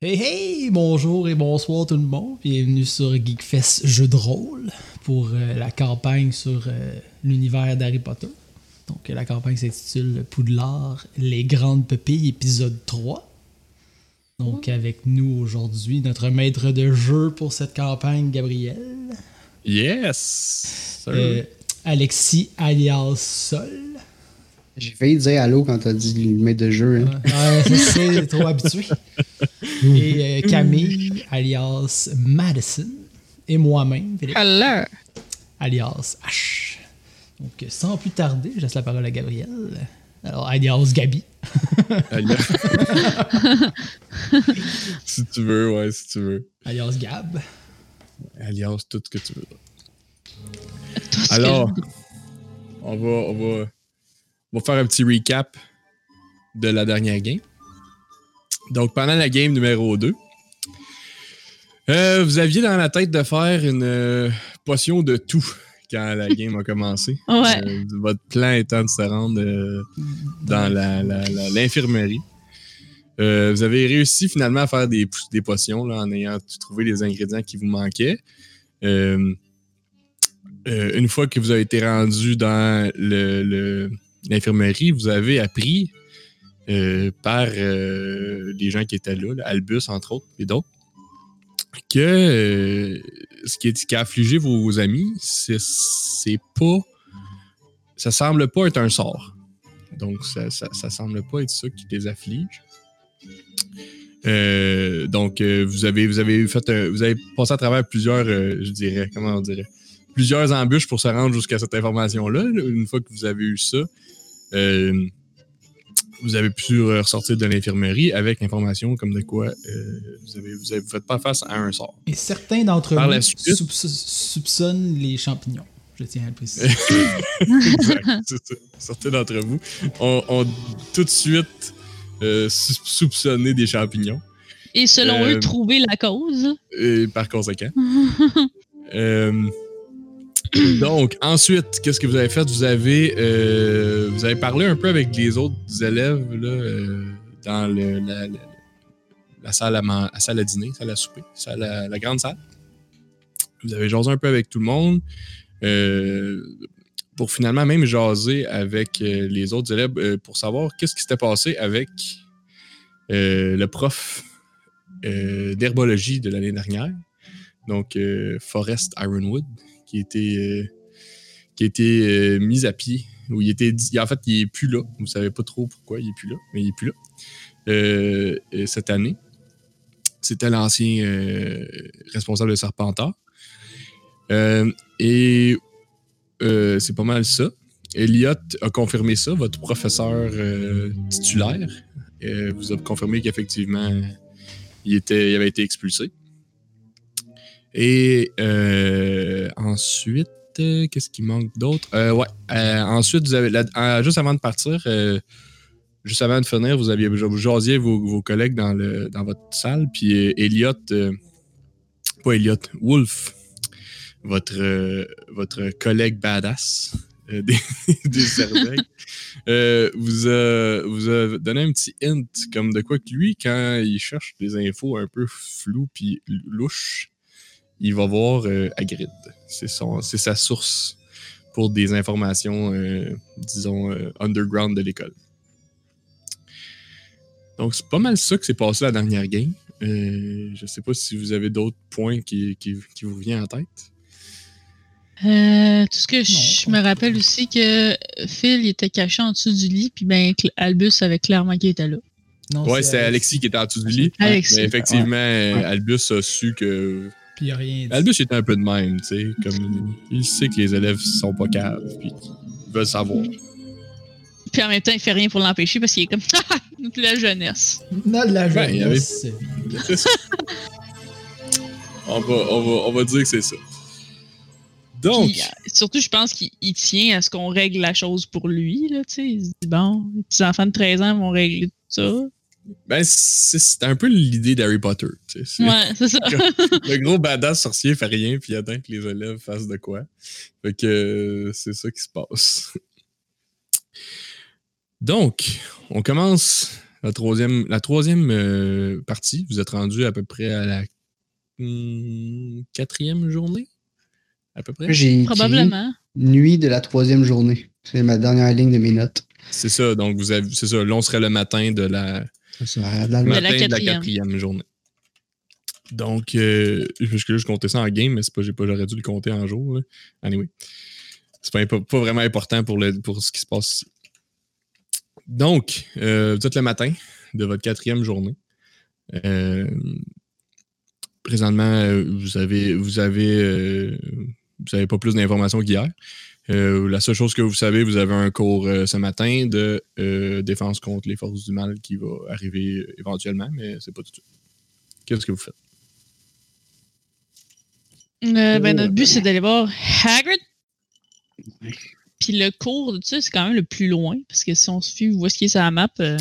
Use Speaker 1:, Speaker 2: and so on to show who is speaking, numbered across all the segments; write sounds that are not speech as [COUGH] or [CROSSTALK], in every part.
Speaker 1: Hey, hey, bonjour et bonsoir tout le monde. Bienvenue sur GeekFest Jeux de rôle pour euh, la campagne sur euh, l'univers d'Harry Potter. Donc, euh, la campagne s'intitule Poudlard, les grandes pupilles, épisode 3. Donc, avec nous aujourd'hui, notre maître de jeu pour cette campagne, Gabriel.
Speaker 2: Yes! sir.
Speaker 1: Euh, Alexis alias Sol.
Speaker 3: J'ai failli dire allô quand t'as dit le maître de jeu. hein.
Speaker 1: Ouais, c'est ça, il est trop habitué. Et euh, Camille, alias Madison. Et moi-même, Philippe,
Speaker 4: Hello.
Speaker 1: alias H. Donc, sans plus tarder, je laisse la parole à Gabriel. Alors, alias Gabi.
Speaker 4: [LAUGHS]
Speaker 2: Ailleurs. si tu veux, ouais, si tu veux.
Speaker 1: Alias Gab.
Speaker 2: Alliance, tout ce que tu veux.
Speaker 4: Tout ce que
Speaker 2: Alors, on va, on va, on va faire un petit recap de la dernière game. Donc, pendant la game numéro 2, euh, vous aviez dans la tête de faire une euh, potion de tout [LAUGHS] quand la game a commencé.
Speaker 4: Ouais.
Speaker 2: Euh, votre plan étant de se rendre euh, dans la- la- la- l'infirmerie. Euh, vous avez réussi finalement à faire des, des potions là, en ayant trouvé les ingrédients qui vous manquaient. Euh, euh, une fois que vous avez été rendu dans le- le- l'infirmerie, vous avez appris euh, par euh, les gens qui étaient là, là, Albus entre autres et d'autres, que euh, ce qui, est, qui a affligé vos, vos amis, c'est- c'est pas. Ça semble pas être un sort. Donc, ça, ça, ça semble pas être ça qui les afflige. Euh, donc, euh, vous, avez, vous, avez fait un- vous avez passé à travers plusieurs, euh, je dirais, comment on dirait, plusieurs embûches pour se rendre jusqu'à cette information-là. Une fois que vous avez eu ça, euh, vous avez pu euh, ressortir de l'infirmerie avec l'information comme de quoi euh, vous avez, vous avez- vous faites pas face à un sort.
Speaker 1: Et certains d'entre
Speaker 2: Par
Speaker 1: nous
Speaker 2: la suite.
Speaker 1: soupço- soupçonnent les champignons. Je tiens à le préciser.
Speaker 2: [LAUGHS] Exact, c'est ça. Certains d'entre vous ont, ont tout de suite euh, sou- soupçonné des champignons,
Speaker 4: Et selon
Speaker 2: Euh,
Speaker 4: eux, trouver la cause.
Speaker 2: et par conséquent. Euh, [CLEARS THROAT] donc, ensuite, qu'est-ce que vous avez fait? Vous avez, euh, vous avez parlé un peu avec les autres élèves là, euh, dans le- la, la- la salle à, man- la salle à dîner, salle à souper, salle à- la grande salle. Vous avez jasé un peu avec tout le monde euh, pour finalement même jaser avec euh, les autres élèves euh, pour savoir qu'est-ce qui s'était passé avec euh, le prof euh, d'herbologie de l'année dernière donc euh, Forrest Ironwood, qui était, euh, qui était euh, mis à pied. Où il était, dit- en fait, il n'est plus là. Vous ne savez pas trop pourquoi il n'est plus là, mais il n'est plus là euh, euh, cette année. C'était l'ancien euh, responsable de Serpentard. Euh, et euh, c'est pas mal ça. Elliot a confirmé ça, votre professeur euh, titulaire euh, vous a confirmé qu'effectivement, il, était, il avait été expulsé. Et euh, ensuite, euh, qu'est-ce qui manque d'autre? Euh, ouais, euh, ensuite, vous avez, la- euh, juste avant de partir, euh, juste avant de finir, vous aviez vous jasiez vos, vos collègues dans, le, dans votre salle, puis euh, Elliot, euh, pas Elliot, Wolf, votre, euh, votre collègue badass euh, [LAUGHS] des, des Cervecs, euh, vous, a, vous a donné un petit hint, comme de quoi que lui, quand il cherche des infos un peu floues puis louches, il va voir euh, Hagrid. C'est son- c'est sa source pour des informations, euh, disons, euh, underground de l'école. Donc, c'est pas mal ça que s'est passé la dernière game. Euh, je sais pas si vous avez d'autres points qui, qui- qui vous viennent en tête.
Speaker 4: Euh, tout ce que je
Speaker 1: Non, pas
Speaker 4: me
Speaker 1: du
Speaker 4: rappelle
Speaker 1: tout.
Speaker 4: aussi que Phil il était caché en dessous du lit, puis ben Cl- Albus savait clairement qu'il était là.
Speaker 1: Non,
Speaker 2: ouais, c'était Alexis qui était en dessous du lit.
Speaker 4: Alexis.
Speaker 2: Mais effectivement, euh,
Speaker 3: Ouais.
Speaker 2: Albus a su que.
Speaker 1: Puis il a rien dit.
Speaker 2: Albus était un peu de même, tu sais. Comme il sait que les élèves sont pas caves, puis qu'ils veulent savoir.
Speaker 4: Puis en même temps, il fait rien pour l'empêcher parce qu'il est comme [LAUGHS] Ah, la jeunesse.
Speaker 1: Non, de la
Speaker 2: Ben, il y avait-
Speaker 1: jeunesse.
Speaker 2: C'est ça. on, va, on, va, on va dire que c'est ça. Donc,
Speaker 4: Puis, euh, surtout, je pense qu'il il tient à ce qu'on règle la chose pour lui. Là, tu sais. il se dit bon, les petits enfants de 13 ans vont régler tout ça.
Speaker 2: ben, c'est c'est un peu l'idée d'Harry Potter. tu sais. C'est-
Speaker 4: Ouais, c'est ça.
Speaker 2: Le gros badass sorcier fait rien, puis il attend que les élèves fassent de quoi. Fait que euh, c'est ça qui se passe. Donc, on commence La troisième, la troisième euh, partie, vous êtes rendu à peu près à la hum, quatrième journée? À peu près?
Speaker 3: J'ai écrit
Speaker 4: Probablement.
Speaker 3: nuit de la troisième journée. C'est ma dernière ligne de mes notes.
Speaker 2: C'est ça, donc vous avez, c'est ça, l'on serait le matin de la,
Speaker 3: Ça, Euh, dans le-
Speaker 2: matin
Speaker 4: la
Speaker 2: de la
Speaker 4: quatrième.
Speaker 2: quatrième journée. Donc, euh, jusque-là, je comptais ça en game, mais c'est pas, j'ai pas, j'aurais dû le compter en jour. là. Anyway, c'est pas, impo- pas vraiment important pour, le, pour ce qui se passe ici. Donc, euh, vous êtes le matin de votre quatrième journée. Euh, présentement, euh, vous avez, vous avez, euh, vous avez pas plus d'informations qu'hier. Euh, la seule chose que vous savez, vous avez un cours euh, ce matin de euh, défense contre les forces du mal qui va arriver euh, éventuellement, mais c'est pas tout de suite. Qu'est-ce que vous faites?
Speaker 4: Euh, ben,
Speaker 3: Oh.
Speaker 4: notre but, c'est d'aller voir Hagrid.
Speaker 3: Ouais.
Speaker 4: Puis le cours de ça, c'est quand même le plus loin. Parce que si on se fie, où est-ce qu'il est sur la map? euh,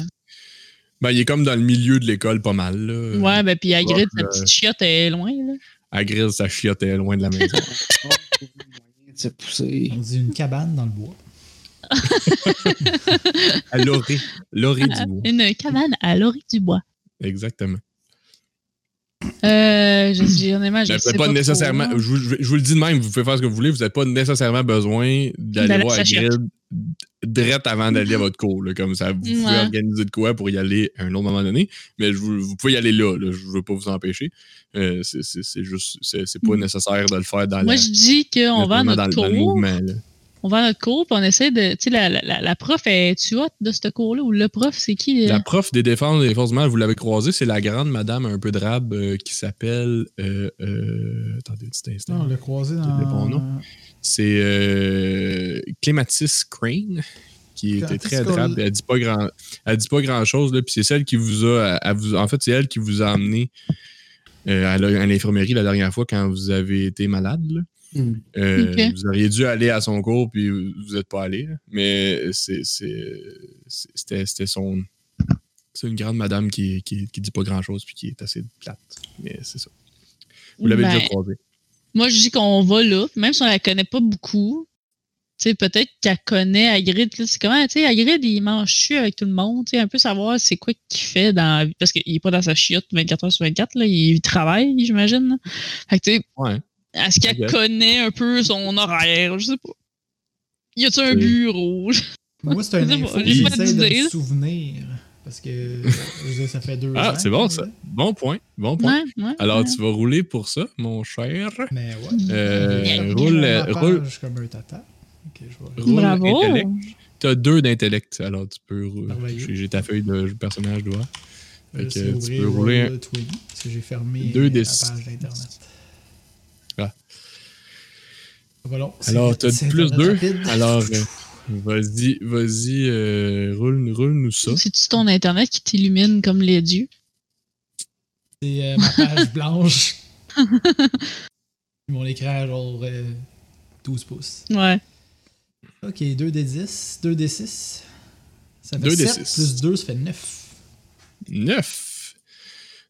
Speaker 2: Ben, il est comme dans le milieu de l'école, pas mal. Là.
Speaker 4: ouais, ben, puis Hagrid,
Speaker 2: euh,
Speaker 4: sa petite chiotte, elle est loin, là.
Speaker 2: À Grise, sa chiotte est loin de la maison.
Speaker 3: C'est poussé.
Speaker 1: On dit une cabane dans le bois.
Speaker 2: à l'orée. L'orée du
Speaker 4: [LAUGHS]
Speaker 2: bois.
Speaker 4: Une cabane à l'orée du bois.
Speaker 2: Exactement.
Speaker 4: Euh, je suis, honnêtement, je
Speaker 2: Ben, vous
Speaker 4: sais
Speaker 2: n'êtes
Speaker 4: pas,
Speaker 2: pas
Speaker 4: trop,
Speaker 2: nécessairement,
Speaker 4: là.
Speaker 2: je, vous, je vous- je vous le dis de même, vous pouvez faire ce que vous voulez, vous n'avez pas nécessairement besoin d'aller
Speaker 4: D'aller
Speaker 2: voir
Speaker 4: à sa
Speaker 2: à Grise drette avant d'aller à votre cours. là, comme ça, vous pouvez
Speaker 4: Ouais.
Speaker 2: organiser de quoi pour y aller à un autre moment donné, mais je vous, vous pouvez y aller là, là, je ne veux pas vous empêcher. Euh, c'est- c'est c'est juste, c'est c'est pas
Speaker 4: Mm.
Speaker 2: nécessaire de le faire dans
Speaker 4: Moi,
Speaker 2: la-
Speaker 4: je dis qu'on va à
Speaker 2: vraiment
Speaker 4: notre
Speaker 2: dans le- dans le
Speaker 4: cours.
Speaker 2: mouvement, là.
Speaker 4: On va à notre cours, puis on essaie de. Tu sais, la, la- la, la prof, est-tu haute de ce cours-là? Ou le prof, c'est qui? euh?
Speaker 2: La prof des défenses des forces du mal, vous l'avez croisée, c'est la grande madame un peu drabe euh, qui s'appelle. euh, euh, attendez un petit
Speaker 1: Non, on
Speaker 2: instant.
Speaker 1: l'a croisé
Speaker 2: C'est le bon
Speaker 1: dans.
Speaker 2: nom. C'est euh, Clématis Crane qui était
Speaker 1: Clématis
Speaker 2: très
Speaker 1: Crane.
Speaker 2: drabe. Elle dit pas grand, elle dit pas grand chose là. Puis c'est celle qui vous a, elle vous- en fait c'est elle qui vous a amené euh, à la- à l'infirmerie la dernière fois quand vous avez été malade. là.
Speaker 3: Hmm.
Speaker 2: Euh,
Speaker 4: Ok.
Speaker 2: Vous auriez dû aller à son cours, puis vous n'êtes pas allé. là. Mais c'est- c'est- c'est- c'était c'était son. C'est une grande madame qui, qui, qui dit pas grand chose, puis qui est assez plate. Mais c'est ça. Vous l'avez
Speaker 4: Ben,
Speaker 2: déjà croisé.
Speaker 4: Moi, je dis qu'on va là, même si on la connaît pas beaucoup. Tu sais, peut-être qu'elle connaît Hagrid. là, C'est comment, tu sais, Hagrid, il mange-tu avec tout le monde? Tu sais, un peu savoir c'est quoi qu'il fait dans la vie. Parce qu'il est pas dans sa chiotte 24 heures sur 24, là. Il travaille, j'imagine. là. Fait que, tu sais,
Speaker 2: Ouais.
Speaker 4: est-ce qu'elle
Speaker 2: I guess.
Speaker 4: connaît un peu son horaire? Je sais pas. Y a-tu un
Speaker 2: C'est-
Speaker 4: bureau? [LAUGHS]
Speaker 1: Moi, c'est un
Speaker 4: C'est
Speaker 1: info.
Speaker 4: bon,
Speaker 2: j'ai
Speaker 1: J'essaie
Speaker 4: pas
Speaker 1: de
Speaker 4: d'idée,
Speaker 1: me
Speaker 4: là.
Speaker 1: souvenir. Parce que je veux dire, ça fait deux ans.
Speaker 2: Ah, c'est bon
Speaker 1: que-
Speaker 2: ça. Bon point. Bon point.
Speaker 4: Ouais, ouais.
Speaker 2: Alors, tu vas rouler pour ça, mon cher.
Speaker 1: Mais ouais.
Speaker 2: Euh,
Speaker 1: Je vais
Speaker 2: roule,
Speaker 1: faire ma
Speaker 2: roule.
Speaker 1: page comme un tata. Ok, je vais-
Speaker 2: Roule
Speaker 4: Bravo!
Speaker 2: intellect. T'as deux d'intellect, alors tu peux. euh,
Speaker 1: Merveilleux.
Speaker 2: J'ai j'ai ta feuille de personnage doigt.
Speaker 1: je vais
Speaker 2: que
Speaker 1: essayer
Speaker 2: tu
Speaker 1: d'ouvrir
Speaker 2: peux rouler
Speaker 1: Roll 20, parce que euh, j'ai fermé euh,
Speaker 2: Deux
Speaker 1: la
Speaker 2: des-
Speaker 1: page d'internet.
Speaker 2: Ah.
Speaker 1: Voilà. c'est-
Speaker 2: Alors, t'as
Speaker 1: c'est
Speaker 2: plus
Speaker 1: internet
Speaker 2: deux.
Speaker 1: rapide.
Speaker 2: Alors, euh, vas-y, vas-y, euh, roule, roule-nous ça.
Speaker 4: C'est-tu ton Internet qui t'illumine comme les dieux?
Speaker 1: C'est euh, ma
Speaker 2: [LAUGHS]
Speaker 1: page
Speaker 4: [LAUGHS]
Speaker 1: blanche. Mon écran, genre euh, 12 pouces.
Speaker 4: Ouais.
Speaker 1: Ok, 2 des 10, 2 des 6. Ça fait
Speaker 2: Deux des
Speaker 1: 7
Speaker 2: six.
Speaker 1: plus 2, ça fait
Speaker 2: [LAUGHS]
Speaker 1: 9.
Speaker 2: Neuf.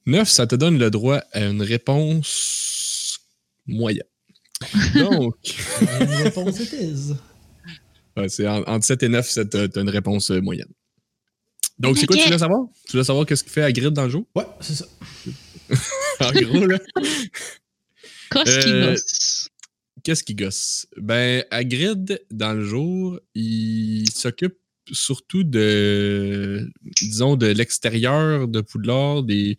Speaker 2: Neuf, ça te donne le droit à une réponse
Speaker 4: [LAUGHS]
Speaker 2: moyenne. Donc,
Speaker 1: Euh, Une réponse it is.
Speaker 2: ouais, c'est en- entre 7 et 9, c'est t'as- t'as une réponse euh, moyenne. Donc, c'est quoi
Speaker 4: Ok.
Speaker 2: que tu voulais savoir? Tu voulais savoir qu'est-ce qu'il fait à Grid dans le
Speaker 4: [LAUGHS]
Speaker 2: jeu?
Speaker 1: Ouais, c'est ça.
Speaker 2: En gros, là. Euh,
Speaker 4: Cosquinos.
Speaker 2: Qu'est-ce qui gosse? Ben, Hagrid, dans le jour, il s'occupe surtout de, disons, de l'extérieur de Poudlard, des,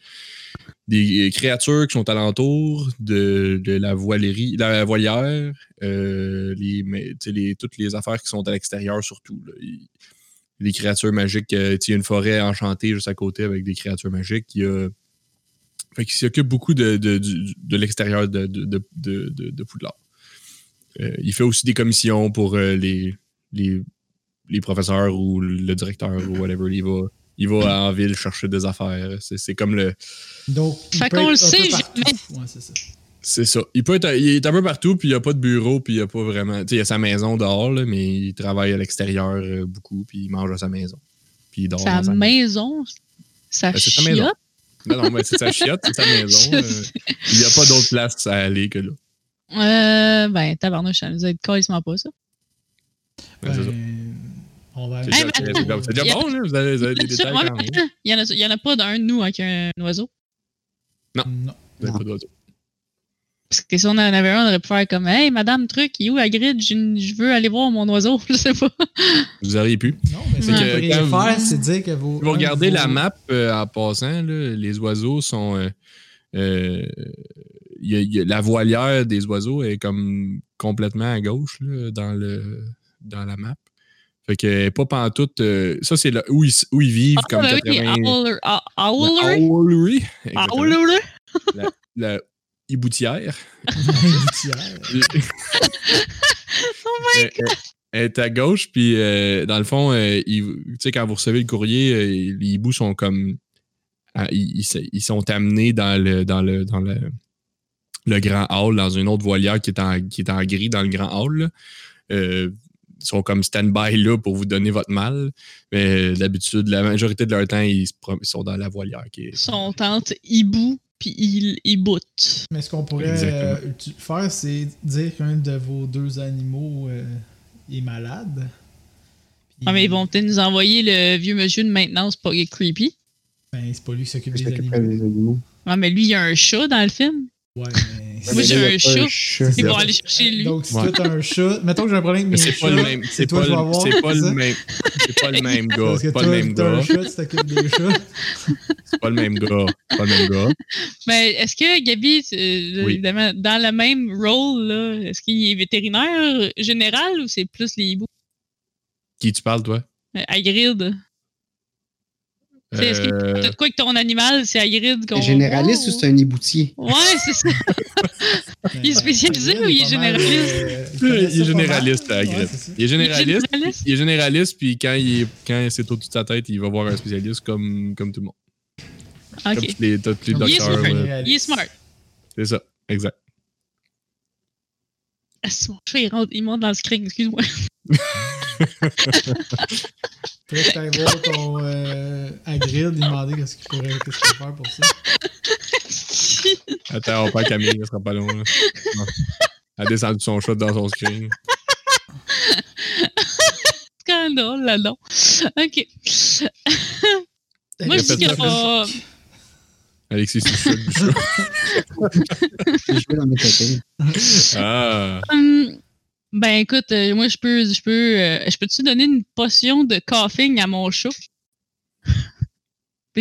Speaker 2: des créatures qui sont alentour, de, de la voilerie, la voilière, euh, les, mais, tu sais, les- toutes les affaires qui sont à l'extérieur surtout. là. Il- les créatures magiques, euh, tu sais, il y a une forêt enchantée juste à côté avec des créatures magiques. Il y a... Fait qu'il s'occupe beaucoup de, de, du- de l'extérieur de, de, de, de, de- de Poudlard. Euh, il fait aussi des commissions pour euh, les, les, les professeurs ou le directeur ou whatever. Il va, il va en ville chercher des affaires. C'est c'est comme le.
Speaker 1: Donc, il
Speaker 4: Fait
Speaker 1: peut
Speaker 4: qu'on
Speaker 1: être
Speaker 4: le
Speaker 1: un
Speaker 4: sait
Speaker 1: peu partout. Ouais, c'est ça.
Speaker 2: C'est ça. Il peut être, il est un peu partout, puis il n'y a pas de bureau, puis il n'y a pas vraiment. Tu sais, il y a sa maison dehors, là, mais il travaille à l'extérieur euh, beaucoup, puis il mange à sa maison. Puis il dort.
Speaker 4: Sa
Speaker 2: dans sa
Speaker 4: maison. Sa
Speaker 2: Euh, c'est sa maison.
Speaker 4: chiotte.
Speaker 2: Non, non, mais c'est sa chiotte, c'est sa maison.
Speaker 4: [LAUGHS] Je
Speaker 2: euh,
Speaker 4: sais.
Speaker 2: il n'y a pas d'autre place à aller que là.
Speaker 4: Euh, ben, tabarnouche, ça nous aide carrément pas, ça.
Speaker 2: Ouais, c'est ça.
Speaker 1: Ben, On va
Speaker 2: C'est
Speaker 4: Hey,
Speaker 2: déjà,
Speaker 4: mais
Speaker 2: c'est déjà- c'est déjà
Speaker 4: y a-
Speaker 2: bon, là. Vous avez, vous
Speaker 4: [LAUGHS]
Speaker 2: avez des
Speaker 4: Ça,
Speaker 2: détails
Speaker 4: ouais,
Speaker 2: quand
Speaker 4: mais
Speaker 2: même.
Speaker 4: attends, Il y en, a, il y en a pas d'un de nous avec un oiseau.
Speaker 1: Non.
Speaker 2: Vous avez pas d'oiseau.
Speaker 4: Parce que si on en avait un, on aurait pu faire comme Hey, madame, truc, il est où Hagrid? Je, je veux aller voir mon oiseau. [LAUGHS] Je sais pas.
Speaker 2: Vous auriez pu.
Speaker 1: Non, mais ce
Speaker 4: C'est
Speaker 1: que
Speaker 2: que
Speaker 1: vous
Speaker 2: quand
Speaker 1: pourriez faire, c'est dire que vos.
Speaker 2: Si vous
Speaker 1: un de
Speaker 2: regardez
Speaker 1: vos-
Speaker 2: la map euh, en passant, là, les oiseaux sont. euh, euh, y a- y a- la voilière des oiseaux est comme complètement à gauche là, dans, le, dans la map. Fait que elle est pas pantoute. euh, ça, c'est là où ils, où ils vivent comme
Speaker 4: ben oui,
Speaker 2: 80.
Speaker 4: Ah, Owler- Ah,
Speaker 2: la
Speaker 4: Owler?
Speaker 2: owlerie. Exactement.
Speaker 4: Owler?
Speaker 2: La hiboutière.
Speaker 1: Gouttière.
Speaker 2: Elle- elle- elle est à gauche, puis euh, dans le fond, euh, il- tu sais, quand vous recevez le courrier, euh, les hiboux sont comme. ah, ils, ils se- ils sont amenés dans le, dans le, dans le, le grand hall, dans une autre voilière qui est en, qui est en gris dans le grand hall. là. Euh, ils sont comme stand-by là pour vous donner votre mal. Mais euh, d'habitude, la majorité de leur temps, ils, se prom- ils sont dans la voilière qui est.
Speaker 4: Son tante hibou, puis il hiboute.
Speaker 1: Mais ce qu'on pourrait euh, tu- faire, c'est dire qu'un de vos deux animaux euh, est malade. Puis-
Speaker 4: Ah, mais ils vont peut-être nous envoyer le vieux monsieur de maintenance pour il est creepy.
Speaker 1: Ben, c'est pas lui qui s'occupe
Speaker 3: Je
Speaker 1: des
Speaker 3: s'occupe
Speaker 1: animaux.
Speaker 3: pas des animaux.
Speaker 4: Ah, mais lui, il y a un chat dans le film.
Speaker 1: Ouais, mais.
Speaker 4: Moi, j'ai
Speaker 3: Il y a
Speaker 4: un
Speaker 3: pas
Speaker 4: chat. Ils vont
Speaker 2: C'est-
Speaker 4: aller chercher lui.
Speaker 1: Donc, si toi,
Speaker 2: Ouais.
Speaker 1: t'as un chat. Mettons que j'ai un problème
Speaker 2: Mais
Speaker 1: avec mes
Speaker 2: c'est pas le
Speaker 1: chats,
Speaker 2: même.
Speaker 1: c'est
Speaker 2: C'est
Speaker 1: toi
Speaker 2: pas
Speaker 1: que je vais
Speaker 2: le
Speaker 1: avoir,
Speaker 2: c'est pas
Speaker 1: c'est
Speaker 2: le
Speaker 1: ça?
Speaker 2: même. C'est pas le même gars.
Speaker 1: Parce que
Speaker 2: C'est pas
Speaker 1: toi,
Speaker 2: le même
Speaker 1: t'as un
Speaker 2: gars.
Speaker 1: chat, tu t'occupes des chats.
Speaker 4: [LAUGHS]
Speaker 2: C'est pas le même gars. C'est pas le même gars.
Speaker 4: Mais est-ce que Gabi, euh,
Speaker 2: Oui.
Speaker 4: évidemment, dans le même rôle, là, est-ce qu'il est vétérinaire général ou c'est plus les hiboux?
Speaker 2: Qui tu parles, toi?
Speaker 4: Euh, Hagrid. Tu sais, Est-ce qu'il
Speaker 2: Euh,
Speaker 4: de quoi que ton animal, c'est Hagrid qu'on
Speaker 3: C'est généraliste ou c'est un éboutier?
Speaker 4: Ouais, c'est ça. Il est spécialisé
Speaker 1: Ben,
Speaker 4: ou il est
Speaker 1: pas mal,
Speaker 4: généraliste?
Speaker 1: euh,
Speaker 2: Il
Speaker 1: connaît ça
Speaker 2: est
Speaker 1: pas mal.
Speaker 2: généraliste, la grippe.
Speaker 1: Ouais, c'est ça.
Speaker 2: Il est généraliste.
Speaker 4: Il est généraliste?
Speaker 2: Il est généraliste, puis quand, il est- quand c'est au-dessus de sa tête, il va voir un spécialiste comme, comme tout le monde. Comme
Speaker 4: Ok.
Speaker 2: tous les, tous les
Speaker 1: Comme
Speaker 4: Il est
Speaker 2: docteurs.
Speaker 4: smart.
Speaker 2: ouais.
Speaker 4: Il est smart.
Speaker 2: C'est ça, exact.
Speaker 4: Ah, c'est mon chat, il, rentre- il monte dans le screen, excuse-moi. [LAUGHS]
Speaker 1: Après, je t'allais voir ton euh, Hagrid et demander qu'est-ce qu'il pourrait qu'est-ce qu'il peut faire pour ça.
Speaker 2: Attends, on parle à Camille, elle sera pas loin. là. Non. Elle a descendu son shot dans son screen.
Speaker 4: C'est quand même drôle, là, non. Ok. Moi, je dis
Speaker 2: Répète
Speaker 4: que.
Speaker 2: ça,
Speaker 4: euh,
Speaker 2: Alexis, c'est le shot du chat.
Speaker 3: Je vais dans mes copains.
Speaker 2: Ah,
Speaker 4: hum, ben, écoute, euh, moi, je peux. Je peux euh, je peux-tu donner une potion de coughing à mon chat? [LAUGHS] Puis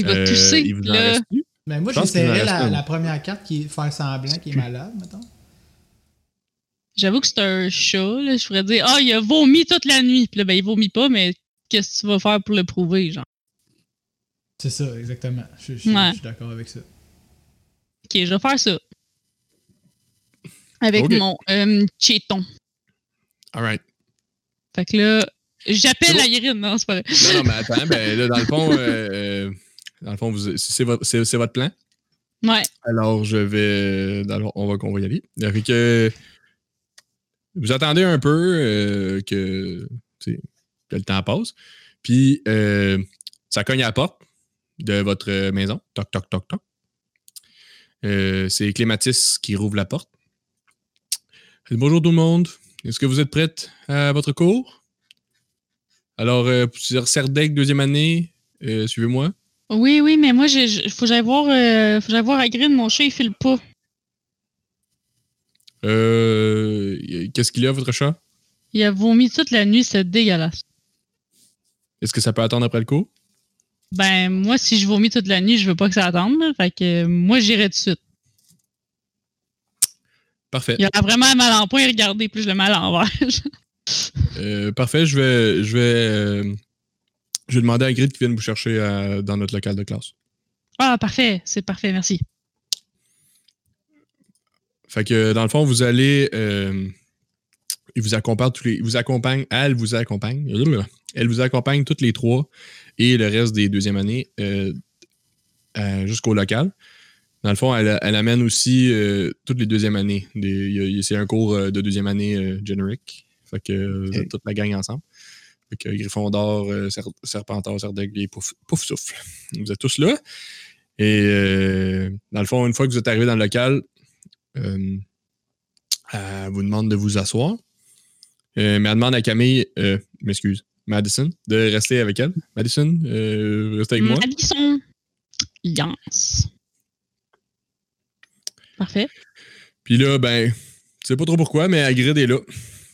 Speaker 4: il va
Speaker 2: euh,
Speaker 4: tousser.
Speaker 2: il vous en
Speaker 4: là.
Speaker 2: reste plus?
Speaker 1: Mais moi,
Speaker 2: Je pense qu'il en
Speaker 1: j'essaierais
Speaker 2: reste
Speaker 1: la,
Speaker 2: un.
Speaker 1: la première carte qui est faire semblant qui est malade, mettons.
Speaker 4: J'avoue que c'est un chat, là. Je pourrais dire, ah, il a vomi toute la nuit. Puis là, ben, il vomit pas, mais qu'est-ce que tu vas faire pour le prouver, genre?
Speaker 1: C'est ça, exactement. Je, je- je
Speaker 4: Ouais.
Speaker 1: suis d'accord avec
Speaker 2: [LAUGHS]
Speaker 1: ça.
Speaker 4: Ok, je vais faire ça. Avec
Speaker 2: Ok.
Speaker 4: mon euh, chéton.
Speaker 2: All right.
Speaker 4: Fait que là,
Speaker 2: C'est
Speaker 4: j'appelle
Speaker 2: bon.
Speaker 4: la Irine, non, c'est pas vrai.
Speaker 2: Non, non, mais attends, ben, là, dans le fond, euh, euh, dans le fond vous- c'est votre- c'est- c'est votre plan?
Speaker 4: Ouais.
Speaker 2: Alors, je vais. Alors, on va, on va y aller. Fait que. Vous attendez un peu euh, que, tu sais, que le temps passe. Puis, euh, ça cogne à la porte de votre maison. Toc, toc, toc, toc. Euh, C'est Clématis qui rouvre la porte. Elle dit, Bonjour tout le monde. Est-ce que vous êtes prête à votre cours? Alors, euh, sur Serdec, deuxième année, euh, suivez-moi.
Speaker 4: Oui, oui, mais moi, j'ai- j'ai- faut que j'aille voir, euh, faut que j'aille voir à Green, mon chat, il file pas.
Speaker 2: Euh, Qu'est-ce qu'il y a, votre chat?
Speaker 4: Il a vomi toute la nuit, c'est dégueulasse.
Speaker 2: Est-ce que ça peut attendre après le cours?
Speaker 4: Ben, moi, si je vomis toute la nuit, je veux pas que ça attende, là. Fait que euh, moi, j'irai tout de suite.
Speaker 2: Parfait.
Speaker 4: Il a vraiment mal en point, regardez, plus je le mal à l'envers.
Speaker 2: Euh, parfait, je vais, je, vais, euh, je vais demander à Grid qui vienne vous chercher à- dans notre local de classe.
Speaker 4: [LAUGHS] ah, parfait, c'est parfait, merci.
Speaker 2: Fait que dans le fond, vous allez. euh, il vous accompagne tous les. il vous accompagne, elle vous accompagne. Elle vous accompagne toutes les trois et le reste des deuxièmes années euh, à- euh, jusqu'au local. Dans le fond, elle, elle amène aussi euh, toutes les deuxièmes années. Des- il y a- il y a- C'est un cours euh, de deuxième année euh, generic. Fait que euh, vous êtes toute la gang ensemble. Fait que Gryffondor, euh, Ser- Serpentard, Serdaigle et Pouf, Pouf Souffle. Vous êtes tous là. Et euh, dans le fond, une fois que vous êtes arrivé dans le local, euh, elle vous demande de vous asseoir. Euh, mais elle demande à Camille, euh, m'excuse, Madison, de rester avec elle. Madison, euh, reste avec
Speaker 4: Mm,
Speaker 2: moi.
Speaker 4: Madison. Yes. Parfait. [LAUGHS]
Speaker 2: Puis là, ben, tu sais pas trop pourquoi, mais Hagrid est là.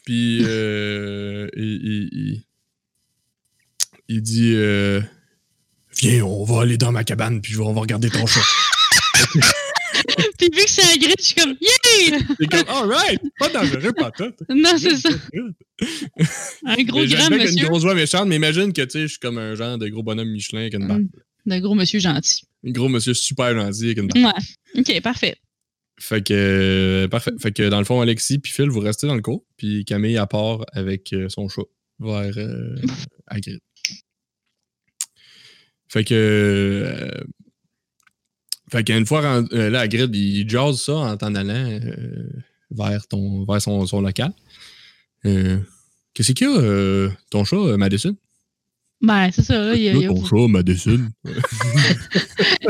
Speaker 2: Puis euh, il, il- il- il dit euh, Viens, on va aller dans ma cabane, puis on va regarder ton
Speaker 4: [LAUGHS]
Speaker 2: chat.
Speaker 4: Puis vu que c'est Hagrid, je suis comme Yeah!
Speaker 2: C'est comme Alright, pas dangereux, pas tout.
Speaker 4: Non,
Speaker 2: [LAUGHS]
Speaker 4: c'est ça. Un gros grand
Speaker 2: J'imagine qu'il y a
Speaker 4: monsieur.
Speaker 2: une grosse voix méchante, mais imagine que tu sais, je suis comme un genre de gros bonhomme Michelin avec
Speaker 4: Mm.
Speaker 2: une barbe.
Speaker 4: Un gros monsieur gentil.
Speaker 2: Un gros monsieur super gentil avec une barbe.
Speaker 4: Ouais. Ok, parfait.
Speaker 2: Fait que, euh, parfait. Fait que, dans le fond, Alexis puis Phil, vous restez dans le cours. Puis Camille, à part avec euh, son chat vers euh, Hagrid. Fait que. euh, fait qu'une fois rend- euh, là, Hagrid, il jase ça en t'en allant euh, vers, ton, vers son, son local. Euh, Qu'est-ce qu'il y a, euh, ton chat, euh, Madison?
Speaker 4: Ben, c'est ça. Là, il, a, il, a,
Speaker 2: ton chat, Madison.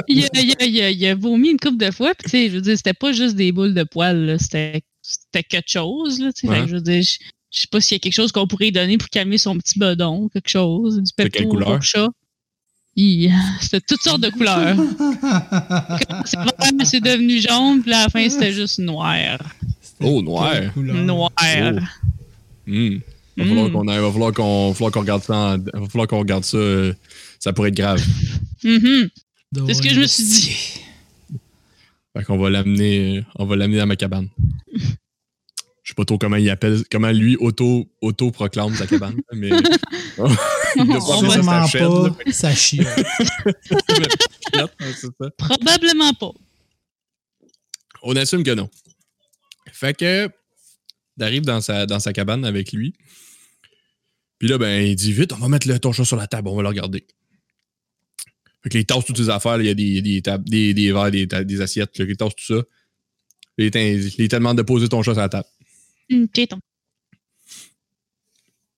Speaker 4: il, a, il a- il a- il a vomi une couple de fois. Puis, tu sais, je veux dire, c'était pas juste des boules de poils. là, C'était c'était quelque chose. Là, tu sais.
Speaker 2: Ouais.
Speaker 4: Fait que je veux dire, je, je sais pas s'il y a quelque chose qu'on pourrait lui donner pour calmer son petit bedon, quelque chose. Du
Speaker 2: quelle
Speaker 4: pepto
Speaker 2: couleur?
Speaker 4: pour chat. Il- [LAUGHS] C'était toutes sortes
Speaker 2: [LAUGHS]
Speaker 4: de couleurs.
Speaker 2: Oh,
Speaker 4: C'est vraiment- c'est devenu jaune, puis à la fin, c'était juste noir.
Speaker 2: Oh, noir.
Speaker 4: Noir.
Speaker 2: Oh. Hmm. Va
Speaker 4: Mm.
Speaker 2: falloir qu'on aille- va falloir qu'on va falloir qu'on regarde ça. en- va falloir qu'on regarde ça. euh, ça pourrait être grave.
Speaker 4: Mhm. C'est ce que je me suis dit.
Speaker 2: Fait qu'on va l'amener. euh, On va l'amener à ma cabane. Je sais pas trop comment il appelle, comment lui auto auto proclame sa cabane, mais
Speaker 4: On
Speaker 2: doit pas appeler
Speaker 4: va-
Speaker 2: ça
Speaker 1: Sûrement
Speaker 2: sa chaîne, là.
Speaker 1: pas. Ça chie.
Speaker 2: c'est ça.
Speaker 4: Probablement pas.
Speaker 2: On assume que non. Fait que t'arrives dans sa, dans sa cabane avec lui. Puis là, ben, il dit vite, on va mettre le, ton chat sur la table, on va le regarder. Fait que là, il tasse toutes ses affaires, là, il y a des, des, tables- des, des verres, des, ta- des assiettes, là, il tasse tout ça. Puis il t'in- il te demande de poser ton chat sur la table.
Speaker 4: Hum, ok, ton-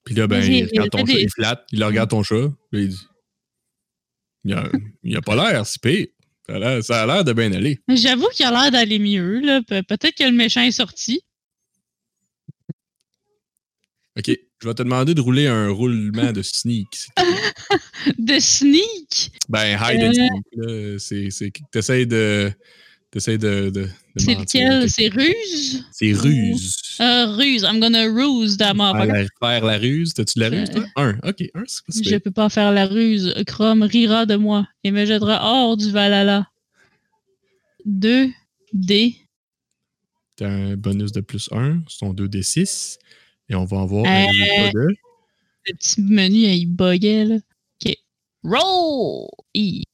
Speaker 2: Puis là, ben,
Speaker 4: J'ai-
Speaker 2: il regarde ton
Speaker 4: j'ai
Speaker 2: chat,
Speaker 4: des-
Speaker 2: il flatte, il regarde ton chat, puis il dit Il a, il a pas l'air si pire. Ça a l'air- Ça a l'air de bien aller.
Speaker 4: J'avoue qu'il a l'air d'aller mieux. là. Pe- Peut-être que le méchant est sorti.
Speaker 2: Ok, je vais te demander de rouler un roulement de sneak, s'il te
Speaker 4: De sneak.
Speaker 2: Ben, hide
Speaker 4: Euh,
Speaker 2: and seek, là, c'est- c'est que t'essayes de. T'essayes de. de, de
Speaker 4: C'est
Speaker 2: mentir.
Speaker 4: lequel? C'est ruse?
Speaker 2: C'est ruse.
Speaker 4: Euh, ruse. I'm gonna ruse dans ma...
Speaker 2: Faire la, faire la ruse. T'as-tu de la ruse, toi? Un. Ok, un, c'est pas si
Speaker 4: Euh, Je
Speaker 2: pire.
Speaker 4: peux pas faire la ruse. Chrome rira de moi et me jettera hors du Valhalla. 2 D.
Speaker 2: T'as un bonus de plus 1. C'est ton 2d6. Et on va en voir
Speaker 4: Euh,
Speaker 2: un résultat de.
Speaker 4: Le petit menu, il buguait, là. OK. Roll! I.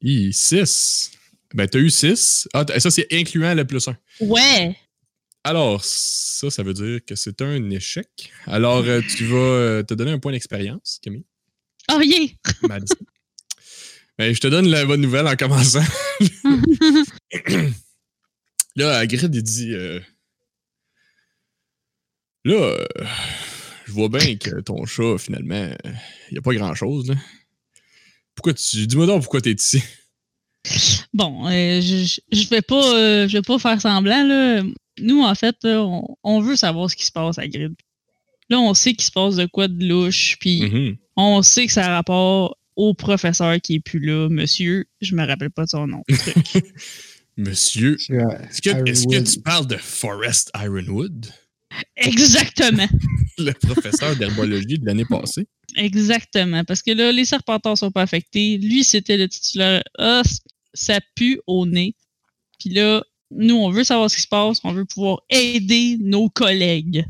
Speaker 2: Hi, 6. Ben, t'as eu 6. Ah, t'as- ça, c'est incluant le plus 1.
Speaker 4: Ouais!
Speaker 2: Alors, ça, ça veut dire que c'est un échec. Alors, euh, tu vas euh, te donner un point d'expérience, Camille.
Speaker 4: Oh yeah!
Speaker 2: Madison. Ben, je te donne la bonne nouvelle en [LAUGHS] commençant. là, Hagrid, il dit euh, Là, euh, je vois bien que ton chat, finalement, il n'y a pas grand-chose. là. Pourquoi tu. Dis-moi donc pourquoi t'es [LAUGHS] ici.
Speaker 4: Bon, euh, je, je- je vais pas euh, je vais pas faire semblant, là. Nous, en fait, là, on, on veut savoir ce qui se passe à Grid. Là, on sait qu'il se passe de quoi de louche, puis
Speaker 2: Mhm.
Speaker 4: on sait que ça a rapport au professeur qui est plus là, monsieur. Je me rappelle pas de
Speaker 2: [LAUGHS]
Speaker 4: son nom.
Speaker 2: Monsieur,
Speaker 3: euh,
Speaker 2: est-ce que, est-ce que
Speaker 3: Ironwood.
Speaker 2: tu parles de Forrest Ironwood,
Speaker 4: Exactement!
Speaker 2: [LAUGHS] le professeur d'herbologie de l'année passée
Speaker 4: Exactement. Parce que là, les serpentards sont pas affectés. Lui, c'était le titulaire. Ah, c- ça pue au nez. Puis là, nous, on veut savoir ce qui se passe. On veut pouvoir aider nos collègues.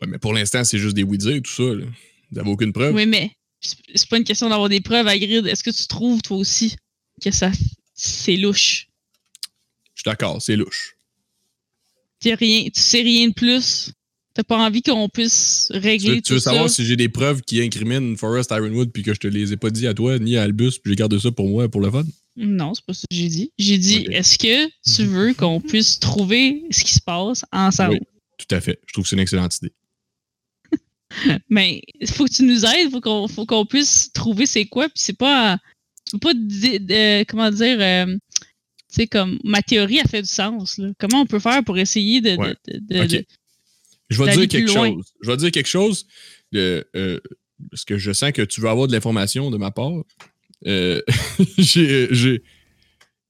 Speaker 2: Ouais, mais pour l'instant, c'est juste des oui-dire et tout ça. là. Vous n'avez aucune preuve.
Speaker 4: Oui, mais c'est c'est pas une question d'avoir des preuves à grid. Est-ce que tu trouves, toi aussi, que ça c'est louche?
Speaker 2: Je suis d'accord, c'est louche.
Speaker 4: T'as rien, tu sais rien de plus? T'as pas envie qu'on puisse
Speaker 2: Tu veux,
Speaker 4: régler
Speaker 2: tu veux
Speaker 4: tout ça?
Speaker 2: savoir si j'ai des preuves qui incriminent Forrest Ironwood puis que je te les ai pas dit à toi ni à Albus puis j'ai gardé ça pour moi pour le fun?
Speaker 4: Non, c'est pas ça que j'ai dit. J'ai dit,
Speaker 2: Ok.
Speaker 4: est-ce que
Speaker 2: [LAUGHS]
Speaker 4: tu veux qu'on puisse trouver ce qui se passe ensemble?
Speaker 2: Oui, tout à fait. Je trouve que c'est une excellente idée.
Speaker 4: Mais il faut que tu nous aides, faut qu'on faut qu'on puisse trouver c'est quoi, puis c'est pas tu peux pas di- euh, comment dire euh, tu sais comme ma théorie a fait du sens là. Comment on peut faire pour essayer de, de-
Speaker 2: Ouais.
Speaker 4: de- de-
Speaker 2: Ok.
Speaker 4: de-
Speaker 2: Je vais
Speaker 4: D'aller
Speaker 2: dire
Speaker 4: plus
Speaker 2: quelque
Speaker 4: loin.
Speaker 2: chose. Je vais dire quelque chose. Le, euh, parce que je sens que tu veux avoir de l'information de ma part, euh, [LAUGHS] j'ai. j'ai-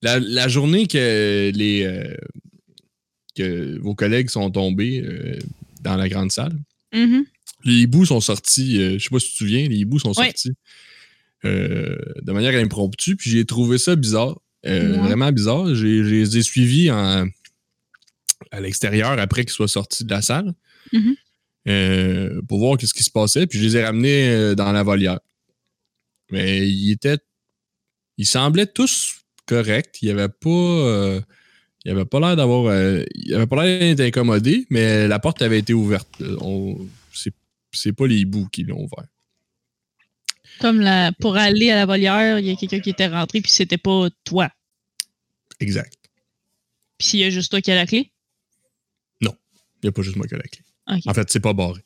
Speaker 2: La, la journée que les euh, que vos collègues sont tombés euh, dans la grande salle,
Speaker 4: Mhm.
Speaker 2: les hiboux sont sortis, euh, je sais pas si tu te souviens, les hiboux sont
Speaker 4: Ouais.
Speaker 2: sortis euh, de manière impromptue, puis j'ai trouvé ça bizarre, euh,
Speaker 4: Ouais.
Speaker 2: vraiment bizarre. J'ai- Je les ai suivis en- à l'extérieur après qu'ils soient sortis de la salle
Speaker 4: Mhm.
Speaker 2: euh, pour voir ce qui se passait, puis je les ai ramenés euh, dans la volière. Mais ils étaient, ils semblaient tous corrects, il n'y avait pas... euh, il avait pas l'air d'avoir. euh, il avait pas l'air d'être incommodé, mais la porte avait été ouverte. Euh, On, c'est, c'est pas les hiboux qui l'ont ouvert.
Speaker 4: Comme la, pour aller à la volière, il y a quelqu'un qui était rentré, puis c'était pas toi.
Speaker 2: Exact.
Speaker 4: Puis il y a juste toi qui as la clé.
Speaker 2: Il n'y a pas juste moi qui ai la clé.
Speaker 4: Ok.
Speaker 2: En fait, c'est pas barré.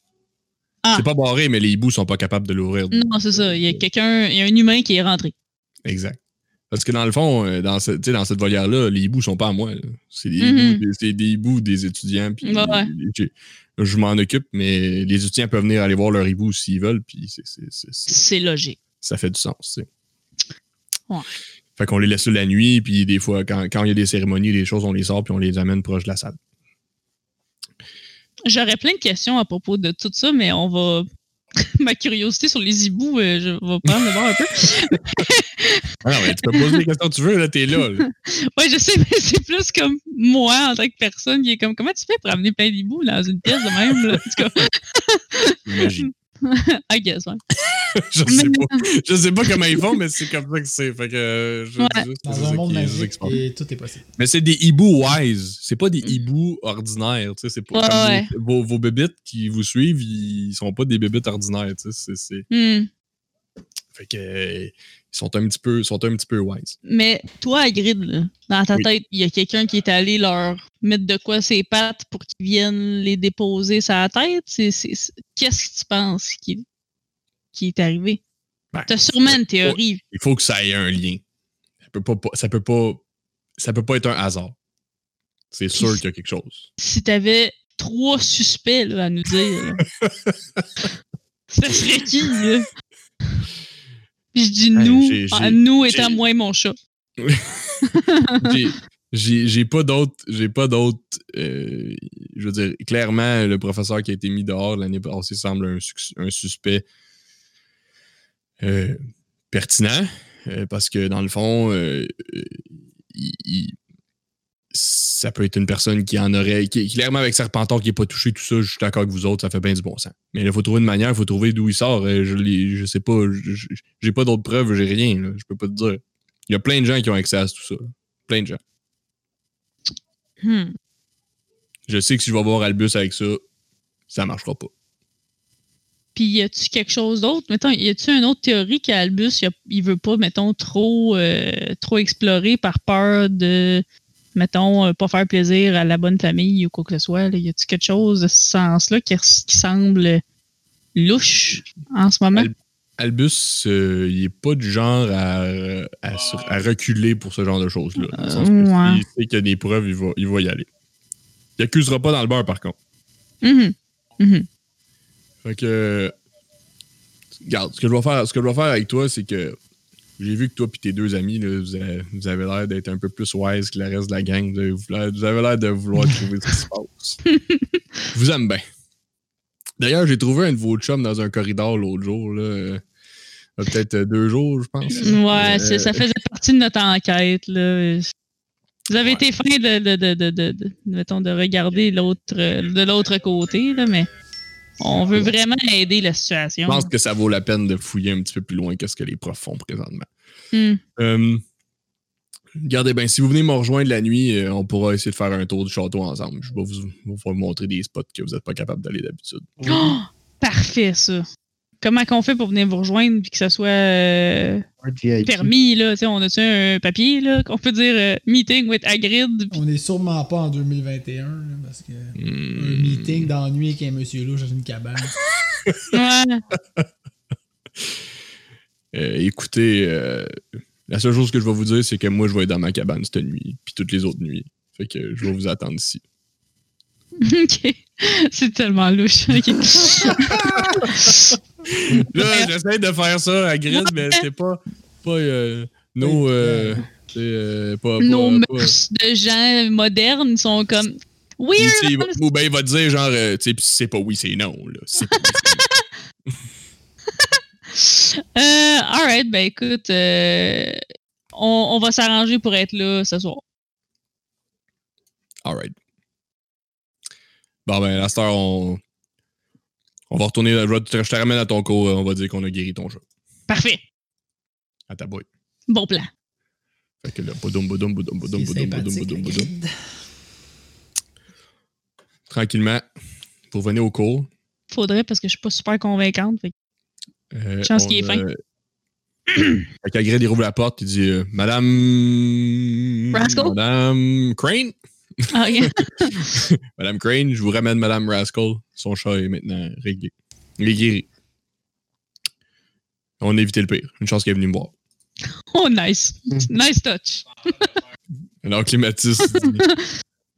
Speaker 4: Ah.
Speaker 2: C'est pas barré, mais les hiboux sont pas capables de l'ouvrir.
Speaker 4: Non, c'est ça. Il y a quelqu'un, il y a un humain qui est rentré.
Speaker 2: Exact. Parce que dans le fond, euh, dans, ce- tu sais, dans cette volière-là, les hiboux sont pas à moi. là. C'est des,
Speaker 4: Mhm.
Speaker 2: hiboux, des, c'est des hiboux des étudiants. puis
Speaker 4: Ouais, ouais.
Speaker 2: j'ai- je m'en occupe, mais les étudiants peuvent venir aller voir leur hibou s'ils veulent, puis c'est- c'est- c'est- c'est,
Speaker 4: C'est logique.
Speaker 2: ça fait du sens, tu sais.
Speaker 4: Ouais.
Speaker 2: Fait qu'on les laisse là la nuit, puis des fois, quand quand il y a des cérémonies, des choses, on les sort, puis on les amène proche de la salle.
Speaker 4: J'aurais plein de questions à propos de tout ça, mais on va. [LAUGHS] Ma curiosité sur les hiboux, euh, je vais prendre le bord un peu.
Speaker 2: Ah non, mais tu peux poser les
Speaker 4: [LAUGHS]
Speaker 2: questions que tu veux, là, t'es là. là.
Speaker 4: Ouais, je sais, mais c'est plus comme moi en tant que personne qui est comme comment tu fais pour amener plein d'hiboux dans une pièce de même, là? En tout cas, [LAUGHS]
Speaker 2: Imagine.
Speaker 4: I guess, ouais.
Speaker 2: Je sais pas. Je sais pas comment ils font, mais c'est comme ça que c'est. Fait que. euh, je-
Speaker 4: Ouais.
Speaker 2: je- c'est
Speaker 1: Dans
Speaker 2: ça
Speaker 1: un
Speaker 2: qui-
Speaker 1: monde
Speaker 2: c'est ça qui
Speaker 1: magique,
Speaker 2: se passe.
Speaker 1: et tout est possible.
Speaker 2: Mais c'est des hiboux wise. C'est pas des
Speaker 1: Mm.
Speaker 2: hiboux ordinaires. tu sais, C'est pas
Speaker 4: Ouais,
Speaker 2: comme
Speaker 4: ouais.
Speaker 2: Vos, vos- vos bébites qui vous suivent, ils sont pas des bébites ordinaires. tu sais, c'est- c'est-
Speaker 4: Hmm.
Speaker 2: Fait que. euh, Ils sont un petit peu, sont un petit peu wise.
Speaker 4: Mais toi, Hagrid, là, dans ta
Speaker 2: Oui.
Speaker 4: tête, il y a quelqu'un qui est allé leur mettre de quoi ses pattes pour qu'ils viennent les déposer sur la tête? C'est- c'est- c'est- Qu'est-ce que tu penses qui, qui est arrivé?
Speaker 2: Ben,
Speaker 4: T'as sûrement une théorie.
Speaker 2: il faut que ça ait un lien. Ça peut pas, ça peut pas, ça peut pas être un hasard. C'est sûr qu'il y a quelque chose.
Speaker 4: Si t'avais trois suspects là, à nous dire, là, ça serait qui, là? Puis je dis
Speaker 2: Hey,
Speaker 4: nous,
Speaker 2: j'ai-
Speaker 4: en-
Speaker 2: j'ai-
Speaker 4: nous étant
Speaker 2: j'ai-
Speaker 4: moi et mon chat.
Speaker 2: J'ai- J'ai j'ai pas d'autres, j'ai pas d'autres. euh, je veux dire, clairement, le professeur qui a été mis dehors l'année passée semble un, suc- un suspect euh, pertinent euh, parce que dans le fond, euh, euh, il- il- ça peut être une personne qui en aurait. qui- clairement, avec Serpentor qui n'est pas touché, tout ça, je suis d'accord avec vous autres, ça fait bien du bon sens. Mais il faut trouver une manière, il faut trouver d'où il sort. Euh, Je, l'ai- je sais pas, je- je- j'ai pas d'autres preuves, j'ai rien, là, je peux pas te dire. Il y a plein de gens qui ont accès à tout ça. là. Plein de gens.
Speaker 4: Hmm.
Speaker 2: Je sais que si je vais voir Albus avec ça, ça marchera pas.
Speaker 4: Puis y a-tu quelque chose d'autre? Mettons, y a-tu une autre théorie qu'Albus, il a- il veut pas, mettons, trop, euh, trop explorer par peur de, mettons, euh, pas faire plaisir à la bonne famille ou quoi que ce soit? là? Y a-tu quelque chose de ce sens-là qui, res- qui semble louche en ce moment?
Speaker 2: Al- Albus, euh, il est pas du genre à, à se- à reculer pour ce genre de choses-là. Dans le sens que
Speaker 4: ouais.
Speaker 2: S'il sait qu'il y a des preuves, il va, il va y aller. Il accusera pas dans le beurre, par contre.
Speaker 4: Mhm. Mhm.
Speaker 2: Fait que. Regarde, ce que je vais faire, ce que je vais faire avec toi, c'est que j'ai vu que toi et tes deux amis, là, vous avez, vous avez l'air d'être un peu plus wise que le reste de la gang. Vous avez, vouloir- vous avez l'air de vouloir trouver ce qui se passe. Je vous aime bien. D'ailleurs, j'ai trouvé un de vos chums dans un corridor l'autre jour, là. euh, Peut-être euh, deux jours, je pense.
Speaker 4: Ouais, c'est- ça faisait partie de notre enquête. Là. Vous avez
Speaker 2: Ouais.
Speaker 4: été fin de, de, de, de, de- de- mettons, de regarder l'autre euh, de l'autre côté, là, mais on veut vraiment aider la
Speaker 2: Je
Speaker 4: situation.
Speaker 2: pense que ça vaut la peine de fouiller un petit peu plus loin que ce que les profs font présentement.
Speaker 4: Hmm.
Speaker 2: Euh, regardez bien, si vous venez me rejoindre la nuit, euh, on pourra essayer de faire un tour du château ensemble. Je vais vous, vous- vous montrer des spots que vous n'êtes pas capable d'aller d'habitude.
Speaker 4: [GASPS] Oh, parfait, ça. Comment qu'on fait pour venir vous rejoindre puis que ça soit euh,
Speaker 3: Carte VIP.
Speaker 4: permis, là? Tu sais, on a-tu un papier, là, qu'on peut dire euh, meeting with Hagrid?
Speaker 1: [LAUGHS]
Speaker 4: puis-
Speaker 1: On est sûrement pas en 2021, là, parce que
Speaker 2: Hmm.
Speaker 1: un meeting d'ennui avec un monsieur louche dans une cabane.
Speaker 4: Ouais. [LAUGHS]
Speaker 2: Euh, écoutez, euh, la seule chose que je vais vous dire, c'est que moi, je vais être dans ma cabane cette nuit, puis toutes les autres nuits. Fait que euh, je vais vous attendre ici.
Speaker 4: OK. C'est tellement louche. OK.
Speaker 2: [LAUGHS] [LAUGHS] Là, j'essaie de faire ça à Grid, mais c'est pas, pas euh, nos. euh, c'est, euh, pas, pas-
Speaker 4: Nos
Speaker 2: pas-
Speaker 4: mœurs de gens modernes sont comme
Speaker 2: Puis,
Speaker 4: weird.
Speaker 2: tu sais, il va- Ou bien il va te dire genre, euh, tu sais, pis si c'est pas oui, c'est non. Là. Si c'est pas oui, c'est non.
Speaker 4: Euh, alright, ben écoute, euh, on, on va s'arranger pour être là ce soir.
Speaker 2: Alright. Bon, ben, à cette heure, on. On va retourner. Je vais te- je te ramène à ton cours. euh, On va dire qu'on a guéri ton jeu.
Speaker 4: Parfait.
Speaker 2: À ta boîte.
Speaker 4: Bon plan.
Speaker 2: Fait que là, boudum, boudum, boudum, boudum,
Speaker 1: C'est
Speaker 2: boudum, boudum,
Speaker 1: sympathique,
Speaker 2: boudum,
Speaker 1: le
Speaker 2: boudum.
Speaker 1: grid.
Speaker 2: Tranquillement, vous revenez au cours.
Speaker 4: Faudrait parce que je suis pas super convaincante. fait que-
Speaker 2: Euh,
Speaker 4: Chance
Speaker 2: on,
Speaker 4: qu'il est fin.
Speaker 2: euh, [CLEARS THROAT] Fait qu'Agrid, il rouvre la porte, il dit euh, Madame.
Speaker 4: Rascal?
Speaker 2: Madame Crane [LAUGHS]
Speaker 4: Ah, rien.
Speaker 2: Madame Crane, je vous ramène Madame Rascal. Son chat est maintenant réglé. Il est guéri. On a évité le pire. Une chance qu'elle est venue me voir.
Speaker 4: oh, nice.
Speaker 3: Hmm.
Speaker 4: Nice touch.
Speaker 2: Alors, Clématis dit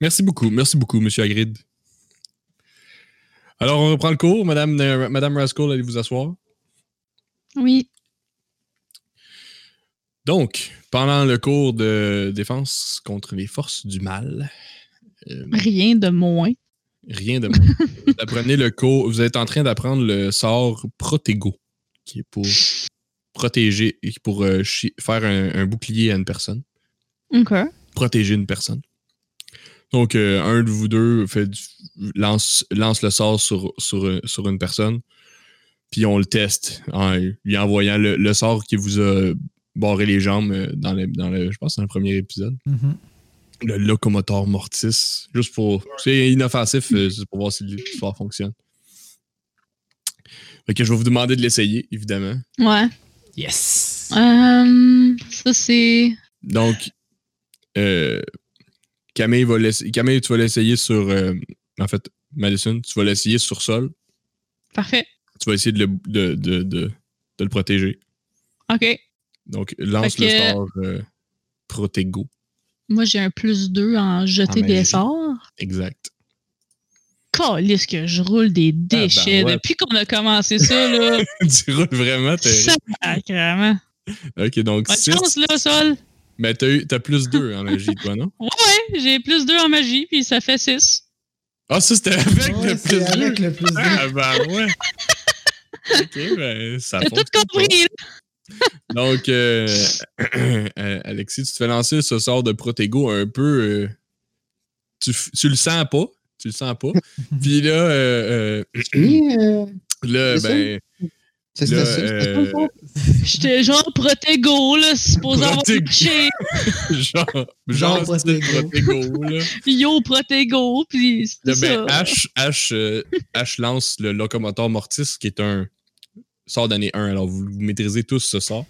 Speaker 2: Merci beaucoup, merci beaucoup, Monsieur Agrid. Alors, on reprend le cours. Madame, euh, Madame Rascal, allez vous asseoir.
Speaker 4: Oui.
Speaker 2: Donc, pendant le cours de défense contre les forces du mal, euh,
Speaker 4: Rien de moins.
Speaker 2: rien de moins. vous apprenez le cours, vous êtes en train d'apprendre le sort Protego, qui est pour protéger et pour euh, chi- faire un, un bouclier à une personne,
Speaker 4: OK.
Speaker 2: protéger une personne. Donc, euh, un de vous deux fait du- lance, lance le sort sur, sur, sur une personne, puis on le teste en lui envoyant le, le sort qui vous a barré les jambes euh, dans le, dans le, je pense, dans le premier épisode.
Speaker 1: Mhm.
Speaker 2: le locomotor mortis, juste pour. C'est inoffensif, euh, juste pour voir si l'histoire fonctionne. Fait que je vais vous demander de l'essayer, évidemment.
Speaker 4: Ouais.
Speaker 1: Yes.
Speaker 4: Euh, ça, c'est.
Speaker 2: Donc, euh, Camille, va l'essa- Camille, tu vas l'essayer sur. euh, en fait, Madison, tu vas l'essayer sur sol.
Speaker 4: Parfait.
Speaker 2: Tu vas essayer de le, de, de- de- de le protéger.
Speaker 4: OK.
Speaker 2: Donc, lance
Speaker 4: Fait que-
Speaker 2: le sort euh, Protego.
Speaker 4: Moi, j'ai un plus 2 en jeter
Speaker 2: En magie.
Speaker 4: des sorts.
Speaker 2: Exact. [LAUGHS]
Speaker 4: Calisse que je roule des déchets.
Speaker 2: Ah, ben, ouais.
Speaker 4: Depuis qu'on a commencé ça, là,
Speaker 2: tu roules vraiment. t'es-
Speaker 4: sacrément.
Speaker 2: Ok, donc
Speaker 4: Bonne
Speaker 2: 6.
Speaker 4: chance, là, Sol.
Speaker 2: Mais t'as eu- t'as plus 2 en magie, toi, non?
Speaker 4: Ouais, ouais, j'ai plus 2 en magie, puis ça fait 6.
Speaker 2: Ah, ça, c'était
Speaker 4: [LAUGHS]
Speaker 2: avec
Speaker 1: Ouais,
Speaker 2: le
Speaker 1: c'est
Speaker 2: plus deux.
Speaker 1: avec le plus deux.
Speaker 2: Ah, bah ouais. ok, ben, ça
Speaker 4: T'as tout
Speaker 2: fonctionne
Speaker 4: compris, là.
Speaker 2: pas. Donc, euh, [CLEARS THROAT] euh, Alexis, tu te fais lancer ce sort de Protego un peu. euh, tu, f- tu le sens pas. Tu le sens pas. Puis là, euh, euh,
Speaker 3: Oui, euh,
Speaker 2: là,
Speaker 3: C'est ça?
Speaker 2: ben,
Speaker 3: c'est
Speaker 2: là,
Speaker 3: c'était ça, c'était ça, le fond?
Speaker 2: euh,
Speaker 4: J'étais genre protego, là, supposé avoir
Speaker 2: Protego.
Speaker 4: touché.
Speaker 2: [LAUGHS] genre,
Speaker 1: Genre
Speaker 2: genre, c'était le Protego, là.
Speaker 4: Yo, protego, puis
Speaker 2: Là,
Speaker 4: [LAUGHS] c'est
Speaker 2: ben,
Speaker 4: ça.
Speaker 2: H, H, euh, H lance le locomotor mortis, qui est un sort d'année 1. Alors, vous, vous maîtrisez tous ce sort.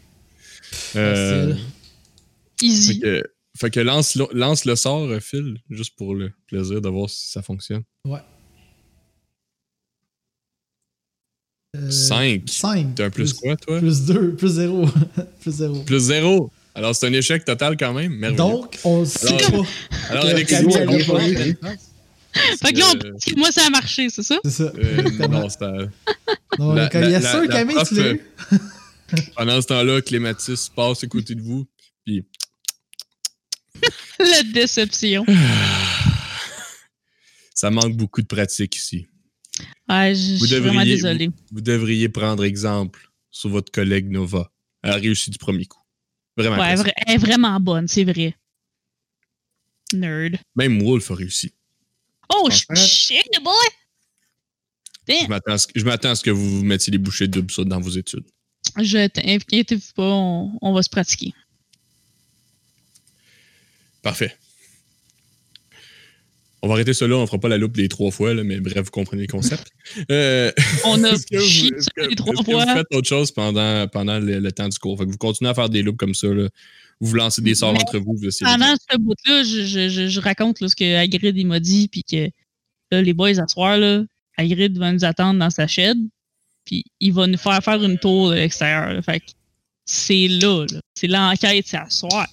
Speaker 2: Euh,
Speaker 1: Facile.
Speaker 2: fait,
Speaker 4: Easy.
Speaker 2: que, fait que lance, lo- lance le sort, euh, Phil, juste pour le plaisir de voir si ça fonctionne.
Speaker 1: Euh,
Speaker 2: 5.
Speaker 1: Cinq.
Speaker 2: T'as un plus quoi, toi?
Speaker 1: Plus 2, plus 0. [LAUGHS] plus 0.
Speaker 2: Plus 0. Alors, c'est un échec total quand même. Merveilleux.
Speaker 1: Donc, on sait
Speaker 2: Alors, [LAUGHS]
Speaker 1: pas.
Speaker 2: Alors,
Speaker 1: que
Speaker 2: Alexis,
Speaker 1: Camille
Speaker 2: on
Speaker 1: avait
Speaker 2: va-
Speaker 1: volé.
Speaker 4: Fait que là, on
Speaker 2: euh,
Speaker 4: pense que moi, ça a marché, c'est ça?
Speaker 1: C'est ça.
Speaker 2: euh, non, c'est à-
Speaker 1: Non,
Speaker 2: la-
Speaker 1: quand il y a
Speaker 2: la-
Speaker 1: sûr,
Speaker 2: la
Speaker 1: Camille,
Speaker 2: prof,
Speaker 1: tu l'as
Speaker 2: euh,
Speaker 1: eu.
Speaker 2: pendant ce temps-là, Clématis passe à côté de vous.
Speaker 4: La déception.
Speaker 2: Ça manque beaucoup de pratique ici.
Speaker 4: Ouais, je je
Speaker 2: Vous
Speaker 4: suis vraiment
Speaker 2: devriez-
Speaker 4: désolée.
Speaker 2: Vous devriez prendre exemple sur votre collègue Nova. Elle a réussi du premier coup. Vraiment.
Speaker 4: Ouais,
Speaker 2: impressionnant.
Speaker 4: vra- elle est vraiment bonne, c'est vrai. Nerd.
Speaker 2: Même Wolf a réussi.
Speaker 4: Oh,
Speaker 3: Enfin.
Speaker 4: je shit, le boy!
Speaker 2: Je m'attends à ce- je m'attends à ce que vous vous mettiez les bouchées doubles ça, dans vos études.
Speaker 4: Je t'inquiète pas, on, on va se pratiquer.
Speaker 2: Parfait. On va arrêter ça là, on fera pas la loupe les trois fois, là, mais bref, vous comprenez le concept. Euh,
Speaker 4: On a
Speaker 2: est-ce que,
Speaker 4: chié
Speaker 2: vous, est-ce
Speaker 4: ça
Speaker 2: que-
Speaker 4: les trois
Speaker 2: est-ce que vous
Speaker 4: fois.
Speaker 2: faites autre chose pendant, pendant le, le temps du cours? Fait que vous continuez à faire des loupes comme ça, là. vous vous lancez des sorts
Speaker 4: Mais
Speaker 2: entre vous, vous essayez.
Speaker 4: Pendant ce bout-là, je, je- je- je raconte là, ce que Hagrid il m'a dit, puis que là, les boys, à soir, là, Hagrid va nous attendre dans sa shed, puis il va nous faire faire une tour de l'extérieur. là. Fait que c'est là, là. c'est l'enquête, c'est à soir.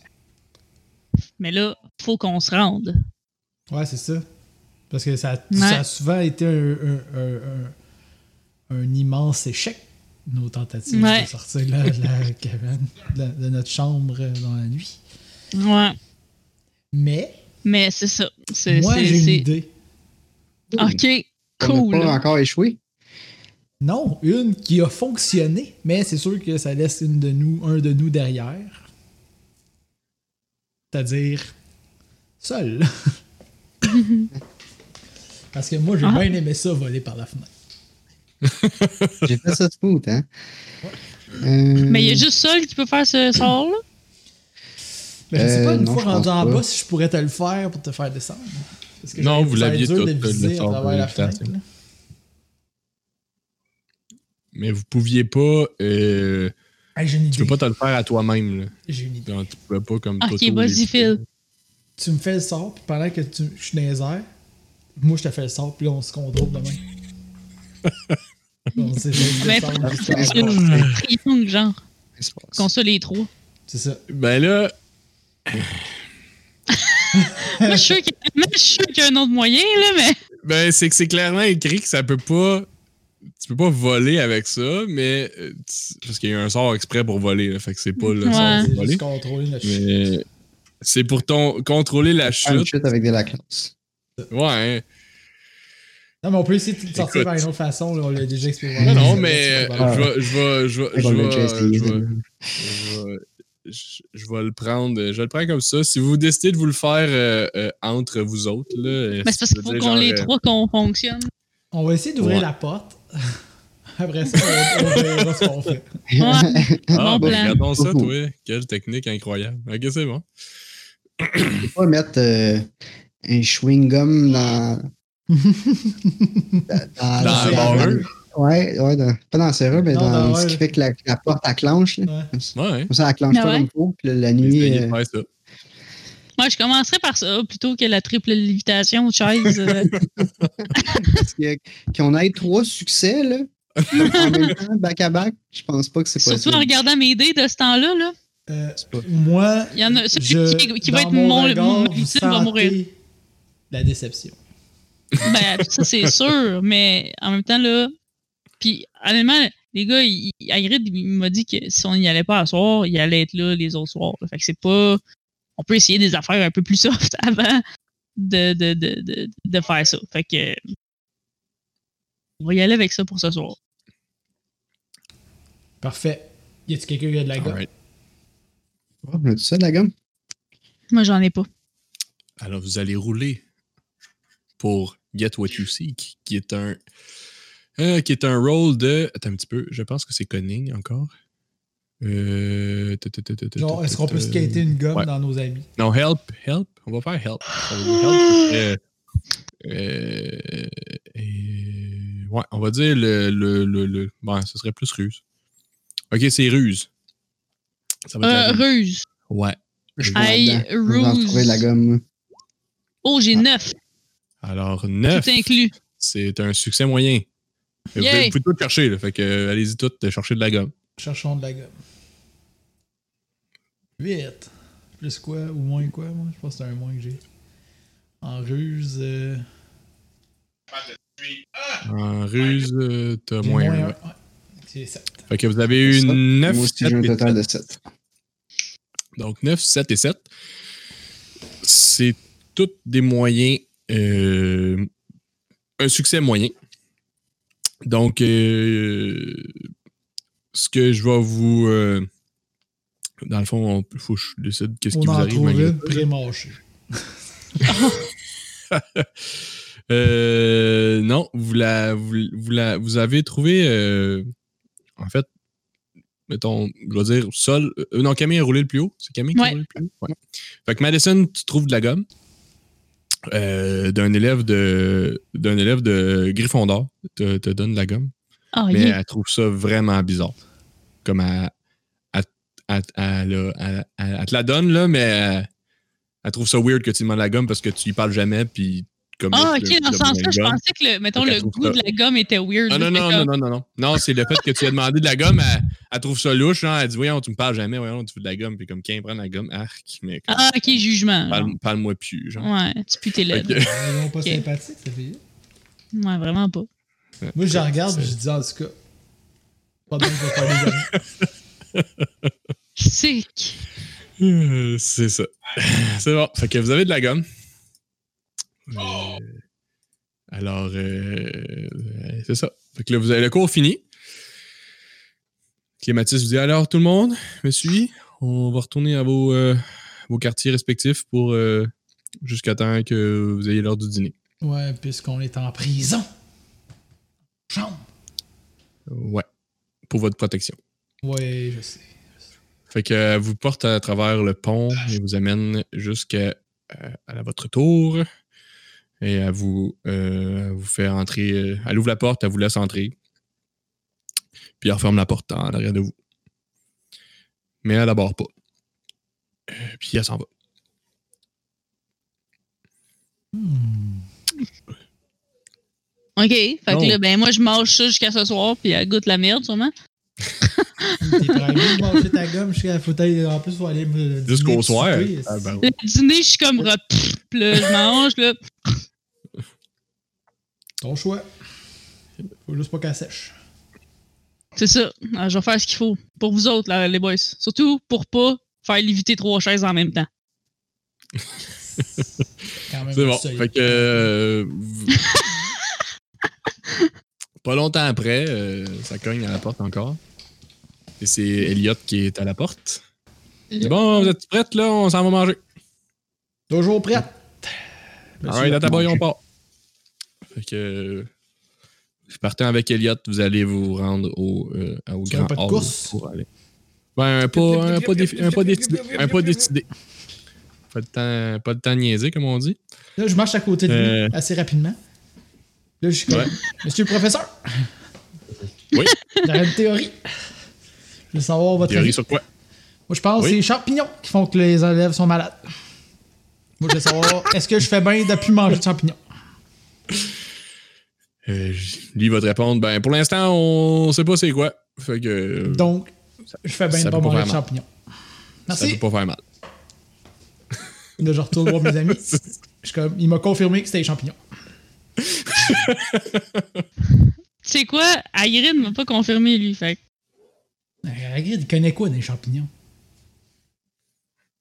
Speaker 4: Mais là, faut qu'on se rende.
Speaker 2: euh,
Speaker 1: Ouais, c'est ça. Parce que ça,
Speaker 4: Ouais.
Speaker 1: ça a souvent été un, un- un- un- un immense échec nos tentatives
Speaker 4: Ouais.
Speaker 1: de sortir là, de la cabane, de, la- de notre chambre euh, dans la nuit.
Speaker 4: Ouais.
Speaker 1: Mais
Speaker 4: Mais c'est ça. C'est,
Speaker 1: moi,
Speaker 4: c'est,
Speaker 1: j'ai une
Speaker 4: c'est-
Speaker 1: idée.
Speaker 4: Ok,
Speaker 3: On
Speaker 4: cool.
Speaker 3: n'a pas encore échoué.
Speaker 1: Non, une qui a fonctionné, mais c'est sûr que ça laisse une de nous, un de nous derrière. C'est-à-dire
Speaker 2: [LAUGHS]
Speaker 1: seul. Parce que moi, j'ai
Speaker 4: Ah.
Speaker 1: bien aimé ça voler par la fenêtre.
Speaker 3: J'ai fait ça smooth, hein? Euh,
Speaker 4: Mais il y a juste Sol qui peut faire ce sort là.
Speaker 1: Mais je sais
Speaker 3: Euh,
Speaker 1: pas, une
Speaker 3: non, je
Speaker 1: fois rendu
Speaker 3: pense
Speaker 1: en
Speaker 3: pas.
Speaker 1: bas, si je pourrais te le faire pour te faire descendre. Parce
Speaker 2: Non,
Speaker 1: j'ai-
Speaker 2: vous
Speaker 1: ça va être
Speaker 2: l'aviez
Speaker 1: dur
Speaker 2: tout,
Speaker 1: de
Speaker 2: le
Speaker 1: viser à
Speaker 2: sort de
Speaker 1: travers la
Speaker 2: l'évitation.
Speaker 1: fenêtre, là.
Speaker 2: Mais vous pouviez pas. euh,
Speaker 1: Hey, j'ai une
Speaker 2: tu peux
Speaker 1: idée.
Speaker 2: pas te le faire à toi-même. là.
Speaker 1: J'ai une idée.
Speaker 2: Genre, tu pouvais pas comme.
Speaker 4: Ok,
Speaker 2: Toto, il-
Speaker 4: vas-y, Phil.
Speaker 1: Tu me fais le sort, puis pendant que tu, je suis dans les airs, moi je te fais le sort, puis là, on se contrôle
Speaker 4: [LAUGHS]
Speaker 1: demain. on sait juste
Speaker 4: Ah, Mais-
Speaker 1: descendre, puis
Speaker 3: Ouais,
Speaker 1: ça-
Speaker 3: c'est bon,
Speaker 4: Triangle, genre.
Speaker 3: c'est- c'est bon.
Speaker 4: Qu'on soit les trois.
Speaker 1: C'est ça.
Speaker 2: Ben là,
Speaker 4: Moi, je suis sûr qu'il moi, je suis sûr qu'il y a un autre moyen, là, mais.
Speaker 2: ben c'est que c'est clairement écrit que ça peut pas. Tu peux pas voler avec ça, mais. euh, tu- Parce qu'il y a un sort exprès pour voler. là, fait que c'est pas le
Speaker 4: Ouais.
Speaker 2: sort
Speaker 1: C'est
Speaker 2: pour voler.
Speaker 1: juste contrôler notre chute.
Speaker 2: Mais c'est pour ton contrôler la
Speaker 3: Faire une
Speaker 2: chute.
Speaker 3: chute avec des lacrosses.
Speaker 2: Ouais. hein.
Speaker 1: Non, mais on peut essayer de sortir
Speaker 2: Écoute.
Speaker 1: par une autre façon, là, on l'a déjà expliqué.
Speaker 2: Non, non,
Speaker 1: Ça,
Speaker 2: mais
Speaker 1: ça, ça,
Speaker 2: euh,
Speaker 1: ça, ça,
Speaker 2: je
Speaker 1: ça,
Speaker 2: vais- je vais- je vais- je
Speaker 3: On l'a déjà
Speaker 2: vais-
Speaker 3: essayé,
Speaker 2: je vais-
Speaker 3: celle-là.
Speaker 2: je vais- je- je vais le prendre. Je vais le prends comme ça. Si vous décidez de vous le faire euh, euh, entre vous autres, là. euh,
Speaker 4: Mais c'est parce
Speaker 2: ça veut
Speaker 4: qu'il faut
Speaker 2: dire,
Speaker 4: qu'on
Speaker 2: genre,
Speaker 4: les
Speaker 2: euh,
Speaker 4: trois qu'on fonctionne.
Speaker 1: On va essayer d'ouvrir
Speaker 2: Ouais.
Speaker 1: la porte. [LAUGHS] Après ça, on, on verra ce qu'on fait.
Speaker 4: Ouais.
Speaker 2: Ah,
Speaker 4: Bon
Speaker 2: ben,
Speaker 4: plan.
Speaker 2: regardons ça,
Speaker 3: Coucou.
Speaker 2: toi. Quelle technique incroyable. Ok, c'est bon.
Speaker 3: Faut pas mettre euh, un chewing-gum
Speaker 1: [LAUGHS]
Speaker 3: dans. dans,
Speaker 2: Dans
Speaker 1: c'est la
Speaker 2: le barreux.
Speaker 3: Ouais, ouais, dans- pas dans le serreux, mais
Speaker 1: Non,
Speaker 3: dans,
Speaker 1: dans-
Speaker 3: ce qui
Speaker 1: ouais.
Speaker 3: fait que la, la porte elle clenche. Là.
Speaker 1: Ouais.
Speaker 2: Ouais.
Speaker 3: Comme ça, elle clenche
Speaker 4: Ah
Speaker 3: pas
Speaker 4: ouais?
Speaker 3: comme il faut. Puis là, la
Speaker 2: hein.
Speaker 3: nuit,
Speaker 2: Essayez de
Speaker 3: euh,
Speaker 2: faire ça.
Speaker 4: Moi, je commencerais par ça plutôt que la triple lévitation chaise. euh.
Speaker 3: parce que- qu'on ait trois succès là, en
Speaker 2: [LAUGHS]
Speaker 3: même temps, back à back, je pense pas que c'est possible.
Speaker 4: Surtout en regardant mes dés de ce temps-là, là.
Speaker 1: Euh,
Speaker 3: C'est pas-
Speaker 1: moi,
Speaker 4: Il y en a celui
Speaker 1: je,
Speaker 4: qui- qui va
Speaker 1: dans
Speaker 4: être mon-
Speaker 1: regard,
Speaker 4: mon
Speaker 1: vous
Speaker 4: ultime va mourir.
Speaker 1: sentez La déception.
Speaker 4: Ben,
Speaker 2: [LAUGHS]
Speaker 4: ça, c'est sûr, mais en même temps, là. Puis, honnêtement, les gars, il, il- Hagrid, il m'a dit que si on n'y allait pas à soir, il allait être là les autres soirs. là. Fait que c'est pas. On peut essayer des affaires un peu plus [LAUGHS] soft avant de, de, de, de, de faire ça. Fait que. On va y aller avec ça pour ce soir.
Speaker 1: Parfait. Y a-tu quelqu'un qui a de la gomme?
Speaker 2: Alright.
Speaker 3: Oh, on a tout ça, de la gomme?
Speaker 4: Moi, j'en ai pas.
Speaker 2: Alors, vous allez rouler pour Get What You Seek, qui est un. euh, qui est un rôle de. Attends un petit peu, je pense que c'est Conning encore. Euh, ta, ta, ta, ta, ta,
Speaker 1: Genre,
Speaker 2: ta,
Speaker 1: est-ce qu'on
Speaker 2: ta,
Speaker 1: peut
Speaker 2: ta.
Speaker 1: skater une gomme
Speaker 2: Euh, Ouais.
Speaker 1: dans nos amis?
Speaker 2: Non, help, help. On va faire help. Ça veut dire
Speaker 4: Ah.
Speaker 2: help. Euh, euh, euh, ouais, on va dire le. le, le, le- bon, ce serait plus ruse. Ok, c'est ruse. Ça va être la
Speaker 4: Euh,
Speaker 2: ruse.
Speaker 4: ruse.
Speaker 2: Ouais.
Speaker 3: Je suis
Speaker 4: Aïe,
Speaker 3: là-dedans. Je vais en
Speaker 4: Rose.
Speaker 3: trouver de la gomme.
Speaker 4: Oh, j'ai
Speaker 2: Ah,
Speaker 4: neuf.
Speaker 2: Alors,
Speaker 4: Tout
Speaker 2: 9.
Speaker 4: inclus.
Speaker 2: C'est un succès moyen. Vous
Speaker 4: Yay!
Speaker 2: pouvez, vous pouvez tout chercher, là. Fait que euh, allez-y tout, euh, chercher de la gomme.
Speaker 1: Cherchons de la gomme. 8. Plus quoi? Ou moins quoi, moi? Je pense que c'est un moins que j'ai. En ruse, euh,
Speaker 2: En ruse, euh, t'as
Speaker 1: j'ai
Speaker 2: moins. un,
Speaker 1: un.
Speaker 2: ouais.
Speaker 1: Ouais. C'est ça.
Speaker 2: Fait que vous avez eu
Speaker 3: Ça,
Speaker 2: 9,
Speaker 3: Moi aussi, j'ai un total de 7.
Speaker 2: Donc 9, 7 et 7. C'est tous des moyens. euh, un succès moyen. Donc, euh, ce que je vais vous. euh, dans le fond, il faut que je décide qu'est-ce qui
Speaker 1: On
Speaker 2: vous
Speaker 1: en
Speaker 2: arrive.
Speaker 1: trouve
Speaker 2: malgré
Speaker 1: une pré-mâchée.
Speaker 2: Euh, non, vous la, vous, vous la- vous avez trouvé, euh, en fait, mettons, je vais dire Sol. euh, non, Camille a roulé le plus haut. C'est Camille qui
Speaker 4: Ouais.
Speaker 2: a roulé le plus haut. Ouais. Fait que Madison, tu trouves de la gomme euh, d'un élève de d'un élève de Gryffondor. Te, te donne de la gomme,
Speaker 4: Ah,
Speaker 2: mais euh,
Speaker 4: yeah.
Speaker 2: elle trouve ça vraiment bizarre. Comme elle, elle- elle- elle a- elle- elle- elle te la donne là, mais elle, elle trouve ça weird que tu demandes de la gomme parce que tu y parles jamais puis. comme là,
Speaker 4: Ah,
Speaker 2: tu- tu
Speaker 4: ok, dans ce
Speaker 2: demandes de
Speaker 4: sens-là,
Speaker 2: la
Speaker 4: je
Speaker 2: gomme.
Speaker 4: pensais que le, mettons,
Speaker 2: Fait
Speaker 4: le
Speaker 2: qu'elle trouve
Speaker 4: goût
Speaker 2: ça-
Speaker 4: de la gomme était weird.
Speaker 2: Ah non,
Speaker 4: J'étais
Speaker 2: non,
Speaker 4: comme-
Speaker 2: non, non, non, non. Non, c'est le fait que tu as demandé de la gomme, elle, elle trouve ça louche, genre, elle dit Voyons, tu me parles jamais, voyons, tu veux de la gomme, puis comme Qu'un prend la gomme, arc, mais comme,
Speaker 4: Ah, ok, jugement. genre.
Speaker 2: parle- parle-moi plus, genre.
Speaker 4: Ouais, tu putais
Speaker 2: Fait
Speaker 4: là.
Speaker 2: que-
Speaker 1: Ils sont pas
Speaker 4: Ok.
Speaker 1: sympathiques, ça fait.
Speaker 4: Ouais, vraiment pas.
Speaker 1: Moi, je la regarde
Speaker 2: c'est-
Speaker 1: et je dis en tout cas, Pas bien, je vais faire des amis.
Speaker 4: Sick.
Speaker 2: Euh, C'est ça. [LAUGHS] C'est bon. Fait que vous avez de la gomme. Euh, alors, euh, euh, c'est ça. Fait que là, vous avez le cours fini. Clématis vous dit alors tout le monde, me suis. On va retourner à vos, euh, vos quartiers respectifs pour euh, jusqu'à temps que vous ayez l'heure du dîner.
Speaker 1: Ouais, puisqu'on est en prison. Chambre.
Speaker 2: Ouais. Pour votre protection.
Speaker 1: Ouais, je sais.
Speaker 2: Fait que euh, vous porte à travers le pont et vous amène jusqu'à euh, à votre tour. Et elle vous, euh, elle vous fait entrer. euh, Elle ouvre la porte, elle vous laisse entrer. Puis elle referme la porte en arrière de vous. Mais elle aborde pas. Euh, puis elle s'en va.
Speaker 1: Hmm.
Speaker 4: OK. Fait
Speaker 2: Non.
Speaker 4: que là, ben moi, je mange ça jusqu'à ce soir, puis elle goûte la merde, sûrement.
Speaker 1: T'es prêt à aller manger ta gomme jusqu'à la fauteuil. En plus, faut aller me- dîner
Speaker 2: Jusqu'au
Speaker 1: puis
Speaker 2: soir.
Speaker 1: souper,
Speaker 2: Ah, ben oui.
Speaker 4: Le dîner, je suis comme re- pff, puis là, je mange, là.
Speaker 1: Ton choix. Faut juste pas qu'elle sèche.
Speaker 4: C'est ça. Ah, je vais faire ce qu'il faut. Pour vous autres, là, les boys. Surtout pour pas faire léviter trois chaises en même temps.
Speaker 1: Quand même
Speaker 2: C'est bon.
Speaker 1: solide.
Speaker 2: Fait que. euh, vous- [LAUGHS] pas longtemps après, euh, ça cogne à la porte encore. Et c'est Elliot qui est à la porte. C'est bon, vous êtes prêtes là? On s'en va manger.
Speaker 1: Toujours prête.
Speaker 2: Alright, à ta boy, on
Speaker 1: Monsieur,
Speaker 2: part. Fait que. euh, Partant avec Elliot, vous allez vous rendre au, euh, au
Speaker 1: Sur
Speaker 2: grand
Speaker 1: un pas de
Speaker 2: hall
Speaker 1: course?
Speaker 2: pour aller. Ben, un pas, un pas, défi- un pas décidé. Un pas décidé. Pas le temps, pas le temps de niaiser, comme on dit.
Speaker 1: Là, je marche à côté de lui
Speaker 2: Euh.
Speaker 1: assez rapidement. Là, je suis comme.
Speaker 2: Ouais.
Speaker 1: Monsieur le professeur!
Speaker 2: [LAUGHS] Oui.
Speaker 1: J'aurais une théorie. Je veux savoir votre
Speaker 2: Théorie
Speaker 1: avis.
Speaker 2: sur quoi?
Speaker 1: Moi, je pense que
Speaker 2: Oui.
Speaker 1: c'est les champignons qui font que les élèves sont malades. Moi, je veux savoir, est-ce que je fais bien de plus manger de champignons?
Speaker 2: Euh, lui va te répondre, ben, pour l'instant, on sait pas c'est quoi. Fait que. euh,
Speaker 1: Donc, je fais bien
Speaker 2: ça
Speaker 1: de pas
Speaker 2: peut pas
Speaker 1: manger de
Speaker 2: faire mal.
Speaker 1: champignons.
Speaker 2: ça peut
Speaker 1: Merci.
Speaker 2: pas faire mal. [LAUGHS]
Speaker 1: Là, je retourne voir mes amis. Je suis comme, il m'a confirmé que c'était les champignons.
Speaker 4: Tu sais quoi? Irene m'a pas confirmé, lui. Fait que,
Speaker 1: Euh, Hagrid, il connaît quoi des champignons?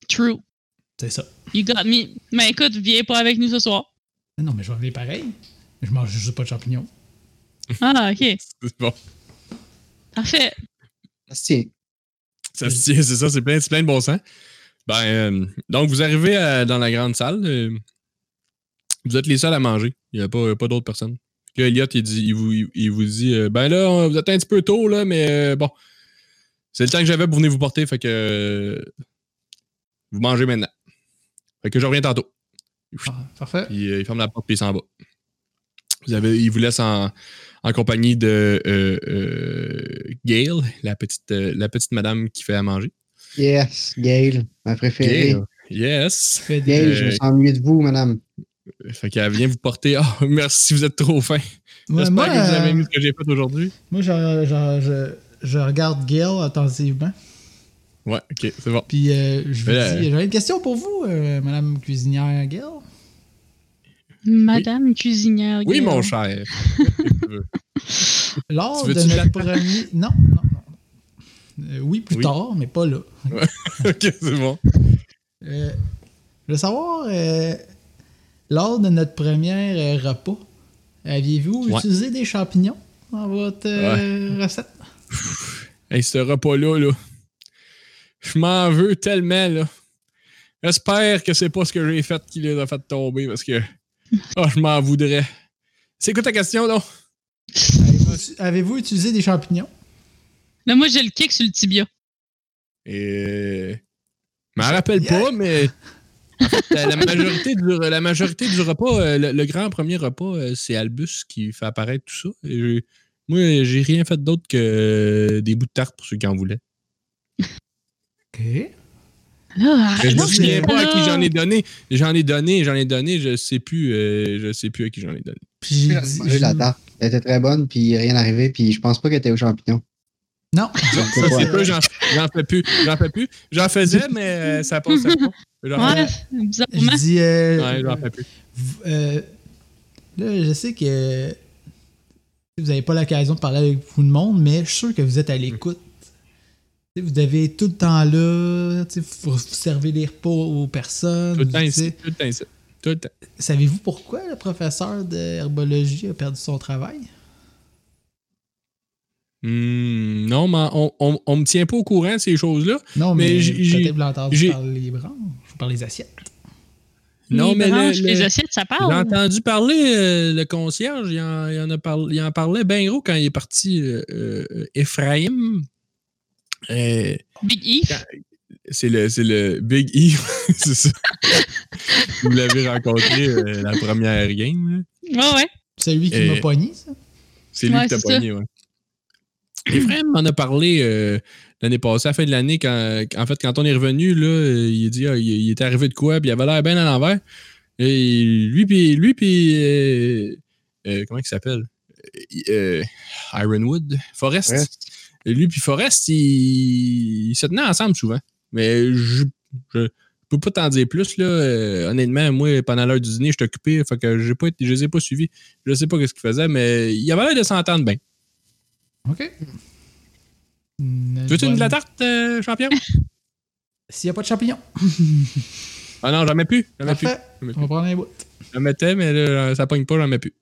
Speaker 4: true.
Speaker 1: C'est ça.
Speaker 4: You got me. Mais écoute, viens pas avec nous ce soir.
Speaker 2: [LAUGHS]
Speaker 1: Ah Non, mais je vais venir pareil. Je mange juste pas de champignons.
Speaker 4: Ah, OK.
Speaker 2: C'est bon.
Speaker 4: Parfait.
Speaker 3: Ça se tient.
Speaker 2: Ça se tient, c'est ça, c'est plein, c'est plein de bon sens. Ben, euh, donc, vous arrivez à- dans la grande salle. euh, vous êtes les seuls à manger. Il n'y a pas, pas d'autres personnes. Là, Elliot, il, dit, il, vous, il vous dit euh, Ben là, on- vous êtes un petit peu tôt, là, mais euh, bon. C'est le temps que j'avais pour venir vous porter, fait que. euh, vous mangez maintenant. Fait que je reviens tantôt.
Speaker 1: Ah, parfait.
Speaker 2: Puis euh, il ferme la porte puis il s'en va. Vous avez, il vous laisse en, en compagnie de euh, euh, Gail, la petite, euh, la petite madame qui fait à manger.
Speaker 3: Yes, Gail, ma préférée.
Speaker 2: Gail. Yes.
Speaker 1: Fais des-
Speaker 3: Gail, je me
Speaker 2: Euh,
Speaker 3: sens ennuyé de vous, madame.
Speaker 2: Fait qu'elle vient vous porter. [LAUGHS] Oh, merci, vous êtes trop fin.
Speaker 1: Ouais,
Speaker 2: J'espère
Speaker 1: moi,
Speaker 2: que vous avez
Speaker 1: euh,
Speaker 2: aimé ce que j'ai fait aujourd'hui.
Speaker 1: moi, je, je- je- je regarde Gail attentivement.
Speaker 2: Ouais, ok, c'est bon.
Speaker 1: Puis euh, je lui
Speaker 2: Mais là,
Speaker 1: dis, j'avais une question pour vous, euh, Madame cuisinière Gail.
Speaker 4: Madame cuisinière.
Speaker 2: Oui,
Speaker 4: Gail.
Speaker 2: mon cher. [LAUGHS] Euh,
Speaker 1: Lors
Speaker 2: Tu
Speaker 1: de
Speaker 2: veux-tu
Speaker 1: notre
Speaker 2: la- [LAUGHS]
Speaker 1: premier... Non, non, non. Euh, oui, plus
Speaker 2: Oui.
Speaker 1: tard, mais pas là.
Speaker 2: ok, c'est bon.
Speaker 1: Euh, je veux savoir, euh, lors de notre premier euh, repas, aviez-vous
Speaker 2: Ouais.
Speaker 1: utilisé des champignons dans votre euh, recette?
Speaker 2: Hey, ce repas-là, là. Je m'en veux tellement, là. J'espère que c'est pas ce que j'ai fait qui les a fait tomber parce que. Ah, je m'en voudrais. C'est quoi ta question, là?
Speaker 1: Avez-vous- Avez-vous utilisé des champignons?
Speaker 4: Là, moi, j'ai le kick sur le tibia.
Speaker 2: Et. Je m'en rappelle pas, mais. en fait, euh, la, la majorité du, euh, la majorité du repas, euh, le, le grand premier repas, euh, c'est Albus qui fait apparaître tout ça. Et j'ai- moi, j'ai rien fait d'autre que euh, des bouts de tarte pour ceux qui en voulaient.
Speaker 1: OK.
Speaker 2: Mais
Speaker 4: Là,
Speaker 2: je
Speaker 4: arrête.
Speaker 2: me
Speaker 1: non,
Speaker 2: souviens
Speaker 1: je-
Speaker 2: pas à qui
Speaker 4: là.
Speaker 2: j'en ai donné. J'en ai donné, j'en ai donné, je sais plus, euh, je sais plus à qui j'en ai donné.
Speaker 1: Puis j'ai dit-
Speaker 3: J'ai la tarte. Elle était très bonne, puis rien arrivé, puis je pense pas qu'elle était aux champignons.
Speaker 1: Non.
Speaker 3: Donc,
Speaker 2: Ça,
Speaker 3: ouais.
Speaker 2: c'est peu, j'en j'en fais plus, j'en fais plus. J'en faisais, mais euh, ça passait pas. J'en
Speaker 4: Ouais,
Speaker 2: fais-
Speaker 1: Je
Speaker 4: bizarrement.
Speaker 1: dis... euh,
Speaker 2: ouais, j'en fais plus.
Speaker 1: v- euh, là, je sais que Vous n'avez pas l'occasion de parler avec beaucoup de monde, mais je suis sûr que vous êtes à
Speaker 2: Mm.
Speaker 1: l'écoute. Tu sais, Vous avez tout le temps là, tu sais, vous vous servez les repas aux personnes.
Speaker 2: Tout le temps
Speaker 1: vous- tu
Speaker 2: ici.
Speaker 1: sais.
Speaker 2: Tout le temps ici. Tout le temps.
Speaker 1: Savez-vous pourquoi le professeur d'herbologie a perdu son travail?
Speaker 2: Hmm, non, mais on, on, on me tient pas au courant de ces choses-là.
Speaker 1: Non,
Speaker 2: Mais
Speaker 1: mais,
Speaker 2: j'ai- j'ai-
Speaker 1: peut-être vous l'entendez
Speaker 2: j'ai-
Speaker 1: par les branches, par les assiettes.
Speaker 2: Non,
Speaker 4: les
Speaker 2: mais le-
Speaker 4: branches,
Speaker 2: le-
Speaker 4: les assiettes, ça
Speaker 2: J'ai
Speaker 4: parle.
Speaker 2: entendu parler, euh, le concierge, il en, il en a parlé, il en parlait bien gros quand il est parti, euh, euh, Ephraim. Euh,
Speaker 4: Big E. Eve.
Speaker 2: c'est le, c'est le Big E, [LAUGHS] c'est ça. Vous l'avez rencontré euh, la première game. là.
Speaker 4: Ouais, ouais.
Speaker 1: Celui qui
Speaker 2: Et-
Speaker 1: m'a pogné, ça?
Speaker 2: C'est lui
Speaker 4: Ouais,
Speaker 2: qui t'a
Speaker 4: c'est ça.
Speaker 2: pogné, ouais. Ephraim m'en a parlé euh, l'année passée, à la fin de l'année, quand, en fait, quand on est revenu, là, euh, il a dit ah, il, il est arrivé de quoi, puis il avait l'air bien à l'envers. Et lui, puis lui, puis euh, euh, comment il s'appelle Euh, Ironwood, Forrest.
Speaker 3: Forrest.
Speaker 2: Et lui, puis Forrest, ils ils se tenaient ensemble souvent. Mais je, je peux pas t'en dire plus, là. Euh, honnêtement, moi, pendant l'heure du dîner, j'étais occupé, fait que j'ai pas été- je les ai pas suivis. Je sais pas qu'est-ce qu'il faisait, mais il avait l'air de s'entendre bien.
Speaker 1: OK. Une
Speaker 2: Tu veux-tu une
Speaker 1: bonne-
Speaker 2: de la tarte, euh, champion?
Speaker 1: S'il n'y a pas de champignons,
Speaker 2: Ah non, j'en mets plus. J'en mets plus.
Speaker 1: parfait.
Speaker 2: J'en mets
Speaker 1: On
Speaker 2: plus.
Speaker 1: va prendre un bout.
Speaker 2: J'en mettais, mais là, ça pogne pas, j'en mets plus.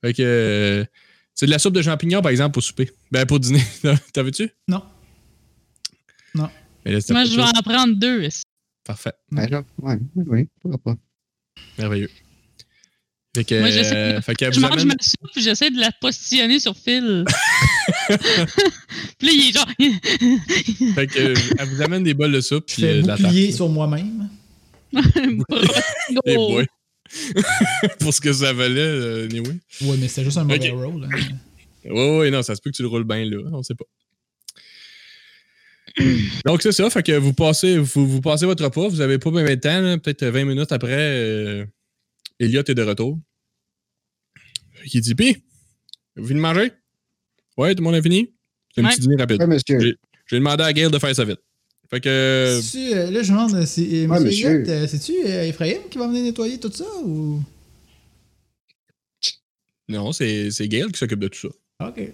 Speaker 2: Fait que. euh, c'est de la soupe de champignons, par exemple, pour souper. Ben, pour dîner. [LAUGHS] T'en veux-tu?
Speaker 1: Non. Non.
Speaker 2: Mais là, c'était
Speaker 4: Moi,
Speaker 2: pas
Speaker 4: je vais
Speaker 2: ça.
Speaker 4: en prendre deux. est-ce.
Speaker 2: Parfait.
Speaker 3: Ben, genre, ouais, oui, oui, pourquoi pas.
Speaker 2: Merveilleux. Fait que.
Speaker 4: Moi, je sais-
Speaker 2: euh, fait qu'elle
Speaker 4: Je
Speaker 2: vous
Speaker 4: mange
Speaker 2: amène-
Speaker 4: ma soupe puis j'essaie de la positionner
Speaker 2: [LAUGHS]
Speaker 4: sur fil. [LAUGHS] puis là, il est genre. [LAUGHS]
Speaker 2: Fait que, euh, elle vous amène des bols de soupe
Speaker 1: Je
Speaker 2: puis
Speaker 1: fais
Speaker 2: euh, de la tarte.
Speaker 1: bouclier sur moi-même.
Speaker 2: Eh
Speaker 4: Gros.
Speaker 2: boy. [LAUGHS] Pour ce que ça valait, euh, anyway.
Speaker 1: Ouais, mais c'était juste un mauvais
Speaker 2: Ok.
Speaker 1: roll. hein.
Speaker 2: Ouais, ouais, non, ça se peut que tu le roules bien là, hein, on sait pas. [CLEARS THROAT] Donc c'est ça, fait que vous passez, vous, vous passez votre repas, vous avez pas bien de temps, là, peut-être 20 minutes après, euh, Elliot est de retour. Fait qu'il dit, pis, vous venez manger? Ouais, tout le monde a fini? C'est un
Speaker 4: Ouais.
Speaker 2: petit dîner rapide.
Speaker 3: Ouais, monsieur.
Speaker 2: J'ai- J'ai demandé à Gail de faire ça vite. Fait que...
Speaker 1: C'est-tu, euh, là, je me demande, c'est, euh,
Speaker 3: Ouais,
Speaker 1: monsieur
Speaker 3: monsieur.
Speaker 1: Elliott, euh, c'est-tu euh, Ephraim qui va venir nettoyer tout ça ou.
Speaker 2: Non, c'est c'est Gail qui s'occupe de tout ça.
Speaker 1: Ah, Ok.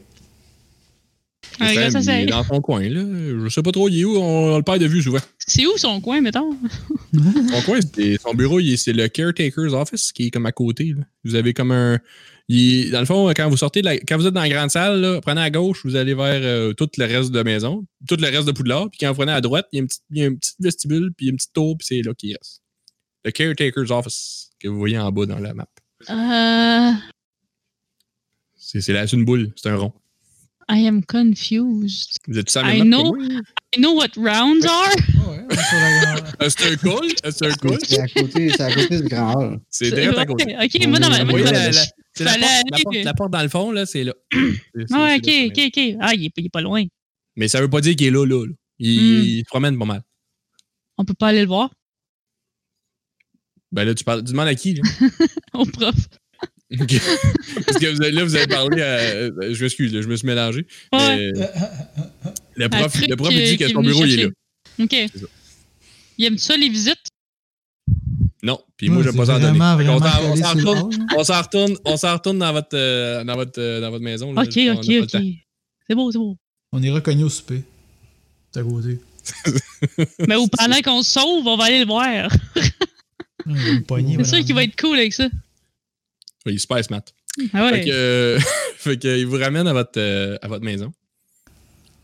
Speaker 4: Un
Speaker 2: Ephraim,
Speaker 4: gars, Ah, ça,
Speaker 2: il
Speaker 4: c'est-
Speaker 2: est dans son coin, là. Je sais pas trop, il est où, on, on le perd de vue souvent.
Speaker 4: C'est où son coin, mettons?
Speaker 2: Son coin, c'est- son bureau, il est- c'est le caretaker's office qui est comme à côté. là. Vous avez comme un. il est- dans le fond, euh, quand vous sortez, de la- quand vous êtes dans la grande salle, là, prenez à gauche, vous allez vers euh, tout le reste de la maison, tout le reste de Poudlard. Puis quand vous prenez à droite, il y a un petit, il y a un petit vestibule, puis il y a une petite tour, puis c'est là qu'il reste. Le caretaker's office que vous voyez en bas dans la map.
Speaker 4: Euh,
Speaker 2: C'est c'est là, c'est une boule, c'est un rond.
Speaker 4: I am confused.
Speaker 2: Vous êtes tous à la
Speaker 4: I
Speaker 2: même map que
Speaker 4: know,
Speaker 2: moi?
Speaker 4: I know what rounds are.
Speaker 1: Ah ouais, on est sur la-
Speaker 2: Euh, C'est un col, c'est [LAUGHS] un col.
Speaker 3: C'est à côté, c'est à côté du grand [LAUGHS] hall.
Speaker 2: C'est direct à côté.
Speaker 4: Ouais, Ok, moi, dans ma.
Speaker 2: Vous
Speaker 4: moi,
Speaker 2: voyez
Speaker 4: dans
Speaker 2: la,
Speaker 4: ma-
Speaker 2: la- c'est la
Speaker 4: fallait
Speaker 2: porte, la
Speaker 4: aller-
Speaker 2: porte- la porte dans le fond, là, c'est là. [CLEARS THROAT] C'est- c'est-
Speaker 4: Ah, ok,
Speaker 2: c'est là,
Speaker 4: ok, ok. Ah, il est, il est pas loin.
Speaker 2: Mais ça veut pas dire qu'il est là, là. là. Il,
Speaker 4: Hmm.
Speaker 2: il se promène pas mal.
Speaker 4: On peut pas aller le voir
Speaker 2: Ben là, tu, parles, tu demandes à qui,
Speaker 4: [LAUGHS]
Speaker 2: là?
Speaker 4: au prof.
Speaker 2: Ok. Parce que vous avez- là, vous avez parlé à... euh, Je m'excuse, là, je me suis mélangé.
Speaker 4: Ouais.
Speaker 2: Mais, euh, le
Speaker 4: Un
Speaker 2: prof,
Speaker 4: truc
Speaker 2: le prof
Speaker 4: qui-
Speaker 2: il dit
Speaker 4: qui
Speaker 2: que
Speaker 4: est
Speaker 2: son
Speaker 4: venu
Speaker 2: bureau, il est là.
Speaker 4: chercher. Ok.
Speaker 2: ça.
Speaker 4: Il aime ça les visites?
Speaker 2: Non, [LAUGHS] puis moi,
Speaker 1: Ouais,
Speaker 2: je vais pas
Speaker 1: c'est
Speaker 2: s'en donner.
Speaker 1: vraiment,
Speaker 2: Fait qu'on
Speaker 1: vraiment
Speaker 2: s'en- on
Speaker 1: calé
Speaker 2: s'en
Speaker 1: sur le hein.
Speaker 2: retourne-
Speaker 1: hall, là.
Speaker 2: On s'en retourne, on s'en retourne dans, votre, euh, dans, votre, euh, dans votre maison. là.
Speaker 4: Ok,
Speaker 2: On a
Speaker 4: ok,
Speaker 2: pas le
Speaker 4: ok.
Speaker 2: temps.
Speaker 4: C'est beau, c'est beau.
Speaker 1: On est reconnu au souper. C'est à côté.
Speaker 2: [LAUGHS]
Speaker 4: Mais au pendant qu'on se sauve, on va aller le voir.
Speaker 1: On Ah, va me pogner,
Speaker 4: C'est sûr
Speaker 1: madame.
Speaker 4: qu'il va être cool avec ça.
Speaker 2: Il est super smart.
Speaker 4: Ah ouais.
Speaker 2: Fait que, [LAUGHS] euh, fait que, il vous ramène à votre, euh, à votre maison.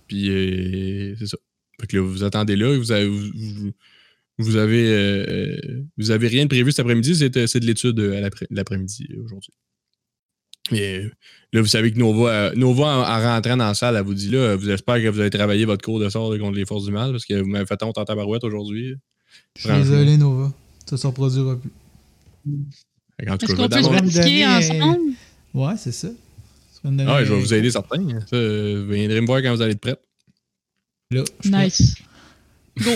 Speaker 2: Puis euh, c'est ça. Fait que là, vous vous attendez là, vous avez, vous, vous- vous avez, euh, euh, vous avez rien de prévu cet après-midi, c'est euh, c'est de l'étude euh, à l'après- l'après-midi euh, aujourd'hui. Et euh, là, vous savez que Nova, euh, Nova en, en rentrant dans la salle, elle vous dit là, euh, vous espère que vous avez travaillé votre cours de sort là, contre les forces du mal parce que vous m'avez fait honte en tabarouette aujourd'hui.
Speaker 1: Je suis désolé, Nova. Ça se reproduira plus.
Speaker 2: Fait qu'en tout cas, je vais
Speaker 4: Est-ce qu'on peut
Speaker 2: dans
Speaker 4: se
Speaker 2: mon-
Speaker 1: d'abord-
Speaker 4: pratiquer
Speaker 1: Donner, euh,
Speaker 4: ensemble?
Speaker 1: Ouais, c'est ça.
Speaker 2: Ah ouais, je vais vous aider certains. Ça, euh, vous viendrez me voir quand vous allez être prête.
Speaker 1: Là, je suis
Speaker 4: Nice. Go.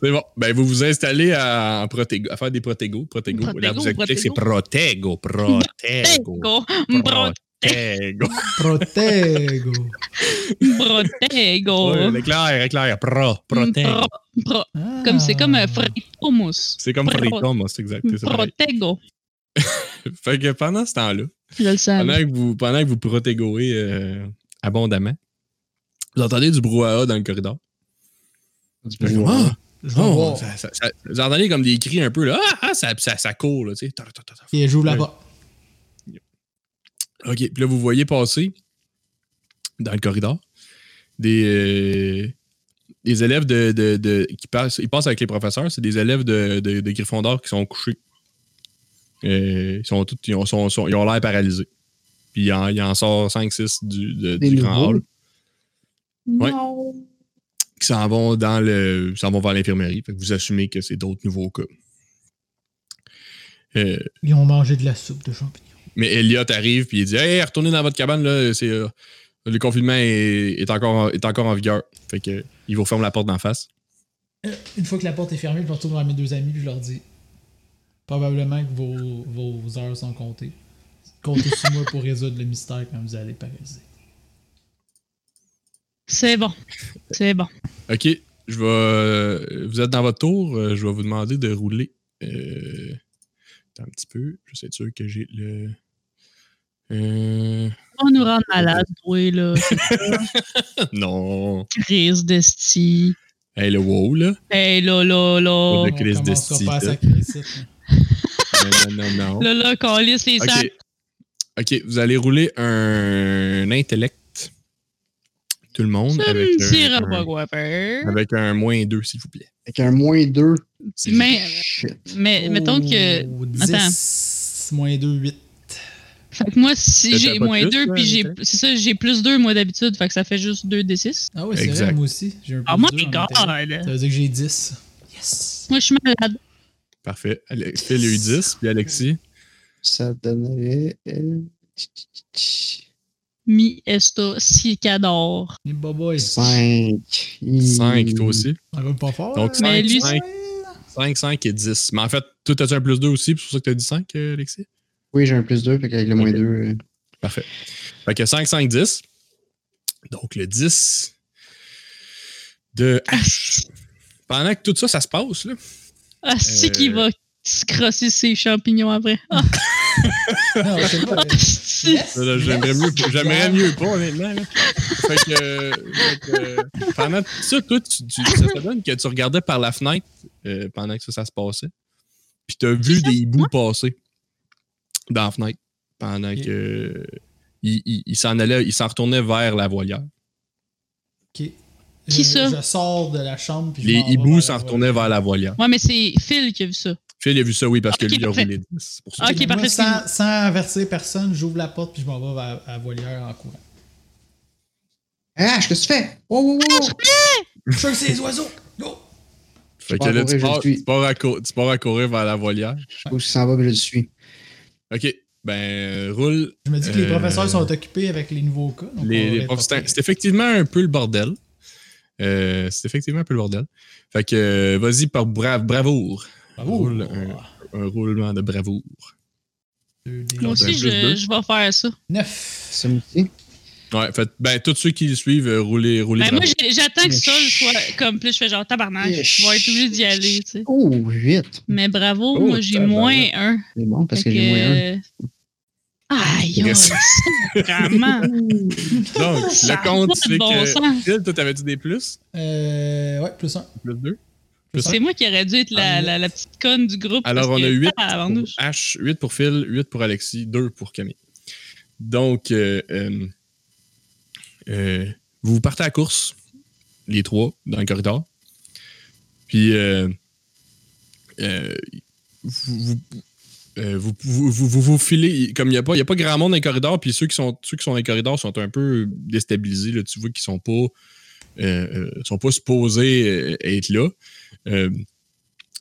Speaker 2: C'est bon. Ben, vous vous installez à, en Protego- à faire des Protego. Protego.
Speaker 4: Protego,
Speaker 2: Là, vous expliquez que c'est Protego. Protego.
Speaker 4: Protego.
Speaker 2: Protego.
Speaker 1: Protego.
Speaker 4: Protego.
Speaker 2: Ouais, L'éclair, éclair. Pro. Protego.
Speaker 4: Oh. Pro- pro-
Speaker 1: Ah.
Speaker 4: Comme c'est comme un fritomousse.
Speaker 2: C'est comme
Speaker 4: Pro-
Speaker 2: Fritom, c'est exact. c'est pareil.
Speaker 4: Protego.
Speaker 2: fait que pendant ce temps-là,
Speaker 4: Je le sens.
Speaker 2: pendant que vous, pendant que vous protégoez euh, abondamment, vous entendez du brouhaha dans le corridor.
Speaker 3: Du
Speaker 2: Fait que,
Speaker 3: brouhaha.
Speaker 2: ah,
Speaker 1: Je vais
Speaker 2: oh,
Speaker 1: voir.
Speaker 2: ça- ça- ça- vous entendez comme des cris un peu, là. Ah, ah, ça, ça, ça court, là, tu sais. Ta- ta- ta- ta-
Speaker 1: Et j'ouvre la
Speaker 2: Ouais.
Speaker 1: porte.
Speaker 2: OK. Puis là, vous voyez passer dans le corridor des, euh, des élèves de, de- de- qui passent, ils passent avec les professeurs. C'est des élèves de, de, de Gryffondor qui sont couchés. Euh, ils, sont tous, ils, ont, sont- sont- ils ont l'air paralysés. Puis il en, il en sort 5-6 du, de-
Speaker 3: Des
Speaker 2: du grand
Speaker 3: nouveaux.
Speaker 2: hall ouais.
Speaker 4: Non.
Speaker 2: qui s'en vont, dans le, s'en vont vers l'infirmerie. Fait que vous assumez que c'est d'autres nouveaux cas. Euh,
Speaker 1: Ils ont mangé de la soupe de champignons.
Speaker 2: Mais Elliot arrive puis il dit Hey, retournez dans votre cabane, là, c'est, euh, le confinement est, est encore, en- est encore en vigueur. Fait que euh, il vous referme la porte d'en face.
Speaker 1: Une fois que la porte est fermée, je retourne vers mes deux amis et je leur dis probablement que vos, vos heures sont comptées. Comptez sur moi pour résoudre le mystère quand vous allez paralyser.
Speaker 4: C'est bon. C'est bon.
Speaker 2: OK, je vais. euh, vous êtes dans votre tour, euh, je vais vous demander de rouler. Euh, attends un petit peu, je suis sûr que j'ai le. Euh, [LAUGHS]
Speaker 4: On nous rend malade, oui, là. C'est
Speaker 2: non.
Speaker 4: crise d'esti.
Speaker 2: Hey, le wow, là.
Speaker 4: Hey, là, là,
Speaker 2: Oh,
Speaker 4: là.
Speaker 2: le Christ
Speaker 1: On commencera
Speaker 2: d'esti,
Speaker 1: pas à
Speaker 2: là.
Speaker 1: sacrer ici,
Speaker 4: [LAUGHS]
Speaker 1: hein.
Speaker 2: Non, non, non, non.
Speaker 4: Là, là, qu'on lisse les sacs.
Speaker 2: OK. OK, vous allez rouler un intellect. Tout le monde.
Speaker 4: Ça
Speaker 2: avec
Speaker 4: me
Speaker 2: un-
Speaker 4: dira
Speaker 2: un-
Speaker 4: pas quoi faire.
Speaker 2: Avec un moins 2, s'il vous plaît.
Speaker 3: Avec un moins 2.
Speaker 4: Mais-
Speaker 3: Shit.
Speaker 4: Mais Eh, mettons que.
Speaker 1: Oh, 10 moins 2, 8.
Speaker 4: Fait que moi, si
Speaker 2: T'as-
Speaker 4: j'ai
Speaker 2: t'as pas
Speaker 4: moins
Speaker 2: plus,
Speaker 4: 2,
Speaker 2: toi,
Speaker 4: puis j'ai.
Speaker 2: Nathalie?
Speaker 4: C'est ça, j'ai plus 2 moi d'habitude. Fait que ça fait juste 2 d 6.
Speaker 1: Ah ouais, c'est
Speaker 2: Exact.
Speaker 1: vrai, moi aussi. J'ai un peu
Speaker 4: Ah, moi,
Speaker 1: de
Speaker 4: t'es
Speaker 1: deux en
Speaker 4: god!
Speaker 1: intérieur. Ça
Speaker 4: Moi,
Speaker 1: veut dire que j'ai 10. Yes!
Speaker 4: je suis malade.
Speaker 2: Parfait. Ale- Phil a eu 10, puis Alexis.
Speaker 3: Ça donnerait. euh,
Speaker 4: Mi esto cicador.
Speaker 1: Les boboys.
Speaker 3: 5.
Speaker 2: 5, toi aussi.
Speaker 1: On va pas fort.
Speaker 2: Donc,
Speaker 1: hein?
Speaker 4: Mais
Speaker 2: cinq,
Speaker 4: lui-
Speaker 2: cinq. 5, 5 et 10. Mais en fait, toi, t'as-tu un plus 2 aussi, c'est pour ça que t'as dit 5, euh, Alexis?
Speaker 3: Oui, j'ai un plus 2, fait qu'avec le moins euh.
Speaker 2: Ok.
Speaker 3: 2.
Speaker 2: Parfait. Fait que 5, 5, 10. Donc, le 10 de H. Pendant que tout ça, ça se passe, là.
Speaker 4: Ah, c'est qui
Speaker 2: Euh.
Speaker 4: va se crosser ses champignons après. Ah,
Speaker 1: Non, c'est pas.
Speaker 2: [LAUGHS]
Speaker 4: c'est-
Speaker 2: Là, là, J'aimerais mieux, j'aimerais mieux pas, honnêtement. là. Fait que, euh, fait que, euh, pendant tout ça, toi, tu, tu- ça te donne que tu regardais par la fenêtre euh, pendant que ça, ça se passait. Puis t'as vu des hiboux passer dans la fenêtre pendant
Speaker 1: Ok.
Speaker 2: que euh, ils ils- ils s'en allaient, ils s'en retournaient vers la volière.
Speaker 1: Ok.
Speaker 4: Qui
Speaker 1: Je-
Speaker 4: ça?
Speaker 1: Je sors de la chambre. Puis je
Speaker 2: Les
Speaker 1: m'en vais
Speaker 2: hiboux
Speaker 1: vers
Speaker 2: s'en
Speaker 1: la
Speaker 2: retournaient vers la volière.
Speaker 4: Ouais, mais c'est Phil qui a vu ça.
Speaker 2: Phil il a vu ça, oui, parce que
Speaker 4: Ok,
Speaker 2: lui, il a
Speaker 4: parfait.
Speaker 2: roulé 10. C'est pour ça.
Speaker 4: Ok,
Speaker 1: Moi,
Speaker 4: parfait,
Speaker 1: Sans, sans avertir personne, j'ouvre la porte puis je m'en vais vers la voilière en
Speaker 2: [LAUGHS]
Speaker 1: courant.
Speaker 3: Ah, je que tu fais? Oh, oh, oh!
Speaker 1: Je suis sûr que c'est les oiseaux! Go!
Speaker 2: Fait
Speaker 3: je
Speaker 2: que là,
Speaker 3: pars à
Speaker 2: tu
Speaker 3: courir, je
Speaker 2: pars,
Speaker 3: le suis.
Speaker 2: tu pars à cou- tu pars à courir vers la volière.
Speaker 3: Je trouve qu'il s'en va, mais je le suis.
Speaker 2: OK, ben, roule
Speaker 1: Je me dis que les
Speaker 2: Euh,
Speaker 1: professeurs sont occupés avec les nouveaux cas. donc on va
Speaker 2: Les- les
Speaker 1: les
Speaker 2: profs,
Speaker 1: porter.
Speaker 2: c'est c'est effectivement un peu le bordel. Euh, c'est effectivement un peu le bordel. Fait que euh, vas-y par brave, bravoure.
Speaker 1: Bravo!
Speaker 2: Roule un- Un roulement de bravoure.
Speaker 1: Deux, des-
Speaker 4: Moi
Speaker 2: c'est un
Speaker 4: aussi,
Speaker 2: plus deux.
Speaker 4: je, je vais faire ça.
Speaker 1: Neuf!
Speaker 3: Ça me dit.
Speaker 2: Ouais, fait, ben, tous ceux qui le suivent, euh, roulez, roulez
Speaker 4: Ben, moi,
Speaker 2: bravoure.
Speaker 4: j'ai- j'attends que
Speaker 3: Mais
Speaker 4: ça
Speaker 3: chut.
Speaker 4: soit comme plus. Je fais genre tabarnak. Je vais être obligé d'y aller, tu sais.
Speaker 3: Oh, 8.
Speaker 4: Mais bravo,
Speaker 2: Oh,
Speaker 4: moi, j'ai
Speaker 2: tabarnak.
Speaker 4: moins un.
Speaker 3: C'est bon, parce
Speaker 4: Fait
Speaker 3: que j'ai moins 1.
Speaker 4: euh, Aïe,
Speaker 2: Reste- [LAUGHS]
Speaker 4: c'est vraiment.
Speaker 2: Donc,
Speaker 4: Ça
Speaker 2: le
Speaker 4: a
Speaker 2: compte,
Speaker 4: pas de
Speaker 2: c'est
Speaker 4: bon
Speaker 2: que.
Speaker 4: sens.
Speaker 2: Phil, toi, t'avais-tu des plus
Speaker 1: Euh, ouais, plus un.
Speaker 2: Plus deux
Speaker 4: C'est moi qui aurais dû être la,
Speaker 1: Ah,
Speaker 4: la, la petite conne du groupe.
Speaker 2: Alors,
Speaker 4: parce
Speaker 2: on
Speaker 4: que-
Speaker 2: a huit.
Speaker 4: Ah, avant
Speaker 2: Pour
Speaker 4: nous.
Speaker 2: H, 8 pour Phil, 8 pour Alexis, 2 pour Camille. Donc, euh, euh, euh, vous partez à la course, les trois, dans le corridor. Puis, euh, euh, vous, vous, euh, vous, vous, vous- vous- vous filez, comme il n'y a, pas- il y a pas grand monde dans les corridors, puis ceux qui sont, ceux qui sont dans les corridors sont un peu déstabilisés. Là, tu vois qu'ils sont pas. euh, euh, sont pas supposés euh, être là. Euh,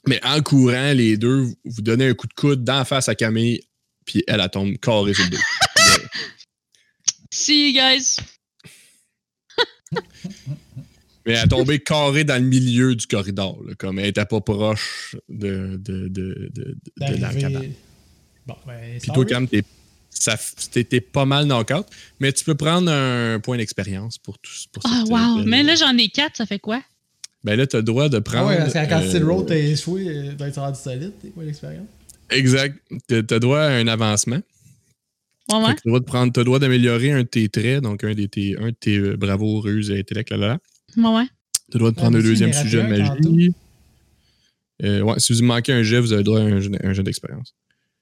Speaker 2: mais en courant, les deux, vous- vous donnez un coup de coude d'en face à Camille, puis elle, elle tombe carré sur le dos. Mais
Speaker 4: See you guys.
Speaker 2: mais elle a tombé carré dans le milieu du corridor, là, comme elle était pas proche de, de, de, de, de, de la cabane.
Speaker 1: D'arriver. Bon, ben,
Speaker 2: Puis toi,
Speaker 1: sorry.
Speaker 2: Cam, t'es ça f- t'es- t'es pas mal knock-out, mais tu peux prendre un point d'expérience pour tout pour
Speaker 4: Ah,
Speaker 2: cette,
Speaker 4: wow.
Speaker 2: euh,
Speaker 4: Mais là, j'en ai quatre, ça fait quoi?
Speaker 2: ben là, t'as le droit de
Speaker 1: Ah
Speaker 2: prendre.
Speaker 1: ouais, c'est la quantité de
Speaker 2: euh,
Speaker 1: road, t'as échoué, euh, t'as été rendu solide, t'es quoi l'expérience?
Speaker 2: Exact. T'as t'as droit à un avancement.
Speaker 4: Ouais, ouais.
Speaker 2: Fait que T'as droit de prendre, t'as droit d'améliorer un de tes traits, donc un de tes, un de tes euh, bravo, ruse, intellect, là, là, là.
Speaker 4: Ouais, ouais.
Speaker 2: T'as droit de
Speaker 1: Ah,
Speaker 2: prendre le
Speaker 1: monsieur,
Speaker 2: deuxième
Speaker 1: il en
Speaker 2: sujet de
Speaker 1: rappelait un
Speaker 2: magie. Euh, ouais, si vous manquez un jet, vous avez droit à un jet, un jet d'expérience.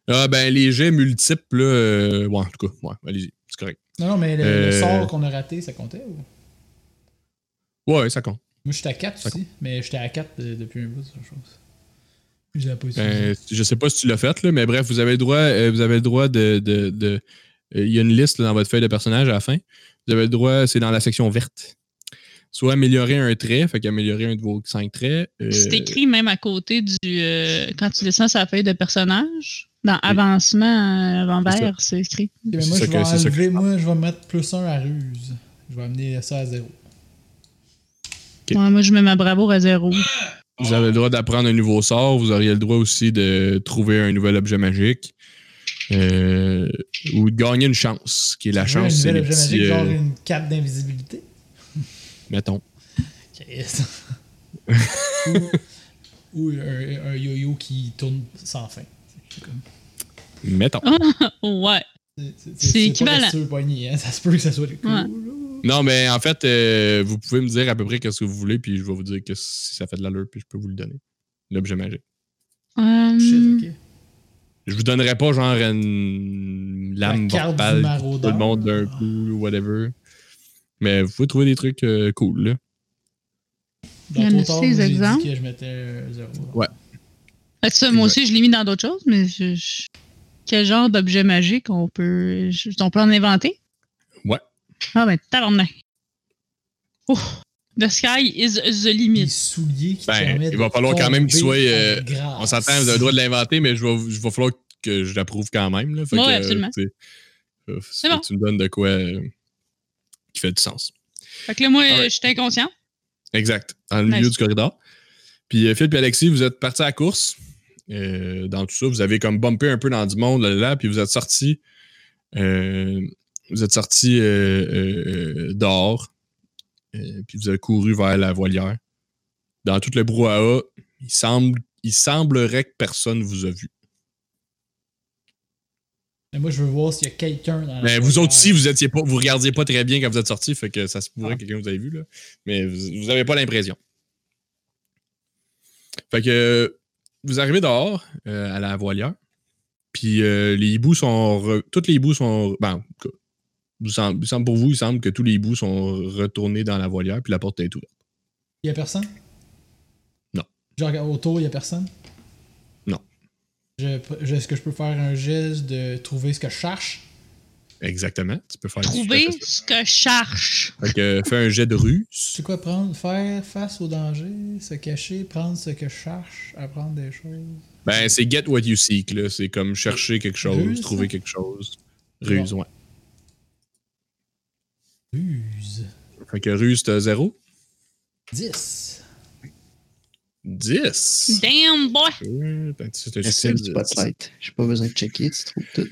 Speaker 2: Ah, ben, les jets multiples, là, euh, ouais, en tout cas, ouais, allez-y, c'est correct.
Speaker 1: Non, non, mais le, le
Speaker 2: Euh,
Speaker 1: sort qu'on a raté, ça comptait ou?
Speaker 2: Ouais, ouais, ça compte.
Speaker 1: Moi, j'étais à 4 aussi, mais j'étais à 4 de- depuis un bout, je pense. Je l'ai pas utilisé.
Speaker 2: Ben, je sais pas si tu l'as fait, là, mais bref, vous avez le droit, euh, vous avez le droit de. de- de- euh, il y a une liste là, dans votre feuille de personnage à la fin. Vous avez le droit, c'est dans la section verte. Soit améliorer un trait, fait qu'améliorer un de vos cinq traits. euh,
Speaker 4: C'est écrit même à côté du. euh, quand tu descends sur la feuille de personnage, dans avancement euh, en
Speaker 2: C'est ça.
Speaker 4: vert, c'est écrit.
Speaker 1: Ok, mais
Speaker 2: c'est
Speaker 1: moi,
Speaker 2: ça
Speaker 1: je vais
Speaker 2: que- c'est ça que-
Speaker 1: enlever, moi, je vais mettre plus 1 à ruse. Je vais amener ça à 0.
Speaker 2: Ok.
Speaker 4: Ouais, moi, je mets ma bravoure à zéro.
Speaker 2: Vous avez le droit d'apprendre un nouveau sort. Vous auriez le droit aussi de trouver un nouvel objet magique. euh, ou de gagner une chance, qui est la chance, c'est
Speaker 1: Un
Speaker 2: les
Speaker 1: nouvel objet
Speaker 2: petits,
Speaker 1: magique,
Speaker 2: euh,
Speaker 1: genre une cape d'invisibilité.
Speaker 2: mettons. [LAUGHS]
Speaker 1: Yes. ou ou un, un yo-yo qui tourne sans fin. C'est comme-
Speaker 2: Mettons.
Speaker 4: ouais.
Speaker 1: c'est- c'est-
Speaker 4: C'est
Speaker 1: c'est pas
Speaker 4: équivalent.
Speaker 1: le poignet, hein. Ça se peut que ça soit le coup.
Speaker 4: Ouais.
Speaker 2: Non, mais en fait, euh, vous pouvez me dire à peu près qu'est-ce que vous voulez, puis je vais vous dire que si ça fait de l'allure, puis je peux vous le donner. L'objet magique.
Speaker 4: Euh,
Speaker 1: Shit, ok.
Speaker 2: Je vous donnerai pas genre une lame
Speaker 1: La carte du
Speaker 2: vorpale qui
Speaker 1: maraudeur.
Speaker 2: tout le monde d'un
Speaker 1: Ah.
Speaker 2: coup, whatever. Mais vous pouvez trouver des trucs euh, cool, là.
Speaker 1: Dans
Speaker 4: Il y en a
Speaker 1: trop tard,
Speaker 4: six
Speaker 1: moi, j'ai dit
Speaker 4: exemples.
Speaker 1: que je mettais euh, zéro.
Speaker 4: fait que ça, moi aussi, je l'ai mis dans d'autres choses, mais je- je- quel genre d'objet magique on peut, je- on peut en inventer?
Speaker 2: Ouais.
Speaker 4: Ah ben, tabarnak. Oh, the sky is the
Speaker 1: Les
Speaker 4: limit.
Speaker 1: souliers qui te
Speaker 2: Ben,
Speaker 1: permettent
Speaker 2: il va
Speaker 1: de
Speaker 2: falloir quand même qu'ils soient,
Speaker 1: tomber
Speaker 2: euh,
Speaker 1: en grâce.
Speaker 2: On s'entend, vous avez le droit de l'inventer, mais je vais, je vais falloir que je l'approuve quand même. Là. Fait
Speaker 4: Ouais,
Speaker 2: que, euh,
Speaker 4: absolument.
Speaker 2: tu sais, euh, faut
Speaker 4: C'est
Speaker 2: que
Speaker 4: bon.
Speaker 2: Tu me donnes de quoi euh, qui fait du sens.
Speaker 4: Fait que là, moi,
Speaker 2: Alright.
Speaker 4: j'étais inconscient.
Speaker 2: Exact. Dans le milieu
Speaker 4: Nice.
Speaker 2: du corridor. Puis euh, Phil et Alexis, vous êtes partis à la course. Euh, dans tout ça, vous avez comme bumpé un peu dans du monde là, là, là, puis vous êtes sortis. euh, vous êtes sortis euh, euh, euh, dehors. Euh, puis vous avez couru vers la voilière. Dans tout le brouhaha, il, semble, il semblerait que personne vous a vu.
Speaker 1: Mais moi, je veux voir s'il y a quelqu'un dans la
Speaker 2: Mais Euh, vous autres aussi,
Speaker 1: fourrière.
Speaker 2: vous étiez pas, vous regardiez pas très bien quand vous êtes sortis, fait que ça se pourrait que quelqu'un vous avez vu, là. Mais vous, vous avez pas l'impression. Fait que euh, vous arrivez dehors euh, à la voilière. Puis euh, les hiboux sont. re- Toutes les hiboux sont. Ben, en tout cas, vous semble, il semble pour vous, il semble que tous les hiboux sont retournés dans la voilière, puis la porte est ouverte.
Speaker 1: Il y a personne?
Speaker 2: Non.
Speaker 1: Genre, autour, il y a personne?
Speaker 2: Non.
Speaker 1: Je- je- Est-ce que je peux faire un geste de trouver ce que je cherche?
Speaker 2: Exactement. Tu peux faire tout à fait
Speaker 4: Trouver
Speaker 2: ça.
Speaker 4: ce que je cherche.
Speaker 2: Fait que euh, fais un jet de rue.
Speaker 1: C'est quoi prendre, faire face au danger, se cacher, prendre ce que je cherche, apprendre des choses?
Speaker 2: Ben, c'est get what you seek, là. C'est comme chercher quelque chose,
Speaker 1: Ruse,
Speaker 2: trouver
Speaker 1: ça?
Speaker 2: quelque chose. Ruse, ouais.
Speaker 1: Ruse.
Speaker 2: Fait que ruse, t'as 0.
Speaker 1: 10.
Speaker 2: 10.
Speaker 4: Damn, boy.
Speaker 2: Euh, attends, c'est- c'est-
Speaker 3: Merci du spotlight. J'ai pas besoin de checker, tu trouves tout.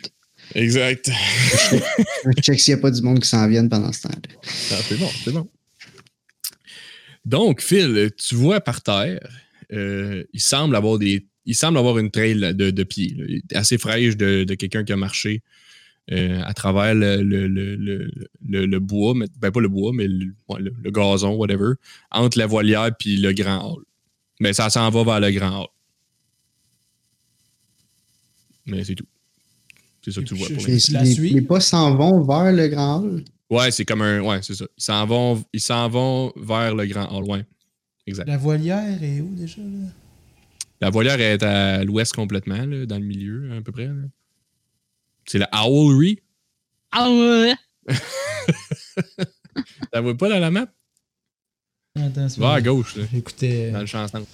Speaker 2: Exact.
Speaker 3: Je check s'il n'y a pas du monde qui s'en vienne pendant ce temps-là.
Speaker 2: Ah, c'est bon, c'est bon. Donc, Phil, tu vois par terre, euh, il semble avoir des. Il semble avoir une trail de, de pieds, là, assez fraîche de, de quelqu'un qui a marché euh, à travers le, le- le- le- le- le bois, mais, ben pas le bois, mais le, ouais, le- le gazon, whatever, entre la voilière puis le grand hall. Mais ça s'en va vers le grand hall. Mais c'est tout. C'est ça que
Speaker 1: Et
Speaker 2: tu
Speaker 1: puis,
Speaker 2: vois.
Speaker 1: je-
Speaker 2: pour
Speaker 1: je-
Speaker 3: Les,
Speaker 1: Tu la
Speaker 3: les-
Speaker 1: suis?
Speaker 3: les pas s'en vont vers le grand hall.
Speaker 2: Ouais, c'est comme un. Ouais, c'est ça. Ils s'en vont, ils s'en vont vers le grand hall. Ouais. Exact.
Speaker 1: La voilière est où déjà? Là?
Speaker 2: La voilière est à l'ouest complètement, là, dans le milieu, hein, à peu près. là. C'est la Owlry.
Speaker 4: Ah ouais.
Speaker 2: T'en vois pas dans la map?
Speaker 1: Attends, c'est
Speaker 2: Va à
Speaker 1: pas-
Speaker 2: gauche, là,
Speaker 1: J'écoutais
Speaker 2: dans le chantant.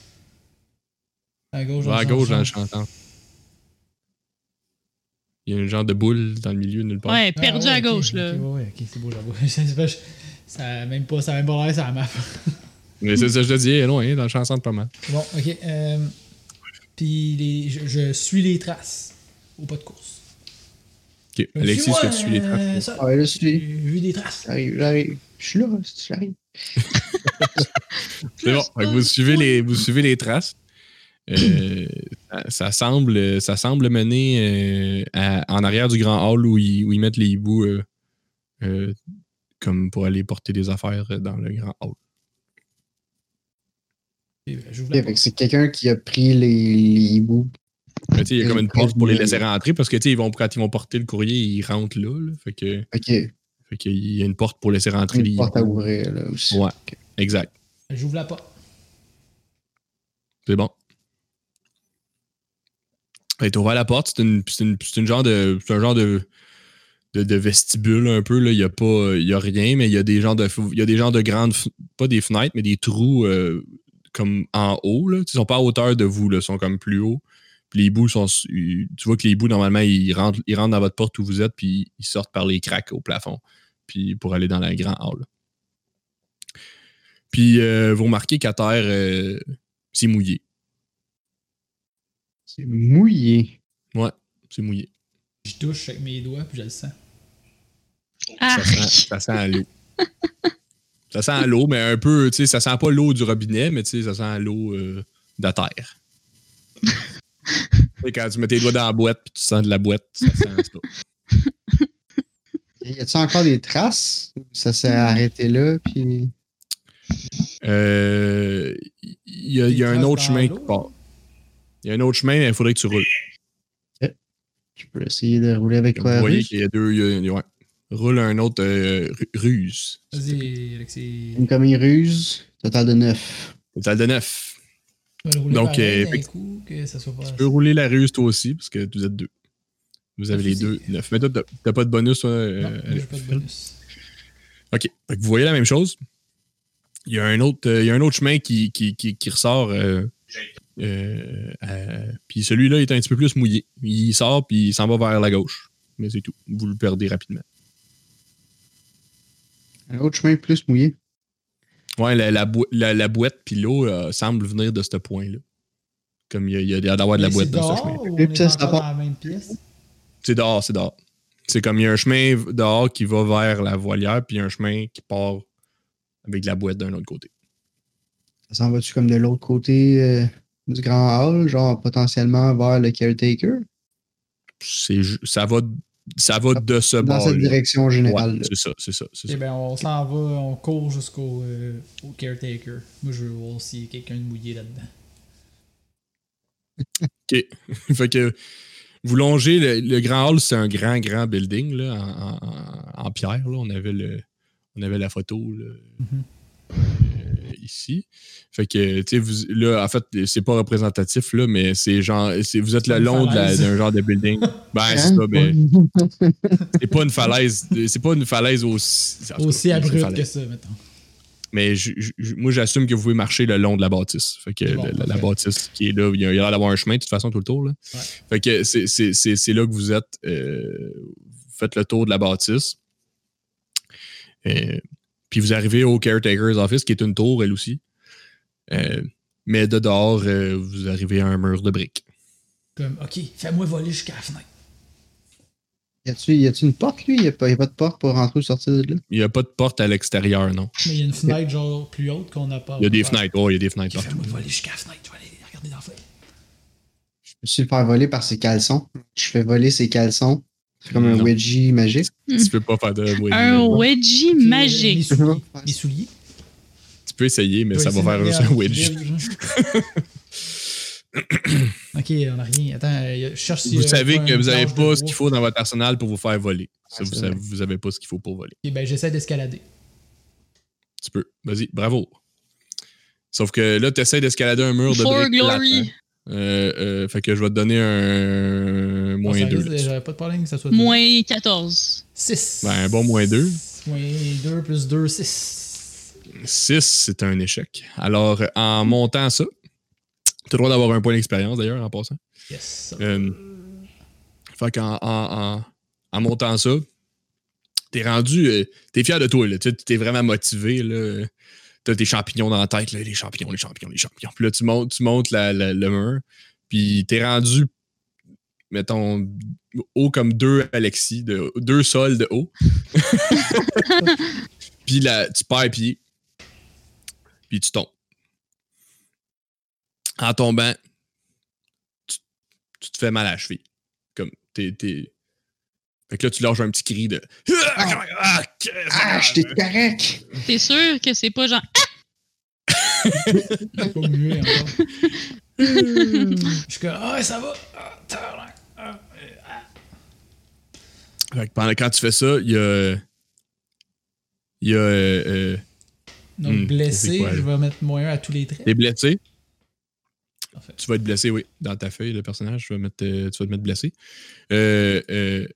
Speaker 1: à gauche.
Speaker 2: Va à
Speaker 1: dans le
Speaker 2: gauche dans le
Speaker 1: champ.
Speaker 2: chantant. Il y a une genre de boule dans le milieu, nulle part.
Speaker 4: Ouais,
Speaker 1: Ah,
Speaker 4: perdu
Speaker 1: ouais,
Speaker 4: à
Speaker 1: ok,
Speaker 4: gauche,
Speaker 1: ok,
Speaker 4: là.
Speaker 1: ouais, ouais, ok, c'est beau là-bas. C'est pas- ça a même pas, ça a même pas l'air sur la map.
Speaker 2: Mais c'est ça, que je te dis, elle est loin, hein, dans le chantant, pas mal.
Speaker 1: Bon, ok. euh, Puis les- je, je suis les traces au pas de course.
Speaker 2: Ok,
Speaker 1: Je me suis,
Speaker 2: Alexis, est-ce que tu
Speaker 1: ouais,
Speaker 2: suis les traces?
Speaker 1: euh, ça,
Speaker 3: Ah, là,
Speaker 1: J'ai
Speaker 3: celui-
Speaker 1: vu des traces.
Speaker 3: j'arrive, j'arrive. Je suis là, si tu l'arrives.
Speaker 2: C'est bon. Fait que vous suivez les, vous suivez les traces. Euh, ça, ça semble, ça semble mener euh, à- en arrière du grand hall où ils, où ils mettent les hiboux euh, euh, comme pour aller porter des affaires euh, dans le grand hall.
Speaker 1: Et, euh, j'ouvre la
Speaker 3: Ok, fait que C'est quelqu'un qui a pris les, les hiboux.
Speaker 2: Mais tu sais, il y a comme une
Speaker 3: Très
Speaker 2: porte pour les
Speaker 3: bien.
Speaker 2: laisser rentrer parce que tu sais, ils vont, quand ils vont porter le courrier, ils rentrent là. là. fait que,
Speaker 3: Ok,
Speaker 2: fait qu'il y a une porte pour laisser rentrer les
Speaker 3: une porte à
Speaker 2: hiboux.
Speaker 3: ouvrir là aussi.
Speaker 2: Ouais, exact.
Speaker 1: porte. J'ouvre la porte.
Speaker 2: C'est bon. Et t'as ouvert la porte, c'est une, c'est une- c'est une genre de. C'est un genre de, de, de vestibule un peu. là. Il n'y a pas. Il y a rien, mais il y a des genres de. f- Il y a des genres de grandes. f- Pas des fenêtres, mais des trous euh, comme en haut. Là. Ils sont pas à hauteur de vous, là. ils sont comme plus haut. Puis les bouts sont. su- Tu vois que les bouts, normalement, ils rentrent, ils rentrent dans votre porte où vous êtes, puis ils sortent par les cracks au plafond. Puis pour aller dans la grande hall. Puis euh, vous remarquez qu'à terre, euh, c'est mouillé.
Speaker 3: C'est mouillé.
Speaker 2: C'est mouillé.
Speaker 1: Je touche avec mes doigts, puis je le sens.
Speaker 4: Ah,
Speaker 2: Ça sent, ça sent à l'eau. ça sent à l'eau, mais un peu, tu sais, ça sent pas l'eau du robinet, mais tu sais, ça sent à l'eau euh, de la terre. Tu sais, quand tu mets tes doigts dans la boîte puis tu sens de la boîte, ça sent ça.
Speaker 3: Y a-t-il encore des traces? Ça s'est arrêté là, puis.
Speaker 2: Euh, Il y, a- il y a un autre chemin qui part. Il y a un autre chemin, mais il faudrait que tu roules.
Speaker 3: Je peux essayer de rouler avec
Speaker 2: Vous
Speaker 3: quoi?
Speaker 2: voyez qu'il y a deux. il y a- ouais. Roule un autre euh, ru- ruse.
Speaker 1: Vas-y, Alexis.
Speaker 3: Une commune ruse, total de 9.
Speaker 2: Total de neuf.
Speaker 1: Tu vas le rouler
Speaker 2: Donc,
Speaker 1: pareil
Speaker 2: euh,
Speaker 1: d'un
Speaker 2: fait que-
Speaker 1: coup, que ça soit pas.
Speaker 2: Tu peux rouler la ruse toi aussi, parce que vous êtes deux. Vous avez les deux neuf. Mais toi, t'as- t'as pas de bonus, toi, euh,
Speaker 1: Non, moi, j'ai pas de bonus.
Speaker 2: OK. Fait que vous voyez la même chose. Il y a un autre, euh, il y a un autre chemin qui, qui, qui- qui ressort. euh, euh, euh, puis celui-là est un petit peu plus mouillé. Il sort puis il s'en va vers la gauche. Mais c'est tout. Vous le perdez rapidement.
Speaker 3: Un autre chemin plus mouillé.
Speaker 2: Ouais, la, la, boi- la- la boîte puis l'eau euh, semble venir de ce point-là. Comme il y a, il y a l'air d'avoir de la
Speaker 1: Mais
Speaker 2: boîte
Speaker 1: c'est
Speaker 2: dans
Speaker 1: dehors
Speaker 2: ce chemin.
Speaker 1: ou on
Speaker 3: Et
Speaker 1: est
Speaker 3: puis ça, c'est
Speaker 1: encore
Speaker 3: pas-
Speaker 1: dans la même pièce?
Speaker 2: C'est dehors, c'est dehors. C'est comme il y a un chemin dehors qui va vers la voilière puis un chemin qui part avec de la boîte d'un autre côté.
Speaker 3: Ça s'en va-tu comme de l'autre côté euh, du grand hall, genre potentiellement vers le caretaker?
Speaker 2: c'est ju- ça va ça va de ce
Speaker 3: Dans
Speaker 2: bord
Speaker 3: cette direction générale. là.
Speaker 2: c'est ça c'est ça c'est
Speaker 1: Eh
Speaker 2: ça
Speaker 1: bien, on s'en va, on court jusqu'au euh, au caretaker. Moi, je veux voir s'il y a quelqu'un de mouillé là-dedans.
Speaker 2: fait que vous longez le, le grand hall c'est un grand grand building là, en, en- en pierre là. on avait le on avait la photo là,
Speaker 1: Mhm.
Speaker 3: Mm-hmm.
Speaker 2: euh, ici fait que tu sais vous- là en fait c'est pas représentatif là mais c'est genre c'est- vous êtes le
Speaker 1: Une
Speaker 2: long de la-
Speaker 1: falaise.
Speaker 2: d'un genre de
Speaker 3: [LAUGHS]
Speaker 2: building ben c'est ça mais c'est pas une falaise c'est pas une falaise aussi en tout cas, c'est
Speaker 1: Aussi
Speaker 2: une
Speaker 1: abrupt
Speaker 2: falaise.
Speaker 1: que ça, mettons.
Speaker 2: Mais je- je- je- moi, j'assume que vous pouvez marcher le long de la bâtisse. Fait que
Speaker 1: C'est bon,
Speaker 2: la- la, la
Speaker 1: parfait.
Speaker 2: bâtisse qui est là, il y a il y a l'air d'avoir un chemin de toute façon tout le tour. Là.
Speaker 1: Ouais.
Speaker 2: Fait que c'est- c'est c'est- c'est là que vous êtes. euh, vous faites le tour de la bâtisse. Euh, puis vous arrivez au Caretaker's Office, qui est une tour, elle aussi. Euh, mais de dehors, euh, vous arrivez à un mur de briques.
Speaker 1: Comme, ok, fais-moi voler jusqu'à la fenêtre.
Speaker 3: Y a-tu y a-tu une porte, lui? Y a, pas, y a pas de porte pour rentrer ou sortir de là?
Speaker 2: Il n'y a pas de porte à l'extérieur, non.
Speaker 1: Mais il y a une fenêtre, genre, plus haute qu'on n'a pas.
Speaker 2: Il y a des fenêtres. Oh, il y a des fenêtres
Speaker 1: Ok,
Speaker 2: partout.
Speaker 1: fais-moi voler jusqu'à la fenêtre. Je vais aller regarder dans la fenêtre.
Speaker 3: Je peux-tu le faire voler par ses caleçons? Je fais voler ses caleçons. C'est comme un
Speaker 2: Non.
Speaker 3: wedgie magique.
Speaker 2: Tu peux pas faire de. oui,
Speaker 4: un
Speaker 2: non.
Speaker 4: wedgie
Speaker 1: Ok,
Speaker 4: magique.
Speaker 1: Mes souliers. Mes souliers.
Speaker 2: Tu peux essayer, mais
Speaker 1: Je vais
Speaker 2: ça va
Speaker 1: essayer
Speaker 2: faire
Speaker 1: de
Speaker 2: juste un
Speaker 1: regarder
Speaker 2: wedge.
Speaker 1: l'équilibre,
Speaker 2: [COUGHS]
Speaker 1: genre. ok, on a rien. Attends, euh, y a- je cherche si.
Speaker 2: Vous
Speaker 1: euh,
Speaker 2: savez
Speaker 1: pas
Speaker 2: que
Speaker 1: une
Speaker 2: vous n'avez
Speaker 1: planche de
Speaker 2: pas ce
Speaker 1: bois.
Speaker 2: qu'il faut dans votre arsenal pour vous faire voler. Ça,
Speaker 3: Ouais,
Speaker 2: vous
Speaker 3: c'est
Speaker 2: savez-
Speaker 3: vrai.
Speaker 2: vous n'avez pas ce qu'il faut pour voler.
Speaker 1: Ok, ben, j'essaie d'escalader.
Speaker 2: Tu peux. Vas-y, bravo. Sauf que là, tu essaies d'escalader un mur de
Speaker 4: For
Speaker 2: briques plates,
Speaker 4: glory.
Speaker 2: hein. Euh, euh, fait que je vais te donner un
Speaker 1: Bon,
Speaker 2: moins
Speaker 1: ça
Speaker 2: 2.
Speaker 1: risque- J'aurais pas de problème que ça soit.
Speaker 4: Moins 14.
Speaker 1: 6.
Speaker 2: Ben, un bon moins deux.
Speaker 1: Moins 2 plus 2, 6.
Speaker 2: 6, c'est un échec. Alors, en montant ça, tu as le droit d'avoir un point d'expérience d'ailleurs en passant.
Speaker 1: Yes.
Speaker 2: Euh, fait qu'en en, en- en montant ça, t'es rendu. euh, t'es fier de toi, là. Tu sais, t'es vraiment motivé, là. T'as tes champignons dans la tête, là. Les champignons, les champignons, les champignons. Puis là, tu montes, tu montes la- la- le mur. Puis t'es rendu, mettons, haut comme deux Alexis, de, deux sols de haut. puis là, tu perds pied. Puis tu tombes. En tombant, tu te fais mal à la cheville. Comme, t'es. t'es- Fait que là, tu lâches un petit cri de. Ah, ah, qu'est-ce que-
Speaker 3: Ah, j'étais
Speaker 2: ben.
Speaker 3: correct!
Speaker 4: T'es sûr que c'est pas genre.
Speaker 1: Pas mieux
Speaker 4: [LAUGHS]
Speaker 1: encore. Je suis comme, ah, ça va. Ah, tabarnak. Ah, euh, ah.
Speaker 2: Fait que pendant quand tu fais ça, il y a. Il y a. euh, euh,
Speaker 1: Donc,
Speaker 2: Hmm, c'est
Speaker 1: blessé,
Speaker 2: quoi, là?
Speaker 1: je vais mettre moins un à tous les traits.
Speaker 2: T'es blessé.
Speaker 1: Parfait.
Speaker 2: Tu vas être blessé, oui. Dans ta feuille, le personnage, tu vas, mettre, euh, tu vas te mettre blessé. Euh, euh,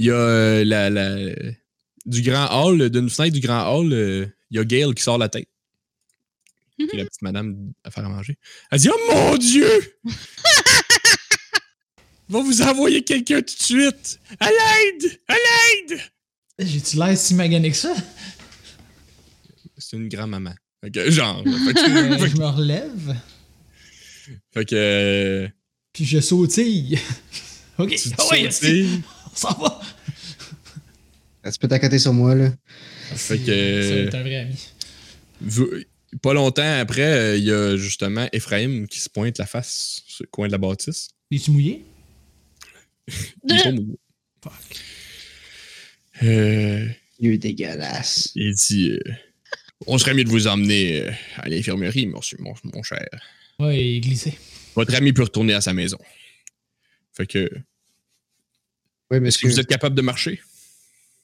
Speaker 2: Il y a euh, la, la- du grand hall, euh, d'une fenêtre du grand hall, euh, il y a Gail qui sort la tête.
Speaker 1: Mm-hmm.
Speaker 2: Qui est la petite madame à faire à manger. Elle dit Oh mon Dieu
Speaker 1: [LAUGHS]
Speaker 2: Il Va vous envoyer quelqu'un tout de suite À l'aide À l'aide
Speaker 1: J'ai-tu l'air si magané que
Speaker 2: [LAUGHS]
Speaker 1: ça?
Speaker 2: C'est une grand-maman. Fait que, genre. fait
Speaker 1: Euh, [LAUGHS]
Speaker 2: que-
Speaker 1: je me relève,
Speaker 2: fait que. euh,
Speaker 1: puis je sautille. [LAUGHS] ok,
Speaker 2: tu- tu
Speaker 1: Ah ouais,
Speaker 2: sautilles.
Speaker 1: on s'en va.
Speaker 3: Ah, Tu peux t'accoter sur moi, là.
Speaker 1: C'est-
Speaker 2: que-
Speaker 1: C'est un vrai ami.
Speaker 2: Vu- Pas longtemps après, euh, il y a justement Ephraim qui se pointe la face sur le coin de la bâtisse.
Speaker 1: Es-tu mouillé?
Speaker 2: Il
Speaker 4: [LAUGHS]
Speaker 2: est pas mou.
Speaker 1: Fuck.
Speaker 2: Euh,
Speaker 3: Il est dégueulasse.
Speaker 2: il dit euh, On serait mieux de vous emmener euh, à l'infirmerie, mon, mon, mon cher.
Speaker 1: Ouais, il est glissé.
Speaker 2: Votre ami peut retourner à sa maison. Fait que,
Speaker 3: Oui,
Speaker 2: est-ce que
Speaker 3: monsieur.
Speaker 2: vous êtes capable de marcher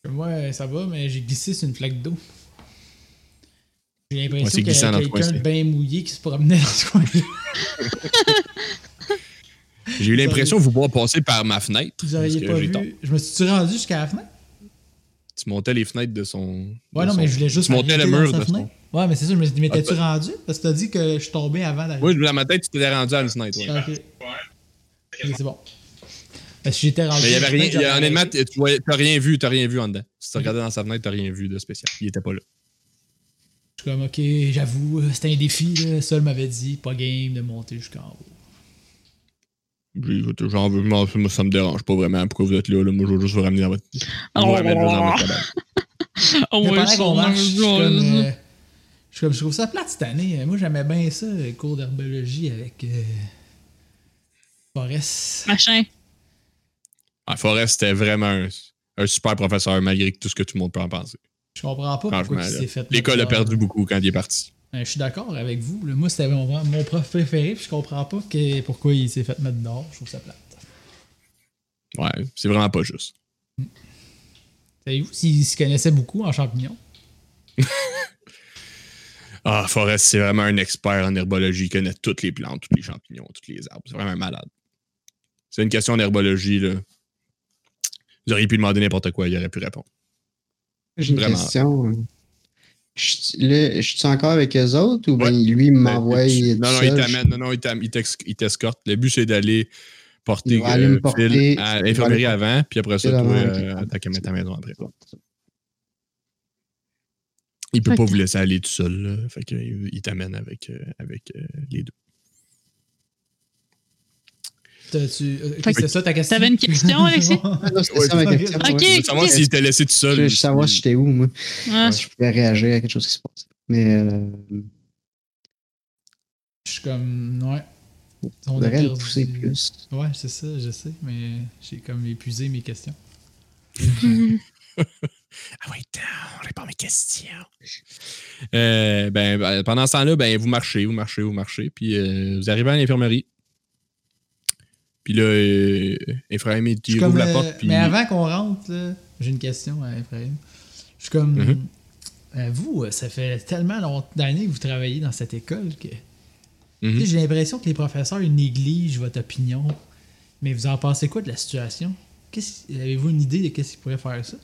Speaker 1: Ouais, ça va, mais j'ai glissé sur une flaque d'eau. J'ai
Speaker 2: Ouais,
Speaker 1: l'impression
Speaker 2: c'est
Speaker 1: qu'il y
Speaker 2: glissant dans
Speaker 1: avait
Speaker 2: le coin,
Speaker 1: quelqu'un de
Speaker 2: c'est-
Speaker 1: bien mouillé qui se promenait dans ce
Speaker 2: [LAUGHS]
Speaker 1: coin-là.
Speaker 2: J'ai eu l'impression de vous voir passer par ma fenêtre.
Speaker 1: Vous
Speaker 2: parce
Speaker 1: auriez
Speaker 2: que
Speaker 1: pas
Speaker 2: j'ai
Speaker 1: vu.
Speaker 2: tort.
Speaker 1: Je me suis rendu jusqu'à la fenêtre.
Speaker 2: Tu montais les fenêtres de son.
Speaker 1: Ouais,
Speaker 2: de
Speaker 1: non, mais
Speaker 2: son-
Speaker 1: je voulais juste.
Speaker 2: Tu montais le
Speaker 1: m'arrêter dans sa
Speaker 2: mur de son.
Speaker 1: fenêtre. Ouais, mais c'est ça, je me suis dit, mais
Speaker 2: Ah,
Speaker 1: t'es-tu rendu? Parce que t'as dit que je suis tombé avant d'arriver.
Speaker 2: Oui, dans ma tête, tu t'étais rendu à une fenêtre. ouais.
Speaker 1: Ok. Ok, c'est bon. Parce que j'étais rendu.
Speaker 2: Mais il y avait rien. il y a-
Speaker 1: j'avais
Speaker 2: honnêtement,
Speaker 1: arrêté.
Speaker 2: t- tu voyais- t'as rien vu, t'as rien vu en dedans. Si tu regardais dans sa fenêtre, t'as rien vu de spécial. Il était pas là.
Speaker 1: Je suis comme, ok, j'avoue, euh, c'était un défi. Là. Seul m'avait dit, pas game de monter jusqu'en haut.
Speaker 2: Puis, écoute, Genre, moi, ça me- ça me dérange pas vraiment. Pourquoi vous êtes là? là? Moi, je veux juste vous ramener dans votre. je
Speaker 4: Oh.
Speaker 2: vous ramène juste dans votre cabane.
Speaker 4: On
Speaker 1: Mais
Speaker 4: va
Speaker 1: pendant qu'on marche, je suis
Speaker 4: sur
Speaker 1: comme,
Speaker 4: un
Speaker 1: euh, je suis comme, je trouve ça plate cette année. hein. Moi, j'aimais bien ça, le cours d'herbologie avec euh, Forest.
Speaker 4: Machin.
Speaker 2: Ah, Forrest, c'était vraiment un, un super professeur, malgré tout ce que tout le monde peut en penser.
Speaker 1: Je comprends pas
Speaker 2: Franchement,
Speaker 1: pourquoi il
Speaker 2: là,
Speaker 1: s'est fait.
Speaker 2: L'école a
Speaker 1: mettre dehors.
Speaker 2: perdu beaucoup quand il est parti.
Speaker 1: Euh, je suis d'accord avec vous. là. Moi, c'était mon, mon prof préféré, puis je comprends pas que- pourquoi il s'est fait mettre dehors. Je trouve ça plate.
Speaker 2: Ouais, c'est vraiment pas juste.
Speaker 1: Savez-vous s'il se connaissait beaucoup en champignons?
Speaker 2: Ah, Forrest, c'est vraiment un expert en herbologie. Il connaît toutes les plantes, tous les champignons, tous les arbres. C'est vraiment un malade. C'est une question d'herbologie, là. Vous auriez pu demander n'importe quoi, il aurait pu répondre.
Speaker 3: J'ai une
Speaker 2: Vraiment.
Speaker 3: question. hein. Je, là, je suis encore avec eux autres ou ben,
Speaker 2: Ouais.
Speaker 3: lui il m'envoie.
Speaker 2: Euh, tu-
Speaker 3: tout
Speaker 2: Non, non, il
Speaker 3: seul,
Speaker 2: t'amène. Non, non, il t'am- il t'ex- il t'escorte. Le but, c'est d'aller porter
Speaker 3: Il va aller
Speaker 2: euh,
Speaker 3: me porter-
Speaker 2: Phil à
Speaker 3: il va
Speaker 2: l'infirmerie
Speaker 3: aller
Speaker 2: avant, puis après ça, toi,
Speaker 3: Phil avant,
Speaker 2: euh,
Speaker 3: ok.
Speaker 2: t'as qu'à mettre ta maison après.
Speaker 3: je-
Speaker 2: Il peut pas
Speaker 4: Ok.
Speaker 2: vous laisser aller tout seul. là. Fait que, il il t'amène avec, euh, avec euh, les deux.
Speaker 1: T'as- tu- euh, ok,
Speaker 4: Fait que-
Speaker 1: c'est ça ta question?
Speaker 4: T'avais
Speaker 1: [LAUGHS]
Speaker 4: une question, Alexis?
Speaker 3: Ah, non, c'était
Speaker 2: Ouais,
Speaker 3: ça ma
Speaker 1: ok.
Speaker 3: question.
Speaker 1: Ok.
Speaker 3: ouais.
Speaker 2: Je veux savoir s'il t'a laissé tout
Speaker 3: Je
Speaker 2: seul.
Speaker 3: voulais juste savoir si j'étais où, moi.
Speaker 4: Ah,
Speaker 3: Je pouvais réagir à quelque chose qui se passe. Mais euh,
Speaker 1: Je suis comme, ouais.
Speaker 3: on
Speaker 1: On a
Speaker 3: devrait le
Speaker 1: perdu-
Speaker 3: pousser plus.
Speaker 1: Ouais, c'est ça, je sais, mais j'ai comme épuisé mes questions.
Speaker 2: Ah oui, on répond à mes questions. Euh, ben, ben, pendant ce temps-là, ben, vous marchez, vous marchez, vous marchez, puis euh, vous arrivez à l'infirmerie. Puis là, euh, Ephraim, il
Speaker 1: Je suis
Speaker 2: ouvre
Speaker 1: comme,
Speaker 2: la
Speaker 1: euh,
Speaker 2: porte. Puis...
Speaker 1: Mais avant qu'on rentre, là, j'ai une question à Ephraim. Je suis comme,
Speaker 2: Mhm.
Speaker 1: euh, vous, euh, ça fait tellement longtemps d'années que vous travaillez dans cette école que
Speaker 2: Mhm.
Speaker 1: tu sais, j'ai l'impression que les professeurs ils négligent votre opinion. Mais vous en pensez quoi de la situation? Qu'est-ce- Avez-vous une idée de qu'est-ce qui pourrait faire ça?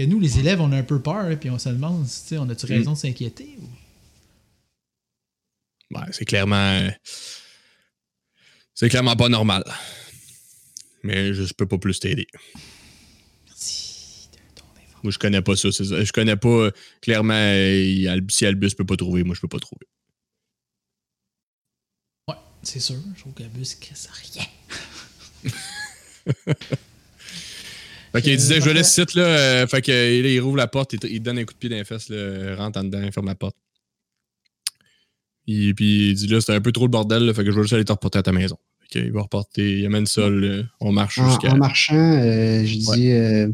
Speaker 1: Et nous, les élèves, on a un peu peur, là, puis on se demande, tu sais, on a-tu raison de s'inquiéter? ou-
Speaker 2: Ouais, c'est clairement. C'est clairement pas normal. Mais je, je peux pas plus t'aider.
Speaker 1: Merci de ton effort.
Speaker 2: Moi, je connais pas ça. c'est ça. Je connais pas. euh, Clairement, euh, il- Al- si Albus peut pas trouver, moi, je peux pas trouver.
Speaker 1: C'est sûr, je trouve qu'Abus, ça rien.
Speaker 2: Fait qu'il
Speaker 1: Euh,
Speaker 2: disait, je le
Speaker 1: parfait.
Speaker 2: laisse site, là. euh, fait que, euh, là, il rouvre la porte, il, te- il te donne un coup de pied dans les fesses, là, rentre en dedans, ferme la porte. Il- puis il dit là, c'était un peu trop le bordel, là, fait que je vais juste aller te reporter à ta maison. Fait que il va reporter, il amène ça, là, on marche
Speaker 1: Ah,
Speaker 3: En,
Speaker 2: jusqu'à.
Speaker 3: en marchant, euh, je
Speaker 2: Ouais.
Speaker 3: dis. euh,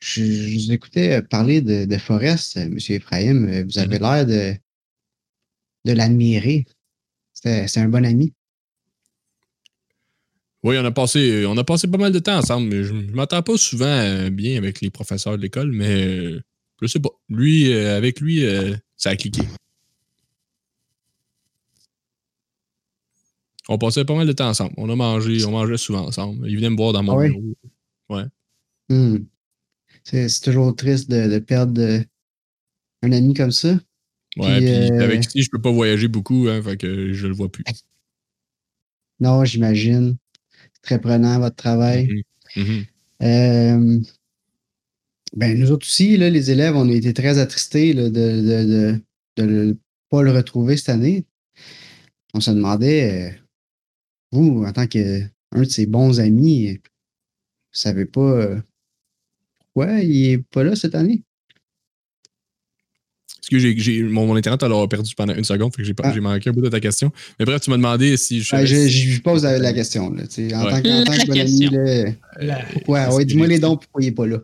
Speaker 3: je, je vous écoutais parler de, de Forest, euh, Monsieur Ephraim. euh, Vous
Speaker 2: Mhm.
Speaker 3: avez l'air de, de l'admirer. C'est c'est un bon ami.
Speaker 2: Oui, on a passé, on a passé pas mal de temps ensemble. mais Je, je m'entends pas souvent euh, bien avec les professeurs de l'école, mais euh, je sais pas. Lui, euh, avec lui, euh, ça a cliqué. On passait pas mal de temps ensemble. On a mangé, on mangeait souvent ensemble. Il venait me voir dans mon
Speaker 3: Ah ouais?
Speaker 2: bureau.
Speaker 3: Hmm. C'est c'est toujours triste de, de perdre euh, un ami comme ça.
Speaker 2: Ouais,
Speaker 3: Puis,
Speaker 2: puis
Speaker 3: euh,
Speaker 2: avec lui, je peux pas voyager beaucoup, hein, fait que je le vois plus.
Speaker 3: Non, j'imagine. C'est Très prenant votre travail.
Speaker 2: Mhm.
Speaker 3: Euh, ben, nous autres aussi, là, les élèves, on a été très attristés là, de ne de, de le- pas le retrouver cette année. On se demandait, euh, vous, en tant qu'un de ses bons amis, vous savez pas euh, pourquoi il est pas là cette année?
Speaker 2: Parce que j'ai, j'ai- mon, mon internet alors a perdu pendant une seconde, fait que j'ai, pas-
Speaker 3: Ah.
Speaker 2: j'ai manqué un bout de ta question. Mais bref, tu m'as demandé si je.
Speaker 3: Ben,
Speaker 2: savais
Speaker 3: je,
Speaker 2: si-
Speaker 3: je lui pose la, la question. Là, tu sais, en
Speaker 2: Ouais.
Speaker 3: tant que,
Speaker 2: [LAUGHS]
Speaker 3: en tant
Speaker 4: La
Speaker 3: que bon ami,
Speaker 4: question.
Speaker 3: là,
Speaker 1: La-
Speaker 3: ouais, ouais, dis-moi les dons pourquoi il n'est pas là.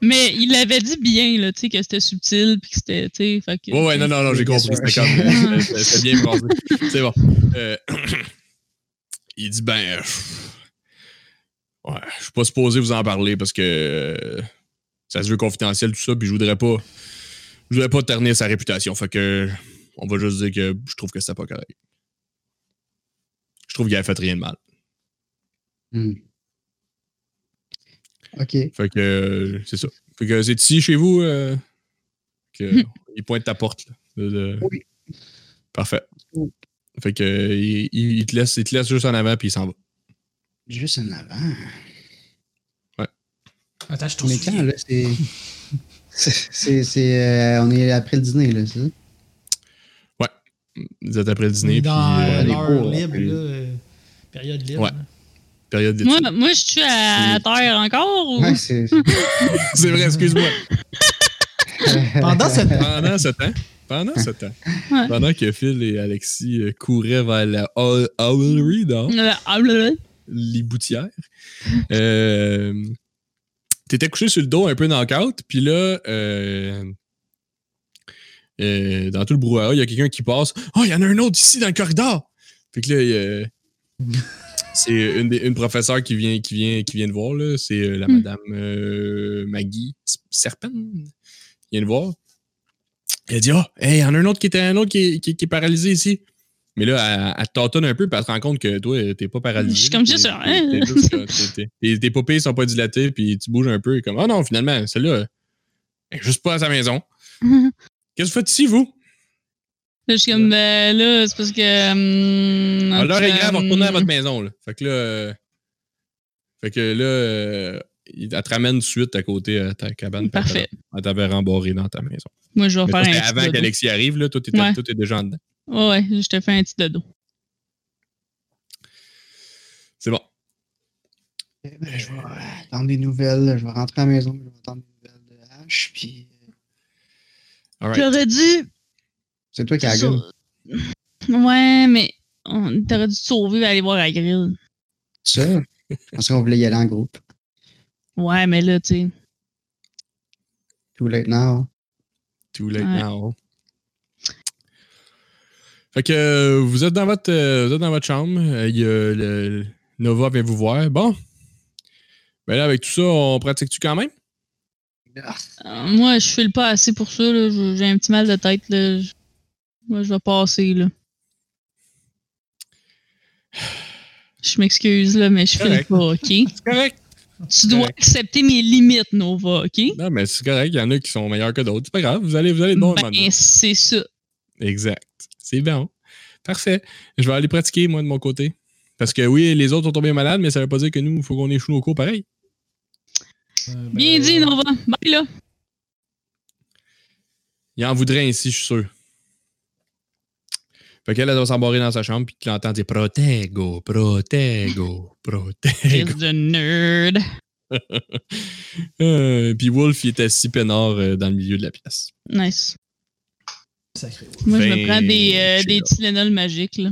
Speaker 4: Mais il l'avait dit bien, là, tu sais, que c'était subtil, puis que c'était, tu sais, fait que-
Speaker 2: Ouais, ouais, non, non, non, j'ai
Speaker 3: Bien
Speaker 2: compris.
Speaker 3: sûr.
Speaker 2: C'était comme.
Speaker 3: [LAUGHS]
Speaker 2: euh, c'était- c'était bien pensé. C'est bon. Euh, [CLEARS THROAT] il dit, ben. euh, Ouais, je suis pas supposé vous en parler parce que euh, ça se veut confidentiel, tout ça, puis je voudrais pas. Je voudrais pas ternir sa réputation. Fait que. On va juste dire que je trouve que c'était pas correct. Je trouve qu'il a fait rien de mal.
Speaker 3: OK.
Speaker 2: Fait que. euh, c'est ça. Fait que c'est ici chez vous. euh, que,
Speaker 4: Hmm.
Speaker 2: il pointe ta porte. là, de- de-
Speaker 3: Oui.
Speaker 2: Parfait.
Speaker 3: Oui.
Speaker 2: Fait que euh, il, il- il te laisse, il te laisse juste en avant puis il s'en va.
Speaker 3: Juste en avant.
Speaker 1: Attends, je te
Speaker 3: On est quand, là? C'est. c'est- c'est- c'est, euh, on est après le dîner, là, c'est ça?
Speaker 2: Vous êtes après le dîner puis
Speaker 1: Dans
Speaker 2: euh,
Speaker 3: les
Speaker 1: l'heure
Speaker 3: cours,
Speaker 1: libre,
Speaker 3: puis-
Speaker 1: là, euh, période libre.
Speaker 2: Ouais.
Speaker 1: là.
Speaker 2: période d'études.
Speaker 4: Moi, moi, je suis à terre encore ou. [LAUGHS]
Speaker 3: Ouais, c'est.
Speaker 2: [LAUGHS] C'est vrai, excuse-moi.
Speaker 1: Pendant cette
Speaker 2: Pendant ce temps, pendant ce temps,
Speaker 4: Ouais.
Speaker 2: pendant que Phil et Alexis euh, couraient vers la hall- howlery dehors,
Speaker 4: Ah, blablabla.
Speaker 2: les boutières, euh, t'étais couché sur le dos un peu knock-out, puis là, euh, euh, dans tout le brouhaha, il y a quelqu'un qui passe. Oh, il y en a un autre ici dans le corridor! Fait que là, il, euh, [LAUGHS] c'est une, des- une professeure qui vient, qui vient, qui vient de voir, là. C'est euh, la
Speaker 4: Hmm.
Speaker 2: madame euh, Maggie S- Serpen. qui vient de voir. Elle dit Ah, hey, il y en a un autre qui était un autre qui est, qui, est- qui est paralysé ici. Mais là, elle, elle te tâtonne un peu, puis elle se rend compte que toi, t'es pas paralysé.
Speaker 4: Je suis comme juste
Speaker 2: T'es-
Speaker 4: genre, Hein?
Speaker 2: t'es juste comme- t'es- t'es- Tes tes pupilles sont pas dilatées, puis tu bouges un peu. Et comme Ah non, finalement, celle-là, elle est juste pas à sa maison. Qu'est-ce que vous faites ici, vous
Speaker 4: Là, je suis comme, ben là, c'est parce que. hum,
Speaker 2: Ah, L'heure est grave,
Speaker 4: hum,
Speaker 2: retournez à votre maison. Là. Fait que là. euh, Fait que là, euh, il- elle te ramène tout de suite à côté à ta cabane. puis elle
Speaker 4: hum, Parfait.
Speaker 2: t'avait- Elle t'avait rembarré dans ta maison.
Speaker 4: Moi, je vais
Speaker 2: Mais
Speaker 4: faire
Speaker 2: toi,
Speaker 4: un.
Speaker 2: c'était
Speaker 4: petit
Speaker 2: avant
Speaker 4: dodo.
Speaker 2: qu'Alexis arrive, là, tout, était,
Speaker 4: Ouais.
Speaker 2: tout est déjà en dedans.
Speaker 4: Ouais, ouais, je te fais un petit dodo.
Speaker 2: C'est bon.
Speaker 3: Ben, je vais attendre des nouvelles, là, je vais rentrer à la maison, je vais attendre des nouvelles de H, puis. euh,
Speaker 2: All right.
Speaker 4: T'aurais dû.
Speaker 3: C'est toi qui as la gueule.
Speaker 4: [LAUGHS] Ouais, mais. on- T'aurais dû te sauver et aller voir la grille.
Speaker 3: Ça? Je pensais qu'on voulait y aller en groupe.
Speaker 4: Ouais, mais là, tu sais.
Speaker 3: Tout late now.
Speaker 2: Too late
Speaker 4: Ouais.
Speaker 2: now. Fait que euh, vous êtes dans votre, euh, vous êtes dans votre chambre. Euh, il y a le- le- Nova vient vous voir. Bon. Ben là, avec tout ça, on pratique-tu quand même?
Speaker 3: Ah,
Speaker 4: euh, Moi, je file pas assez pour ça, là. Je- J'ai un petit mal de tête, là. Je- Moi, je vais passer, là. Je m'excuse, là, mais je file
Speaker 2: Correct. [LAUGHS]
Speaker 4: pas, OK?
Speaker 2: C'est correct.
Speaker 4: Tu dois
Speaker 2: Correct.
Speaker 4: accepter mes limites, Nova, OK?
Speaker 2: Non, mais c'est correct. Il y en a qui sont meilleurs que d'autres. C'est pas grave. Vous allez, vous allez de bon à un moment donné.
Speaker 4: Ben, c'est ça.
Speaker 2: Exact. C'est bon. Parfait. Je vais aller pratiquer, moi, de mon côté. Parce que oui, les autres sont tombés malades, mais ça veut pas dire que nous, il faut qu'on échoue nos cours pareil.
Speaker 1: Euh, ben,
Speaker 4: Bien dit, Nova. Bye,
Speaker 2: [LAUGHS]
Speaker 4: là.
Speaker 2: Il en voudrait ainsi, je suis sûr. Fait qu'elle, elle doit s'embarrer dans sa chambre, puis tu l'entends dire Protego, Protego, Protego. [LAUGHS]
Speaker 4: Fils de nerd.
Speaker 2: Euh, puis Wolf, il était si peinard euh, dans le milieu de la pièce.
Speaker 4: Nice.
Speaker 1: Sacré. ouais.
Speaker 4: Moi, je me
Speaker 2: Ben,
Speaker 4: prends des, euh,
Speaker 2: je sais
Speaker 4: des
Speaker 2: pas.
Speaker 4: Tylenol magiques, là.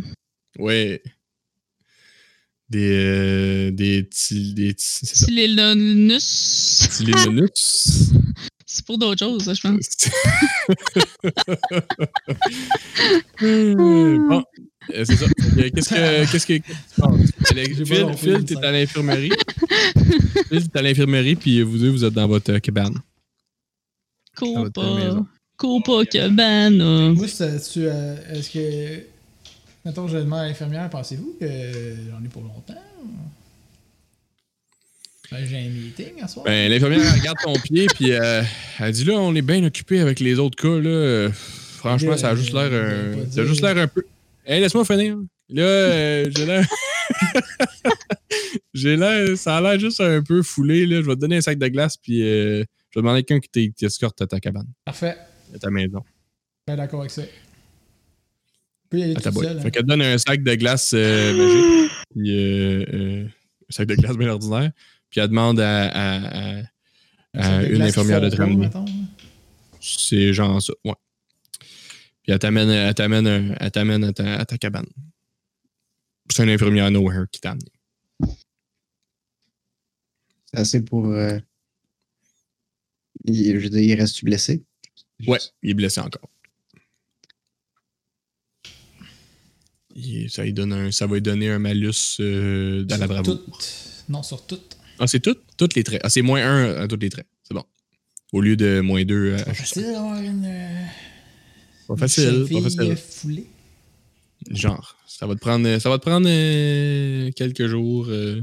Speaker 2: Ouais. Des. euh, des. ti- des ti- c'est ça.
Speaker 4: Tylenolus.
Speaker 2: Tylenolus.
Speaker 4: [LAUGHS] C'est pour d'autres choses, ça, je
Speaker 1: Mmh.
Speaker 4: pense.
Speaker 2: [LAUGHS]
Speaker 1: Mmh.
Speaker 2: Euh, bon, euh, c'est ça. Fait que
Speaker 1: [LAUGHS]
Speaker 2: Qu'est-ce que. Qu'est-ce que. qu'est-ce que tu penses? Alex-
Speaker 1: J'ai pas
Speaker 2: Phil,
Speaker 1: compris,
Speaker 2: Phil, t'es
Speaker 1: ça.
Speaker 2: à l'infirmerie. Phil, t'es à l'infirmerie, puis vous deux, vous êtes dans votre euh, cabane. Dans votre euh,
Speaker 4: Copa.
Speaker 2: maison.
Speaker 4: Copacabana.
Speaker 1: Moi, ça- tu, euh, est-ce que. Mettons, je demande à l'infirmière, pensez-vous que j'en ai pour longtemps? Ben, j'ai un meeting à soir.
Speaker 2: Ben, l'infirmière elle regarde ton pied, puis euh, elle dit là, on est bien occupé avec les autres cas, là. Euh, Franchement, ça a juste l'air. euh,
Speaker 1: Ben, Pas
Speaker 2: ça a
Speaker 1: dire.
Speaker 2: juste l'air un peu. Hey, laisse-moi finir. Là, euh, j'ai l'air. [LAUGHS] j'ai l'air. Ça a l'air juste un peu foulé, là. Je vais te donner un sac de glace, puis euh, je vais demander à quelqu'un qui t'es- qui t'escorte à ta cabane,
Speaker 1: Parfait.
Speaker 2: à ta maison,
Speaker 1: Ben, d'accord avec ça. Tu peux y aller
Speaker 2: à ta
Speaker 1: tout
Speaker 2: boîte.
Speaker 1: seul. hein.
Speaker 2: Fait qu'elle te donne un sac de glace euh, magique, puis euh, euh, un sac de glace bien ordinaire, puis elle demande à- à- à
Speaker 1: Un sac
Speaker 2: Euh, une
Speaker 1: glace qui
Speaker 2: infirmière
Speaker 1: fond
Speaker 2: de
Speaker 1: au
Speaker 2: tramway.
Speaker 1: mettons. hein.
Speaker 2: C'est genre ça, ouais. Puis elle t'amène, elle t'amène, un- elle t'amène à, ta, à ta cabane. C'est une infirmière nowhere qui t'a amené.
Speaker 3: C'est assez pour. euh, il- je veux dire, il reste blessé.
Speaker 2: Ouais, il est blessé encore. Il- ça, lui donne un- ça va lui donner un malus euh, dans la
Speaker 1: Sur
Speaker 2: bravoure.
Speaker 1: toutes. Non, sur toutes.
Speaker 2: Ah, c'est tout? Toutes les traits. Ah, c'est moins un à tous les traits. C'est bon. Au lieu de moins deux à- à juste
Speaker 1: Facile d'avoir une. euh,
Speaker 2: Pas
Speaker 1: une
Speaker 2: facile, pas
Speaker 1: cheville euh,
Speaker 2: facile.
Speaker 1: foulée.
Speaker 2: Genre, ça va te prendre, ça va te prendre euh, quelques jours euh,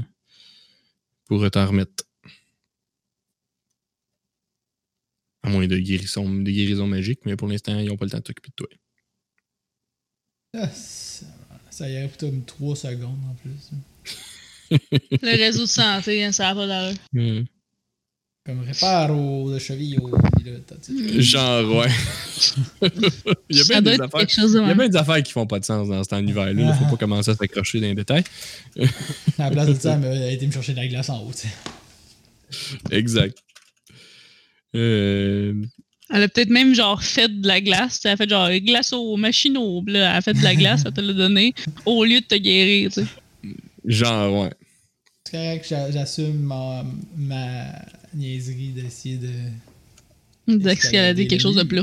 Speaker 2: pour t'en remettre. À moins de guérison, de guérison magique, mais pour l'instant, ils n'ont pas le temps de t'occuper de toi.
Speaker 1: Ah, ça, ça y arrive plutôt une 3 secondes en plus.
Speaker 4: Le réseau de santé, hein, ça a pas d'allure.
Speaker 1: Comme répare au, de cheville au pilote.
Speaker 2: Genre, ouais.
Speaker 4: [LAUGHS]
Speaker 2: il y a bien
Speaker 4: Ça doit
Speaker 2: des
Speaker 4: être
Speaker 2: affaires.
Speaker 4: quelque chose de
Speaker 2: Il y a
Speaker 4: même.
Speaker 2: bien des affaires qui font pas de sens dans cet univers-là. Il faut pas commencer à s'accrocher dans les détails.
Speaker 1: À la place de ça, elle m'a- elle a été me chercher de la glace en haut. t'sais.
Speaker 2: Exact. Euh,
Speaker 4: Elle a peut-être même genre fait de la glace. Elle a fait genre glace au machino. puis là, Elle a fait de la glace, elle te l'a donné au lieu de te guérir. tu sais.
Speaker 2: genre, ouais.
Speaker 1: C'est correct, j'a- j'assume ma, ma niaiserie d'essayer de.
Speaker 4: D'escalader quelque chose de plus.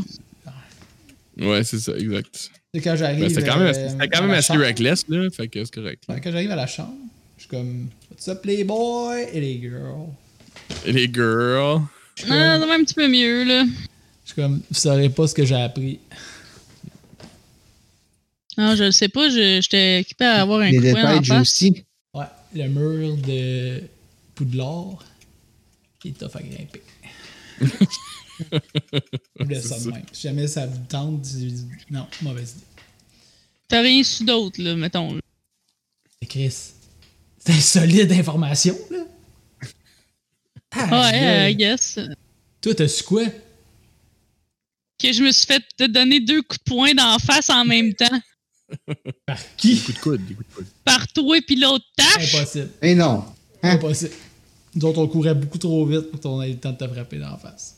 Speaker 2: Ouais, c'est ça, exact.
Speaker 1: C'est quand j'arrive.
Speaker 2: Ben, C'était quand même,
Speaker 1: euh,
Speaker 2: c'était
Speaker 1: à
Speaker 2: quand même
Speaker 1: la
Speaker 2: assez
Speaker 1: chambre-
Speaker 2: reckless, là. Fait que c'est correct.
Speaker 1: Ouais, Quand j'arrive à la chambre, je suis comme. What's up, les boys et les girls?
Speaker 2: Les girls.
Speaker 1: Je suis
Speaker 4: Non,
Speaker 1: comme.
Speaker 4: c'est même un petit peu mieux, là.
Speaker 1: je suis comme, vous saurez pas ce que j'ai appris.
Speaker 4: Non, je le sais pas, je- j'étais occupé à avoir un
Speaker 3: Les
Speaker 4: coin en
Speaker 3: détails
Speaker 4: face.
Speaker 3: juicy.
Speaker 1: Ouais, le mur de Poudlard il est tough à grimper.
Speaker 2: [LAUGHS]
Speaker 1: Je vous laisse ça de même. Si jamais ça vous tente, dis- non, mauvaise idée.
Speaker 4: T'as rien su d'autre, là, mettons.
Speaker 1: Mais Chris, c'est une solide information, là. Ah,
Speaker 4: Ouais, euh,
Speaker 1: je-
Speaker 4: I guess.
Speaker 1: Toi, t'as su quoi?
Speaker 4: Que je me suis fait te donner deux coups de poing d'en face en même temps.
Speaker 1: Par qui?
Speaker 2: coups de coude, des coups de coude.
Speaker 4: Par toi et puis l'autre tâche.
Speaker 1: Impossible.
Speaker 3: Et non. Hein?
Speaker 1: Impossible. Nous autres, on courait beaucoup trop vite pour qu'on ait le temps de te frapper dans la face.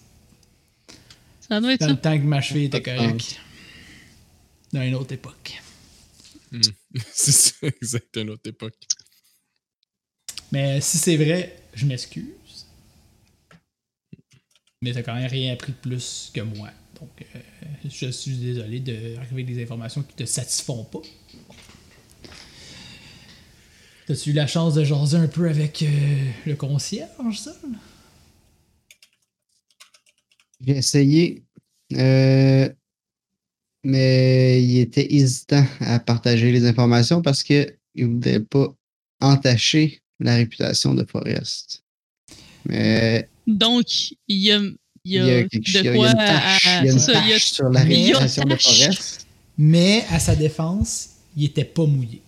Speaker 4: Ça doit être
Speaker 1: Dans le
Speaker 4: ça.
Speaker 1: temps que ma cheville était
Speaker 3: Pas de
Speaker 1: correcte. Dans une autre époque.
Speaker 2: [LAUGHS] C'est ça, exact, une autre époque.
Speaker 1: Mais si c'est vrai, je m'excuse. Mais t'as quand même rien appris de plus que moi. Donc, euh, je suis désolé d'arriver avec des informations qui te satisfont pas. T'as-tu eu la chance de jaser un peu avec euh, le concierge, ça?
Speaker 3: J'ai essayé. euh, mais il était hésitant à partager les informations parce qu'il ne voulait pas entacher la réputation de Forest. Mais
Speaker 4: Donc, il y a, il y a
Speaker 3: quelque
Speaker 4: de
Speaker 3: chose- il y
Speaker 4: quoi
Speaker 3: a une
Speaker 4: à.
Speaker 3: tache, il y a
Speaker 4: c'est
Speaker 3: une
Speaker 4: ça, il y a-
Speaker 3: tache sur la
Speaker 1: il y a une
Speaker 3: réputation de
Speaker 4: tache.
Speaker 3: Forest.
Speaker 1: Mais à sa défense, il était pas mouillé.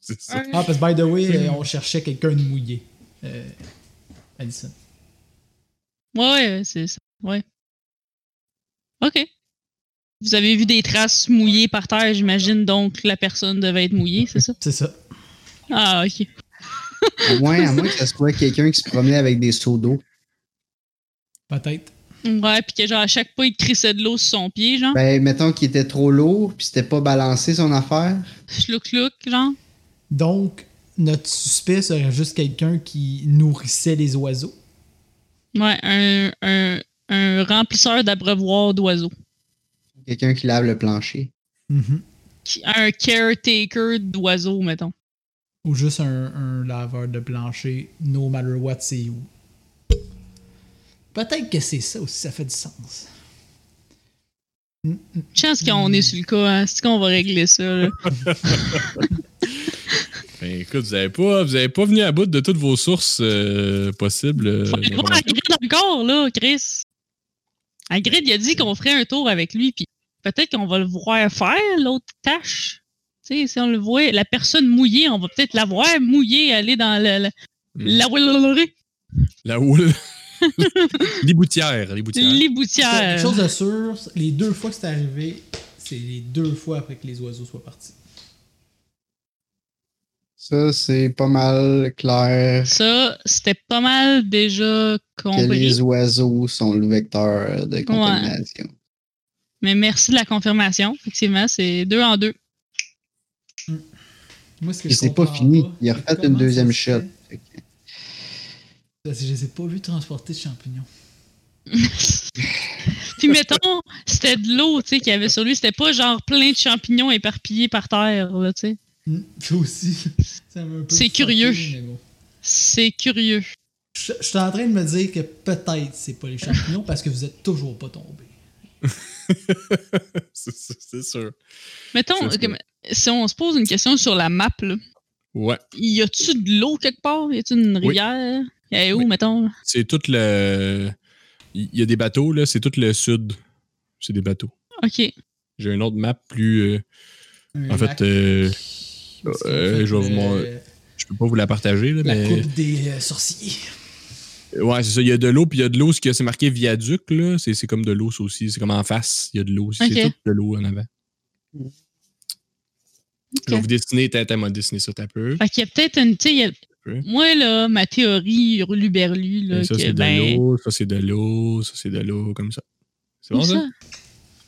Speaker 2: C'est ça.
Speaker 1: Ah, parce que by the way, euh, on cherchait quelqu'un de mouillé. Euh, Alison.
Speaker 4: Ouais, ouais, c'est ça. Ouais. OK. Vous avez vu des traces mouillées par terre, j'imagine, donc la personne devait être mouillée, c'est ça?
Speaker 1: C'est ça.
Speaker 4: Ah, OK.
Speaker 3: À moins, à moins que ce soit quelqu'un qui se promenait avec des seaux d'eau.
Speaker 1: Peut-être.
Speaker 4: Ouais, puis que genre à chaque pas, il crissait de l'eau sur son pied, genre.
Speaker 3: Ben, mettons qu'il était trop lourd, puis c'était pas balancé son affaire.
Speaker 4: Chlouk look genre.
Speaker 1: Donc, notre suspect serait juste quelqu'un qui nourrissait les oiseaux.
Speaker 4: Ouais, un, un, un remplisseur d'abreuvoir d'oiseaux.
Speaker 3: Quelqu'un qui lave le plancher.
Speaker 4: Mhm. Qui- Un caretaker d'oiseaux, mettons.
Speaker 1: Ou juste un, un laveur de plancher, no matter what, c'est où. Peut-être que c'est ça aussi, ça fait du sens.
Speaker 4: Chance qu'on est sur le cas, hein. C'est qu'on va régler ça, là.
Speaker 2: Ben, écoute, vous n'avez pas, vous avez pas venu à bout de toutes vos sources euh, possibles. euh,
Speaker 4: Faut aller voir à
Speaker 2: d'informations.
Speaker 4: Grid encore, là, Chris. À Grid, il a dit qu'on ferait un tour avec lui, puis peut-être qu'on va le voir faire l'autre tâche. Tu sais, si on le voit, la personne mouillée, on va peut-être la voir mouillée, aller dans le, le-
Speaker 2: Hmm.
Speaker 4: la
Speaker 2: Mm. La
Speaker 4: [LAUGHS]
Speaker 2: houle. les boutières, les boutières.
Speaker 4: les
Speaker 1: Quelque
Speaker 4: boutières.
Speaker 1: chose de sûr, les deux fois que c'est arrivé, c'est les deux fois après que les oiseaux soient partis.
Speaker 3: Ça, c'est pas mal clair
Speaker 4: Ça, c'était pas mal déjà
Speaker 3: que
Speaker 4: compris.
Speaker 3: les oiseaux sont le vecteur euh, de contamination.
Speaker 4: Mais merci de la confirmation. Effectivement, c'est deux en deux. [LAUGHS]
Speaker 1: Moi, ce que
Speaker 3: Puis
Speaker 1: je
Speaker 3: c'est pas
Speaker 1: comprends
Speaker 3: fini. Il a
Speaker 1: c'est
Speaker 3: refait
Speaker 1: comment
Speaker 3: une
Speaker 1: ça
Speaker 3: deuxième
Speaker 1: se
Speaker 3: shot.
Speaker 1: fait. Parce que je les ai pas vus transporter de champignons.
Speaker 4: Puis mettons, c'était de l'eau, tu sais, qu'il y avait sur lui. C'était pas genre plein de champignons éparpillés par terre, là, tu sais.
Speaker 1: Hmm, Toi aussi. [LAUGHS] Ça m'a un peu
Speaker 4: C'est
Speaker 1: fucké,
Speaker 4: curieux.
Speaker 1: mais bon.
Speaker 4: C'est curieux.
Speaker 1: Je je suis en train de me dire que peut-être c'est pas les champignons parce que vous êtes toujours pas tombé.
Speaker 2: C'est- C'est c'est sûr.
Speaker 4: Mettons,
Speaker 2: Ça se peut.
Speaker 4: comme- si on se pose une question sur la map, là,
Speaker 2: Ouais.
Speaker 4: y a-tu de l'eau quelque part? Y a-tu une
Speaker 2: Oui.
Speaker 4: rivière? Y a où,
Speaker 2: Oui.
Speaker 4: mettons?
Speaker 2: C'est tout le. Il y a des bateaux, là. C'est tout le sud. C'est des bateaux.
Speaker 4: OK.
Speaker 2: J'ai une autre map plus. euh, en fait, euh, euh, je vais vous montrer. je peux pas vous la partager, là,
Speaker 1: La
Speaker 2: mais.
Speaker 1: coupe des euh, sorciers.
Speaker 2: Ouais, c'est ça. Il y a de l'eau, puis il y a de l'eau. Ce que c'est marqué viaduc, là, c'est c'est comme de l'eau, ça aussi. C'est comme en face. Il y a de l'eau. C'est
Speaker 4: Ok.
Speaker 2: tout de l'eau en avant. Je vais vous dessiner. Tête à m'a dessiné ça un peu.
Speaker 4: Fait qu'il y a peut-être une. tu sais, y a-
Speaker 2: Oui.
Speaker 4: Moi, là, ma théorie hurluberlu, là,
Speaker 2: Et ça,
Speaker 4: que,
Speaker 2: c'est de
Speaker 4: ben,
Speaker 2: l'eau. Ça, c'est de l'eau. Ça, c'est de l'eau. Comme ça. C'est bon,
Speaker 4: où
Speaker 2: ça?
Speaker 4: ça?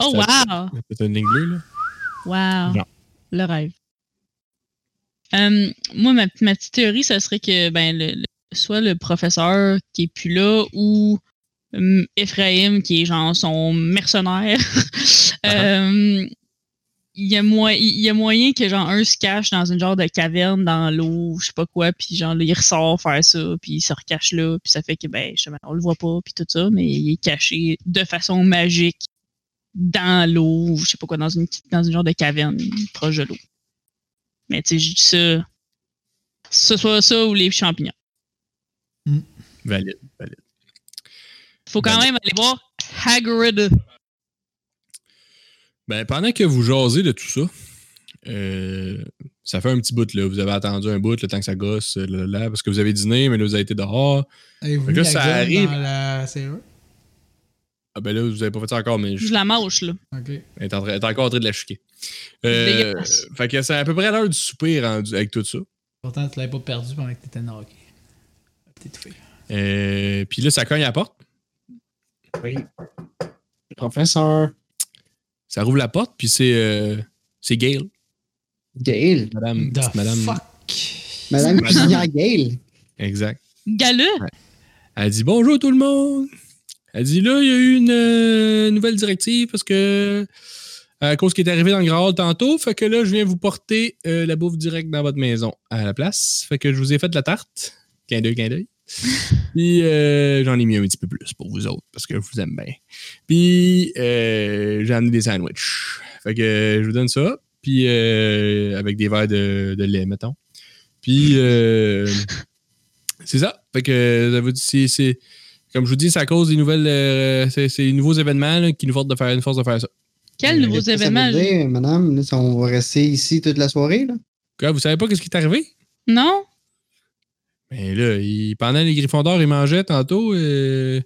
Speaker 4: Oh,
Speaker 2: Ça-
Speaker 4: wow!
Speaker 2: C'est une ligne bleue, là?
Speaker 4: Wow!
Speaker 2: Genre.
Speaker 4: Le rêve. Euh, moi, ma, ma petite théorie, ça serait que ben, le- le- soit le professeur qui est plus là ou hum, Ephraim qui est genre son mercenaire. [LAUGHS] Euh, Il y, a moi- il y a moyen que genre un se cache dans une genre de caverne dans l'eau, je sais pas quoi, puis genre là, il ressort faire ça, puis il se recache là, puis ça fait que ben justement, on le voit pas, puis tout ça, mais il est caché de façon magique dans l'eau, ou je sais pas quoi, dans une petite- dans une genre de caverne proche de l'eau. Mais tu sais, je dis ça, ce soit ça ou les champignons.
Speaker 2: Valide.
Speaker 4: Faut quand
Speaker 2: Ben,
Speaker 4: même aller voir Hagrid.
Speaker 2: Ben, pendant que vous jasez de tout ça, euh, ça fait un petit bout, là. Vous avez attendu un bout, le temps que ça gosse, euh, là, là, parce que vous avez dîné, mais là, vous avez été dehors.
Speaker 1: Avez-vous
Speaker 2: Fait que
Speaker 1: vu
Speaker 2: là,
Speaker 1: la
Speaker 2: ça
Speaker 1: gueule
Speaker 2: arrive.
Speaker 1: dans la serrure?
Speaker 2: Ah, ben là, vous avez pas fait ça encore, mais je-
Speaker 4: Je la mâche, là.
Speaker 1: Ok.
Speaker 2: elle est, en train- elle est encore en train de la chiquer. Euh,
Speaker 4: Dégueulasse.
Speaker 2: fait que c'est à peu près l'heure du souper rendu avec tout ça.
Speaker 1: Pourtant, tu l'avais pas perdu pendant que t'étais knocké. T'es tout fait.
Speaker 2: Euh, Puis là, ça cogne à la porte.
Speaker 3: Professeur
Speaker 2: Ça rouvre la porte, puis c'est euh, c'est Gail,
Speaker 3: Gail.
Speaker 2: madame.
Speaker 1: The
Speaker 2: petite madame.
Speaker 1: fuck?
Speaker 3: Madame
Speaker 2: Madame-
Speaker 3: Cuisinière Gail.
Speaker 2: Exact.
Speaker 4: Gala!
Speaker 2: Elle dit bonjour tout le monde. Elle dit là, il y a eu une euh, nouvelle directive parce que à cause qui est arrivé dans le Graal tantôt, fait que là, je viens vous porter euh, la bouffe directe dans votre maison à la place. Fait que je vous ai fait de la tarte. Clin d'œil, clin d'œil. Puis euh, j'en ai mis un petit peu plus pour vous autres parce que je vous aime bien. Puis euh, j'ai amené des sandwichs. Fait que euh, je vous donne ça. Puis euh, avec des verres de, de lait, mettons. Puis euh, c'est ça. Fait que euh, ça veut dire- c'est, c'est- comme je vous dis, c'est à cause des nouvelles, euh, c'est, c'est les nouveaux événements là, qui nous forcent de faire une force de faire ça.
Speaker 4: Quel
Speaker 2: Euh,
Speaker 4: nouveau
Speaker 3: Qu'est-ce que ça
Speaker 4: événement?
Speaker 3: veut dire, madame, Là, si on va rester ici toute la soirée, là.
Speaker 2: Quoi, vous savez pas qu'est-ce qui est arrivé?
Speaker 4: Non?
Speaker 2: Mais là, il- pendant les Gryffondors, ils mangeaient tantôt. euh,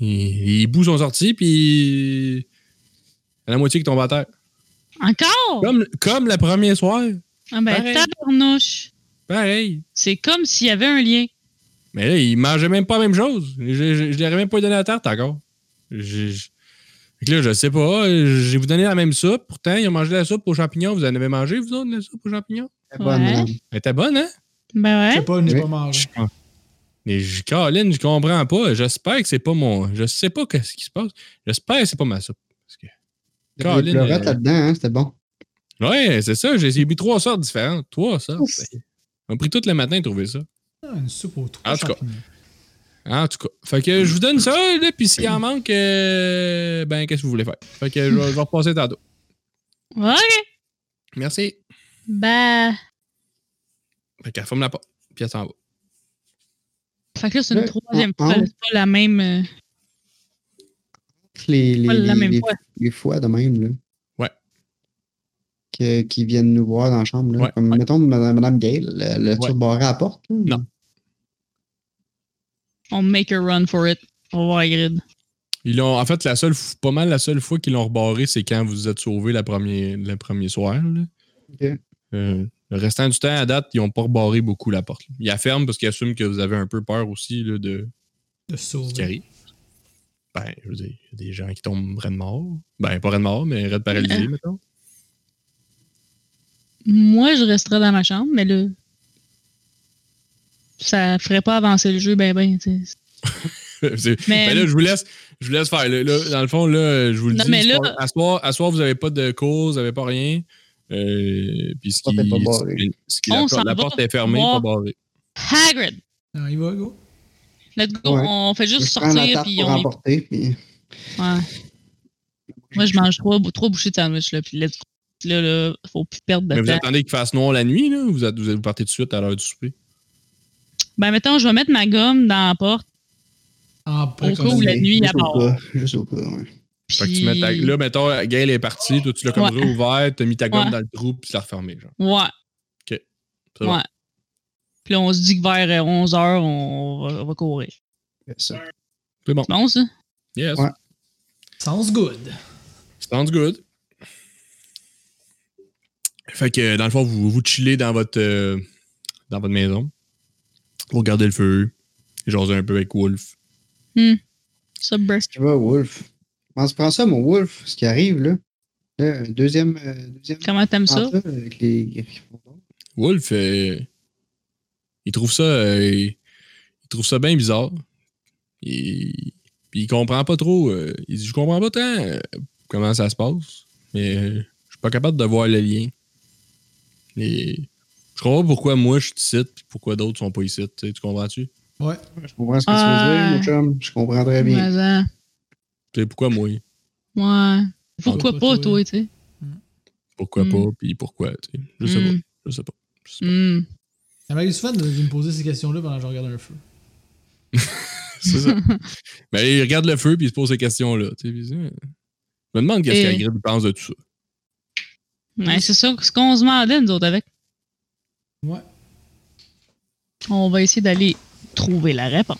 Speaker 2: et- les bouts sont sortis, puis il y en a la moitié qui tombe à terre.
Speaker 4: Encore?
Speaker 2: Comme, comme le premier soir,
Speaker 4: Ah ben,
Speaker 2: pareil.
Speaker 4: tabarnouche!
Speaker 2: pareil.
Speaker 4: C'est comme s'il y avait un lien.
Speaker 2: Mais là, ils mangeaient même pas la même chose. Je, je, je leur ai même pas donné la tarte encore. J'ai- j'- Fait que là, je sais pas. J'ai vous donné la même soupe. Pourtant, ils ont mangé la soupe aux champignons. Vous en avez mangé, vous autres, la soupe aux champignons?
Speaker 3: Très bonne,
Speaker 4: Ouais.
Speaker 3: madame.
Speaker 2: Elle était bonne, hein?
Speaker 1: Je
Speaker 4: Ben
Speaker 1: sais
Speaker 4: ouais.
Speaker 1: pas, je n'ai
Speaker 3: Oui.
Speaker 1: pas mangé.
Speaker 2: Mais je, Colin, je comprends pas. J'espère que c'est pas mon. Je sais pas ce qui se passe. J'espère que c'est pas ma soupe. Parce que-
Speaker 3: Il y avait des
Speaker 2: Colin,
Speaker 3: pleurettes
Speaker 2: euh,
Speaker 3: là-dedans, hein, c'était bon.
Speaker 2: Ouais, c'est ça. J'ai j'ai mis trois sortes différentes. Trois sortes.
Speaker 4: Ouf.
Speaker 2: On a pris tout le matin à trouver ça.
Speaker 1: Ah, Une soupe aux trois
Speaker 2: En tout cas.
Speaker 1: champignons.
Speaker 2: En tout cas. Fait que je vous donne ça, là, puis s'il en manque, euh, ben qu'est-ce que vous voulez faire? Fait que je vais, je vais repasser tantôt.
Speaker 4: Ok.
Speaker 2: Merci.
Speaker 4: Ben.
Speaker 2: Fait qu'elle ferme la porte, puis elle s'en va.
Speaker 4: Fait que là, c'est une
Speaker 3: Le-
Speaker 4: troisième
Speaker 3: Ah,
Speaker 4: fois.
Speaker 3: ah.
Speaker 4: là, C'est pas la même. euh,
Speaker 3: Les, les,
Speaker 4: Pas la
Speaker 3: les-
Speaker 4: même
Speaker 3: les-
Speaker 4: fois.
Speaker 3: les fois de même, là.
Speaker 2: Ouais.
Speaker 3: Que- qui viennent nous voir dans la chambre, là.
Speaker 2: Ouais,
Speaker 3: Comme,
Speaker 2: ouais.
Speaker 3: mettons, madame, madame Gail, le, le
Speaker 2: Ouais.
Speaker 3: barré à la porte. là.
Speaker 2: Non.
Speaker 4: On make a run for it. On va voir Hagrid.
Speaker 2: Ils l'ont, en fait, la seule, f- pas mal la seule fois qu'ils l'ont rebarré, c'est quand vous vous êtes sauvé la première, le premier soir. là.
Speaker 3: Ok.
Speaker 2: Euh, le restant du temps, à date, ils n'ont pas rebarré beaucoup la porte. Ils la ferment parce qu'ils assument que vous avez un peu peur aussi là, de
Speaker 1: De
Speaker 2: ce qui
Speaker 1: sauver.
Speaker 2: arrive. Ben, je veux dire, il y a des gens qui tombent raides morts. Ben, pas raides morts, mais raides paralysés, mettons. [LAUGHS]
Speaker 4: Moi, je resterais dans ma chambre, mais là. Ça ferait pas avancer le jeu, ben ben. tu sais.
Speaker 2: C'est-
Speaker 4: Mais-
Speaker 2: ben là, je vous laisse, je vous laisse faire. Là, là, dans le fond, là, je vous le
Speaker 4: Non,
Speaker 2: dis,
Speaker 4: mais
Speaker 2: ce
Speaker 4: là-
Speaker 2: soir- à, soir, à soir, vous n'avez pas de cause, vous n'avez pas rien. Euh, puis ce
Speaker 3: La
Speaker 2: qui,
Speaker 3: porte est pas barrée.
Speaker 2: ce qui- la,
Speaker 4: On
Speaker 2: porte-
Speaker 4: s'en
Speaker 2: la
Speaker 4: va
Speaker 2: porte est fermée,
Speaker 4: voir-
Speaker 2: pas barrée.
Speaker 4: Hagrid!
Speaker 1: Non, Ah, il va, go.
Speaker 4: Let's go.
Speaker 3: Ouais.
Speaker 4: On fait juste
Speaker 3: Je prends ma
Speaker 4: sortir,
Speaker 3: tarte
Speaker 4: puis
Speaker 3: pour
Speaker 4: on est.
Speaker 3: emporter, puis-
Speaker 4: Ouais. Moi, je mange trois, trois bouchées de sandwich, là, puis let's go. Là, là, faut plus perdre de
Speaker 2: Mais vous
Speaker 4: temps.
Speaker 2: attendez qu'il fasse noir la nuit, là? ou Vous, êtes- vous, êtes- vous partez tout de suite à l'heure du souper.
Speaker 4: Ben, mettons, je vais mettre ma gomme dans la porte.
Speaker 1: En
Speaker 4: Au cas où la nuit,
Speaker 3: Juste
Speaker 4: à
Speaker 3: au
Speaker 4: part.
Speaker 3: cas, juste au cas, ouais.
Speaker 4: Puis...
Speaker 2: Fait que tu mets ta- là, mettons, Gaël est parti, toi, tu l'as comme
Speaker 4: Ouais.
Speaker 2: réouvert, t'as mis ta gomme
Speaker 4: Ouais.
Speaker 2: dans le trou, puis tu l'as refermé, genre.
Speaker 4: Ouais.
Speaker 2: C'est bon.
Speaker 4: Ouais. Puis là, on se dit que vers 11h, on va, on va courir.
Speaker 3: Fais ça.
Speaker 2: C'est bon.
Speaker 4: C'est bon, ça?
Speaker 2: Yes.
Speaker 3: Ouais.
Speaker 1: Sounds good.
Speaker 2: Sounds good. Fait que, dans le fond, vous, vous chillez dans votre, euh, dans votre maison. Vous regardez le feu, jaser un peu avec Wolf.
Speaker 4: Ça burst.
Speaker 3: Tu vas, Wolf. On se prend ça, mon Wolf, ce qui arrive, là. Là, un deuxième. euh, deuxième
Speaker 4: Comment t'aimes ça?
Speaker 3: attentat avec les Gryffondors.
Speaker 2: Wolf, euh, il trouve ça, euh, il trouve ça bien bizarre. Il, puis il comprend pas trop. euh, il dit, je comprends pas tant euh, comment ça se passe, mais euh, je suis pas capable de voir le lien. Et je comprends pas pourquoi moi je suis ici, puis pourquoi d'autres sont pas ici. Tu sais, tu comprends-tu?
Speaker 1: Ouais.
Speaker 3: Je comprends ce que tu veux dire, mon
Speaker 4: Ouais.
Speaker 3: chum. Je comprends très bien.
Speaker 4: Mais, hein,
Speaker 2: Tu sais, pourquoi moi? Ah,
Speaker 4: ouais. Pourquoi
Speaker 1: Pourquoi
Speaker 4: pas,
Speaker 1: toi?
Speaker 4: toi, tu sais?
Speaker 2: Pourquoi
Speaker 4: Mm.
Speaker 2: pas? Puis pourquoi? tu sais. Je sais
Speaker 4: Mm.
Speaker 2: pas. Je sais pas. [LAUGHS] Je sais pas.
Speaker 4: Mm.
Speaker 1: Ça m'arrive souvent de, de me poser ces questions-là pendant que je regarde un feu.
Speaker 2: C'est ça. Mais il regarde le feu puis il se pose ces questions-là. tu sais, puis ça. Je me demande qu'est-ce
Speaker 4: Et-
Speaker 2: qu'Agrid pense de tout ça.
Speaker 4: Ouais, c'est ça ce qu'on se demandait, nous autres, avec.
Speaker 1: Ouais.
Speaker 4: On va essayer d'aller trouver la réponse.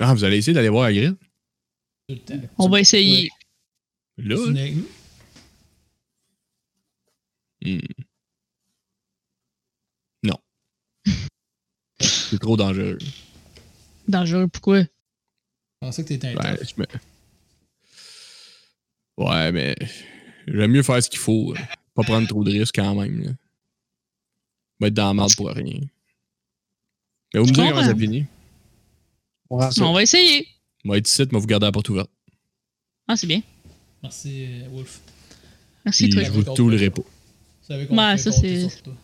Speaker 2: Ah, vous allez essayer d'aller voir Agrid?
Speaker 1: Tout le temps.
Speaker 4: On va essayer.
Speaker 2: Là?
Speaker 1: Tu
Speaker 2: là?
Speaker 1: venais avec nous?
Speaker 2: Hmm. Non. C'est trop dangereux.
Speaker 4: Dangereux, pourquoi?
Speaker 1: Je pensais que t'étais un
Speaker 2: Ouais,
Speaker 1: tough.
Speaker 2: je me- Ouais, mais j'aime mieux faire ce qu'il faut. là. Pas prendre trop de risques quand même. Là. Va être dans la merde pour rien. Mais vous me
Speaker 4: Je
Speaker 2: direz comment ça
Speaker 4: comprends.
Speaker 2: finit.
Speaker 3: On rend Ah, ça.
Speaker 4: On va essayer.
Speaker 2: Moi, être ici, moi, vous gardez la porte ouverte.
Speaker 4: Ah, c'est bien.
Speaker 1: Merci, euh, Wolf.
Speaker 4: Merci,
Speaker 2: Puis
Speaker 4: toi.
Speaker 2: je vous tout le repos.
Speaker 1: Tu savais qu'on
Speaker 4: Ouais,
Speaker 1: pouvait
Speaker 4: Bah, ça,
Speaker 1: compter
Speaker 4: c'est-
Speaker 1: sur toi.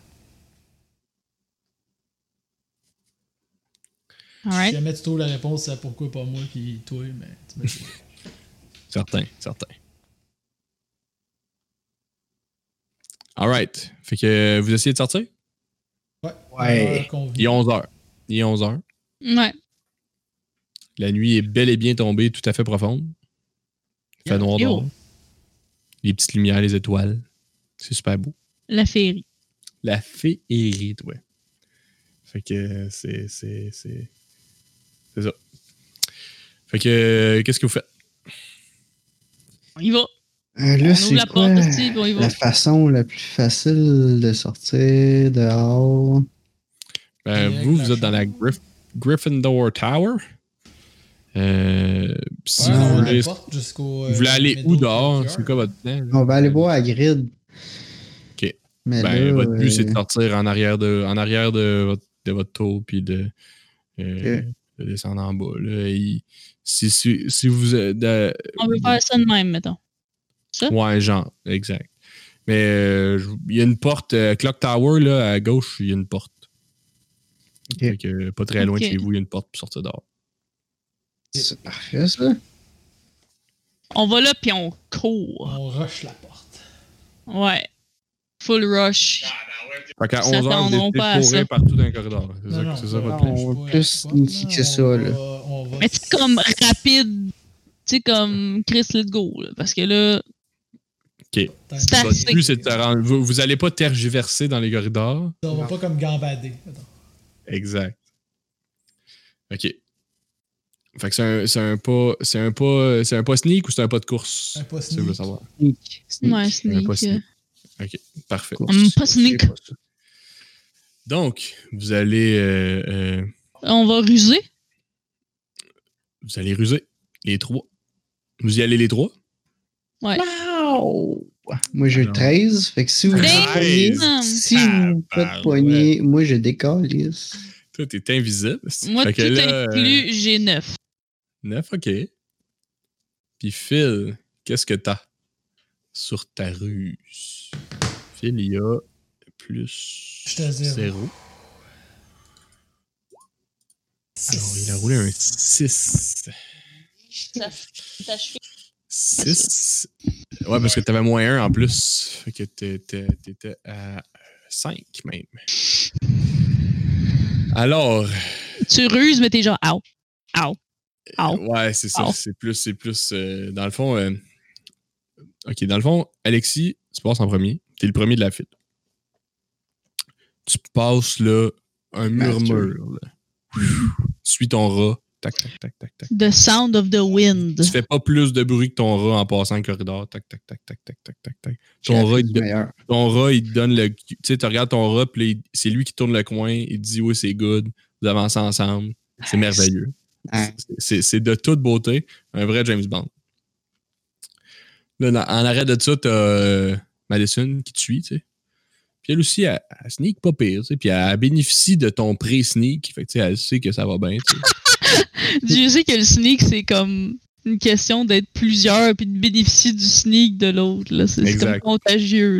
Speaker 1: Si
Speaker 4: Alright.
Speaker 1: jamais tu trouves la réponse à pourquoi pas moi puis toi, mais tu me dis.
Speaker 2: Certain, certain. Alright. Fait que euh, vous essayez de sortir?
Speaker 1: Ouais.
Speaker 3: Ouais.
Speaker 1: l'heure qu'on vit.
Speaker 2: Il est 11h. Il est 11h.
Speaker 4: Ouais.
Speaker 2: La nuit est bel et bien tombée, tout à fait profonde. Il fait noir
Speaker 4: Yo.
Speaker 2: dehors. Les petites lumières, les étoiles. C'est super beau.
Speaker 4: La féerie.
Speaker 2: La féerie, ouais. Fait que euh, c'est. C'est c'est- c'est ça. Fait que euh, qu'est-ce que vous faites?
Speaker 4: On y va.
Speaker 3: Euh,
Speaker 4: On
Speaker 3: là,
Speaker 4: ouvre
Speaker 3: c'est
Speaker 4: la
Speaker 3: quoi
Speaker 4: porte aussi, puis on y va.
Speaker 3: la façon la plus facile de sortir dehors?
Speaker 2: Ben,
Speaker 1: Direct
Speaker 2: vous,
Speaker 1: la
Speaker 2: vous êtes dans la
Speaker 1: chambre.
Speaker 2: Gryff- Gryffindor Tower. Euh, pis si
Speaker 1: Ouais,
Speaker 2: on
Speaker 1: on
Speaker 2: voulait-
Speaker 1: porte jusqu'au, euh,
Speaker 2: vous voulez aller où
Speaker 1: Meadow
Speaker 2: dehors?
Speaker 1: Backyard.
Speaker 2: C'est quoi votre plan? là?
Speaker 3: On va aller voir à Grid.
Speaker 2: Ok.
Speaker 3: Mais
Speaker 2: Ben,
Speaker 3: là,
Speaker 2: votre but, c'est de
Speaker 3: euh,
Speaker 2: sortir en arrière de, en arrière de, votre, de votre tour, puis de, euh, de descendre en bas. là. Il- si, si, si vous. euh, de-
Speaker 4: On veut faire ça de même, mettons.
Speaker 1: Hein?
Speaker 2: ouais, genre, exact. Mais euh, je- il y a une porte, euh, Clock Tower, là, à gauche, il y a une porte.
Speaker 3: Ok.
Speaker 2: Fait que, pas très loin de
Speaker 4: Ok.
Speaker 2: chez vous, il y a une porte pour sortir dehors.
Speaker 3: C'est parfait, ça.
Speaker 4: On va là, puis on court.
Speaker 1: On rush la porte.
Speaker 4: Ouais. Full rush.
Speaker 2: Fait qu'à
Speaker 4: Ils
Speaker 2: 11h, vous
Speaker 4: s'attendront
Speaker 2: êtes
Speaker 4: pas à
Speaker 2: dépourrés
Speaker 4: ça.
Speaker 2: partout dans le corridor. C'est
Speaker 1: Non, non,
Speaker 2: ça, c'est ça
Speaker 1: non,
Speaker 2: votre
Speaker 3: plan.
Speaker 2: plan.
Speaker 1: on
Speaker 3: On
Speaker 1: va
Speaker 3: va
Speaker 1: pas
Speaker 3: plus
Speaker 1: à la porte,
Speaker 3: nitty que ça,
Speaker 1: on
Speaker 3: là.
Speaker 1: va- on va-
Speaker 4: Mais tu sais, comme rapide. Tu sais, comme Chris, let's go. là, parce que là, c'est assez.
Speaker 2: Votre but, c'est de te rendre- Vous, vous allez pas tergiverser dans les corridors.
Speaker 1: On va pas comme gambader. Attends.
Speaker 2: Exact. OK. Fait que c'est un, c'est un pas. C'est un pas. C'est un pas sneak ou c'est un pas de course?
Speaker 1: Un pas
Speaker 2: Si vous voulez
Speaker 1: sneak.
Speaker 2: savoir.
Speaker 3: Mm.
Speaker 4: ouais,
Speaker 2: Un
Speaker 4: sneak.
Speaker 2: pas sneak. OK. Parfait.
Speaker 4: Hum, pas sneak.
Speaker 2: Donc, vous allez euh, euh,
Speaker 4: On va ruser.
Speaker 2: vous allez ruser. Les trois. Vous y allez les trois?
Speaker 4: Ouais.
Speaker 3: Wow! Moi, j'ai
Speaker 2: Alors.
Speaker 3: 13. Fait que si vous me pognez,
Speaker 2: Treize.
Speaker 3: si vous
Speaker 2: Ah,
Speaker 3: me
Speaker 2: bah,
Speaker 3: faites pogner, moi, je décolle, yes.
Speaker 2: Toi, t'es invisible.
Speaker 4: Moi,
Speaker 2: Fait
Speaker 4: tout
Speaker 2: que là,
Speaker 4: inclus, j'ai 9.
Speaker 2: 9, ok. Puis Phil, qu'est-ce que t'as sur ta ruse? Phil, il y a plus
Speaker 1: J'étais à zéro.
Speaker 2: Alors, il a roulé un 6.
Speaker 4: Ta cheville.
Speaker 2: 6. Ouais, parce que t'avais moins 1 en plus. Fait que t'é- t'é- t'étais à 5 même. Alors,
Speaker 4: Tu ruses, mais t'es genre, ow, ow, ow.
Speaker 2: Ouais, c'est ça.
Speaker 4: Wow.
Speaker 2: C'est plus, c'est plus. euh, dans le fond, euh, ok, dans le fond, Alexis, tu passes en premier. T'es le premier de la file. Tu passes là un murmure. là. Tu suis ton rat. Tac, tac, tac, tac, tac.
Speaker 4: The sound of
Speaker 2: [LAUGHS]
Speaker 4: the wind.
Speaker 2: Tu fais pas plus de bruit que ton rat en passant le corridor. Tac, tac, tac, tac, tac, tac, tac, tac. Ton rat, il te-
Speaker 3: meilleur.
Speaker 2: ton rat, il te donne le. Tu sais, tu regardes ton rat, puis là, il- c'est lui qui tourne le coin. Il te dit oui, c'est good. Vous avancez ensemble. C'est merveilleux.
Speaker 3: Ah,
Speaker 2: C'est c'est de toute beauté. Un vrai James Bond. Là, dans- en arrêt de ça, t'as euh, Madison qui te suit, tu sais. Puis elle aussi, elle, elle sneak pas pire, tu sais. Puis elle, bénéficie de ton pré-sneak. Fait que, tu sais, elle sait que ça va bien, tu sais.
Speaker 4: Je sais que le sneak, c'est comme une question d'être plusieurs puis de bénéficier du sneak de l'autre. là. C'est c'est comme
Speaker 2: Exact.
Speaker 4: contagieux.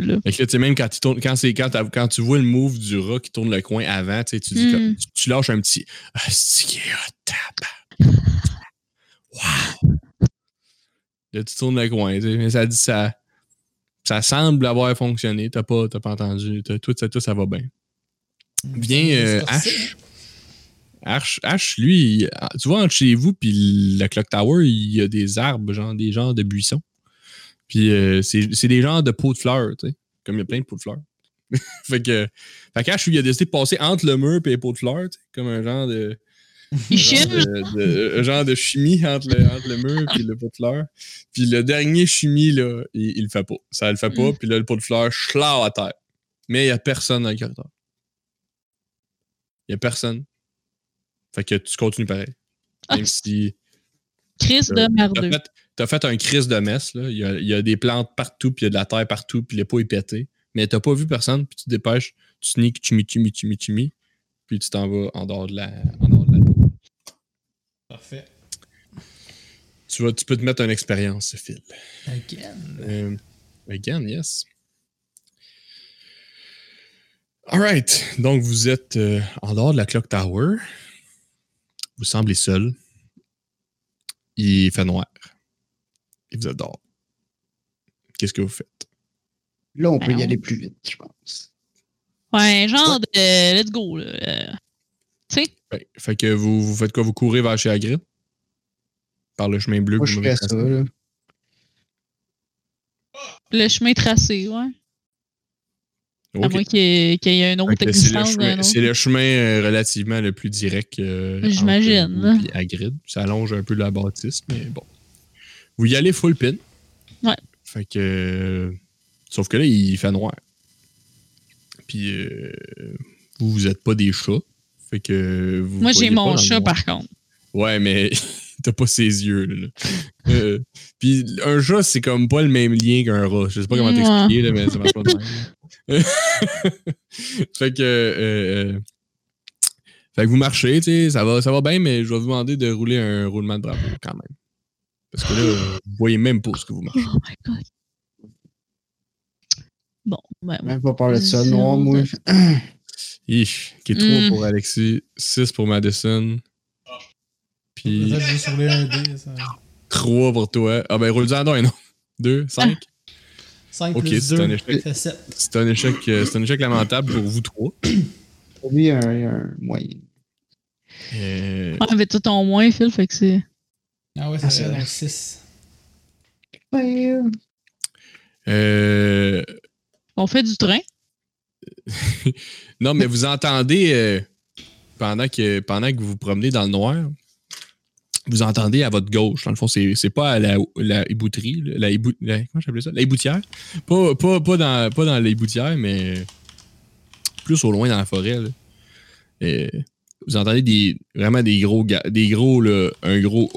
Speaker 2: [LAUGHS]
Speaker 4: Là.
Speaker 2: Fait que là, tu sais, même quand, il tourne- quand, c'est- quand, t'as- quand tu vois le move du rat qui tourne le coin avant, tu sais, tu, dis
Speaker 4: Mm.
Speaker 2: comme- tu, tu lâches un petit « Ah, c'est qui est hot, tabarnak. Wow! Là, tu tournes le coin, tu sais, mais ça dit ça. Ça semble avoir fonctionné, t'as pas, t'as pas entendu, t'as- tout ça, tout ça va bien. Bien, euh, Ash. Ash, Ash, lui, il- tu vois, entre chez vous, puis la Clock Tower, il y a des arbres, genre des genres de buissons. Puis euh, c'est c'est des genres de pots de fleurs, tu sais. Comme il y a plein de pots de fleurs. [LAUGHS] fait que, fait qu'Ash, lui, il a décidé de passer entre le mur et les pots de fleurs, tu sais, comme un genre de.
Speaker 4: Il
Speaker 2: un genre
Speaker 4: chime.
Speaker 2: de, de- un genre de chimie entre le, entre le mur et le pot de fleurs. Puis le dernier chimie, là, il, il le fait pas. Ça le fait pas, puis là, le pot de fleurs, chlau à terre. Mais il n'y a personne dans le corridor. Il n'y a personne. Fait que tu continues pareil.
Speaker 4: Ah,
Speaker 2: Même si
Speaker 4: Chris de
Speaker 2: t'as
Speaker 4: merdeux.
Speaker 2: euh, fait, t'as fait un crise de messe, là. Il y a, il y a des plantes partout, puis il y a de la terre partout, puis le pot est pété. Mais t'as pas vu personne, puis tu te dépêches, tu sneak, chimi, chimi, chimi, chimi, puis tu t'en vas en dehors de la. En dehors de la...
Speaker 1: Parfait.
Speaker 2: Tu, vas, tu peux te mettre une expérience, Phil.
Speaker 1: Again.
Speaker 2: Euh, again, yes. Alright. Donc, vous êtes euh, en dehors de la Clock Tower. Vous semblez seul. Il fait noir. Et vous êtes dehors. Qu'est-ce que vous faites?
Speaker 3: Là, on peut
Speaker 4: Ben,
Speaker 2: Ah.
Speaker 3: y
Speaker 4: on-
Speaker 3: aller plus vite, je pense.
Speaker 4: Ouais, genre de let's go. Là. Euh,
Speaker 2: Fait, Ben, fait que vous, vous faites quoi? Vous courez vers chez Hagrid? Par le chemin bleu
Speaker 3: Moi,
Speaker 2: que
Speaker 3: je
Speaker 2: vous m'avez
Speaker 3: ferais ça,
Speaker 2: tracé?
Speaker 3: là.
Speaker 4: Le chemin tracé, ouais. À
Speaker 2: Ok.
Speaker 4: moins qu'il y, ait- qu'il y ait un
Speaker 2: Fait
Speaker 4: autre
Speaker 2: que C'est le,
Speaker 4: existence. ben d'un
Speaker 2: chemin-
Speaker 4: autre.
Speaker 2: c'est le chemin euh, relativement le plus direct. euh, entre
Speaker 4: J'imagine, hein.
Speaker 2: vous
Speaker 4: là.
Speaker 2: et Hagrid. Ça allonge un peu la bâtisse, mais bon. Vous y allez full pin.
Speaker 4: Ouais.
Speaker 2: Fait que. euh, Sauf que là, il fait noir. Puis, euh, vous, vous êtes pas des chats. Fait que. vous
Speaker 4: Moi,
Speaker 2: voyez pas
Speaker 4: j'ai
Speaker 2: dans
Speaker 4: mon
Speaker 2: le
Speaker 4: chat,
Speaker 2: noir.
Speaker 4: par contre.
Speaker 2: Ouais, mais [LAUGHS] T'as pas ses yeux, là. là. Euh, puis un chat, c'est comme pas le même lien qu'un rat. Je sais pas comment
Speaker 4: Ouais.
Speaker 2: t'expliquer, là, mais ça marche pas de même. [LAUGHS] fait que. euh, euh, fait que vous marchez, tu sais, ça va, ça va bien, mais je vais vous demander de rouler un roulement de drapeau quand même. Parce que là, vous voyez même pas ce que vous marchez.
Speaker 4: Oh my god. Bon, ben,
Speaker 3: Même pas parler de ça,
Speaker 4: Zéro
Speaker 3: noir, moi.
Speaker 4: de-
Speaker 2: Ich, qui est 3
Speaker 4: Mm.
Speaker 2: pour Alexis, 6 pour Madison. Puis
Speaker 1: Peut-être juste rouler un dé. Ça...
Speaker 2: 3 pour toi. Ah ben, roule-en donc, non. 2, 5.
Speaker 1: 5
Speaker 2: Ok,
Speaker 1: plus
Speaker 2: c'est un
Speaker 1: 2,
Speaker 2: échec.
Speaker 1: ça fait 7.
Speaker 2: C'est un échec, euh, c'est un échec lamentable pour vous trois.
Speaker 3: Pour lui, il y a un, il y a un moyen.
Speaker 2: Euh,
Speaker 4: Ouais, mais toi, ton moins, Phil, fait que c'est.
Speaker 1: Ah ouais, ça
Speaker 3: Ah, c'est
Speaker 1: fait
Speaker 3: vrai.
Speaker 1: donc 6.
Speaker 3: Ouais, euh,
Speaker 2: euh,
Speaker 4: On fait du train.
Speaker 2: non, mais vous entendez euh, pendant que pendant que vous vous promenez dans le noir, vous entendez à votre gauche. Dans le fond, c'est c'est pas à la, la ébouterie, là, la, ébou- la- comment j'appelais ça, la éboutière. Pas, pas, pas dans pas dans l'éboutière, mais plus au loin dans la forêt. là. Euh, vous entendez des vraiment des gros ga- des gros là, un gros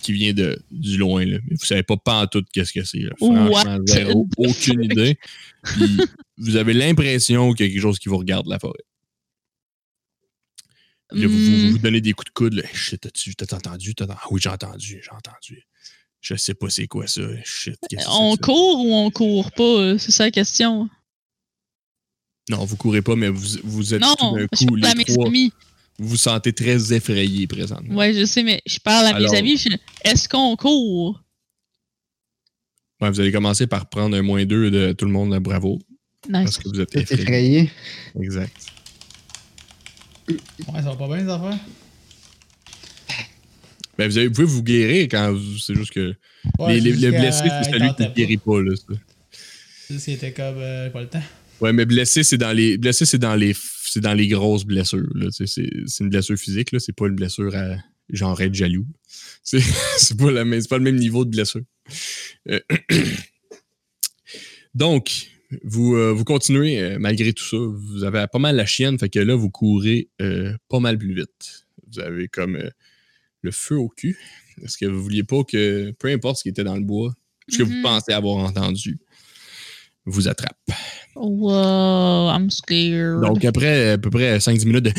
Speaker 2: qui vient de du loin là. Mais vous savez pas pas en tout qu'est-ce que c'est. là. Franchement,
Speaker 4: What
Speaker 2: zéro,
Speaker 4: the [LAUGHS]
Speaker 2: aucune
Speaker 4: fuck?
Speaker 2: idée. Puis vous avez l'impression qu'il y a quelque chose qui vous regarde la forêt. Puis là, vous,
Speaker 4: Hmm,
Speaker 2: vous, vous donnez des coups de coude. Là. Eh, Shit, t'as-tu t'as entendu? T'as- Ah oui, j'ai entendu, j'ai entendu. Je sais pas c'est quoi ça. Shit, qu'est-ce que
Speaker 4: On
Speaker 2: c'est que ça?
Speaker 4: court ou on court pas? euh, C'est ça la question.
Speaker 2: Non, vous courez pas, mais vous, vous êtes
Speaker 4: Non,
Speaker 2: tout d'un
Speaker 4: je
Speaker 2: coup,
Speaker 4: parle à
Speaker 2: les
Speaker 4: mes
Speaker 2: trois,
Speaker 4: amis.
Speaker 2: vous vous sentez très effrayés présentement.
Speaker 4: Ouais, je sais, mais je parle à
Speaker 2: Alors-
Speaker 4: mes amis. je fais, Est-ce qu'on court?
Speaker 2: Ouais, vous allez commencer par prendre un moins deux de tout le monde, là, bravo, parce
Speaker 4: Nice.
Speaker 2: que vous êtes
Speaker 3: T'es
Speaker 2: effrayés.
Speaker 3: effrayé.
Speaker 2: Exact.
Speaker 1: Ouais, ça va pas bien les affaires?
Speaker 2: Ben, vous, avez- vous pouvez vous guérir quand vous- c'est juste que
Speaker 1: Ouais,
Speaker 2: les- les-
Speaker 1: c'est juste
Speaker 2: le blessé,
Speaker 1: qu'elle-
Speaker 2: c'est
Speaker 1: elle
Speaker 2: celui qui
Speaker 1: tentait
Speaker 2: ne guérit pas. là, ça.
Speaker 1: C'est juste qu'il était comme, euh, pas le temps.
Speaker 2: Ouais, mais blessé, c'est dans les blessé, c'est dans les c'est dans les grosses blessures. là. Tu sais, C'est c'est une blessure physique, là. c'est pas une blessure à genre être jaloux. [LAUGHS] C'est c'est pas, la même- c'est pas le même niveau de blessure. Euh, [CLEARS THROAT] Donc, vous, euh, vous continuez euh, malgré tout ça. Vous avez pas mal la chienne, fait que là, vous courez euh, pas mal plus vite. Vous avez comme euh, le feu au cul. Est-ce que vous vouliez pas que, peu importe ce qui était dans le bois, ce que vous
Speaker 4: Mhm.
Speaker 2: pensez avoir entendu, vous attrape?
Speaker 4: Wow, I'm scared.
Speaker 2: Donc, après à peu près 5-10 minutes de,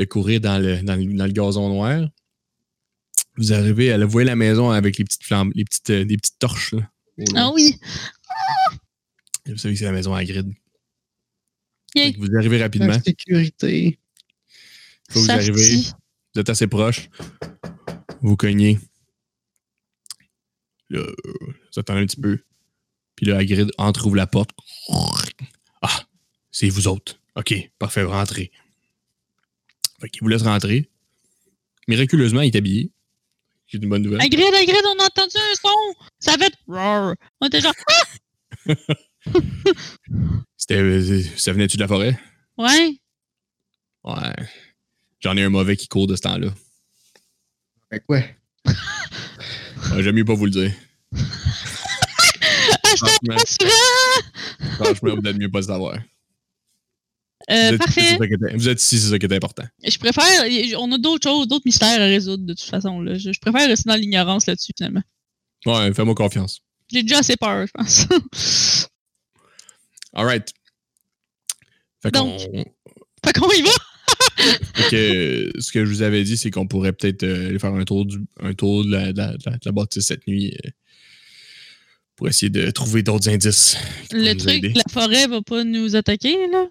Speaker 2: de courir dans le, dans, le, dans le gazon noir, vous arrivez à le voir la maison avec les petites flammes, les petites, euh, des petites torches. Oh là, au loin.
Speaker 4: ah oui.
Speaker 2: Et Vous savez que c'est la maison à grid.
Speaker 4: Yay.
Speaker 2: Vous arrivez rapidement.
Speaker 3: La sécurité.
Speaker 2: Faut vous
Speaker 4: Sarti.
Speaker 2: arriver. Vous êtes assez proche. Vous cognez. Là, euh, vous attendez un petit peu. Puis là, Hagrid entre-ouvre la porte. Ah, c'est vous autres. OK, parfait, rentrez. Fait qu'il vous laisse rentrer. Miraculeusement, il est habillé. C'est une bonne nouvelle.
Speaker 4: Agrid, Agrid, on a entendu un son. Ça fait. Roar. On était genre. [LAUGHS]
Speaker 2: C'était, euh, ça venait-tu de la forêt?
Speaker 4: Ouais.
Speaker 2: Ouais. J'en ai un mauvais qui court de ce temps-là.
Speaker 3: Fait quoi?
Speaker 2: Ouais, J'aime mieux pas vous le dire.
Speaker 4: Ah,
Speaker 2: franchement, franchement, vous êtes mieux pas le savoir.
Speaker 4: Euh,
Speaker 2: vous, êtes ici,
Speaker 4: parfait.
Speaker 2: c'est ça qui est- vous êtes ici, c'est ça qui est important.
Speaker 4: Je préfère. On a d'autres choses, d'autres mystères à résoudre de toute façon. Là. Je, je préfère rester dans l'ignorance là-dessus finalement.
Speaker 2: Ouais, fais-moi confiance.
Speaker 4: J'ai déjà assez peur, je pense. [LAUGHS]
Speaker 2: All right. Fait qu'on-
Speaker 4: Donc. fait qu'on y va.
Speaker 2: fait que ce que je vous avais dit, c'est qu'on pourrait peut-être euh, aller faire un tour, du, un tour de, la, de la- de la- de la bâtisse cette nuit euh, pour essayer de trouver d'autres indices. qui pourraient
Speaker 4: Le
Speaker 2: nous
Speaker 4: truc,
Speaker 2: aider.
Speaker 4: la forêt va pas nous attaquer là.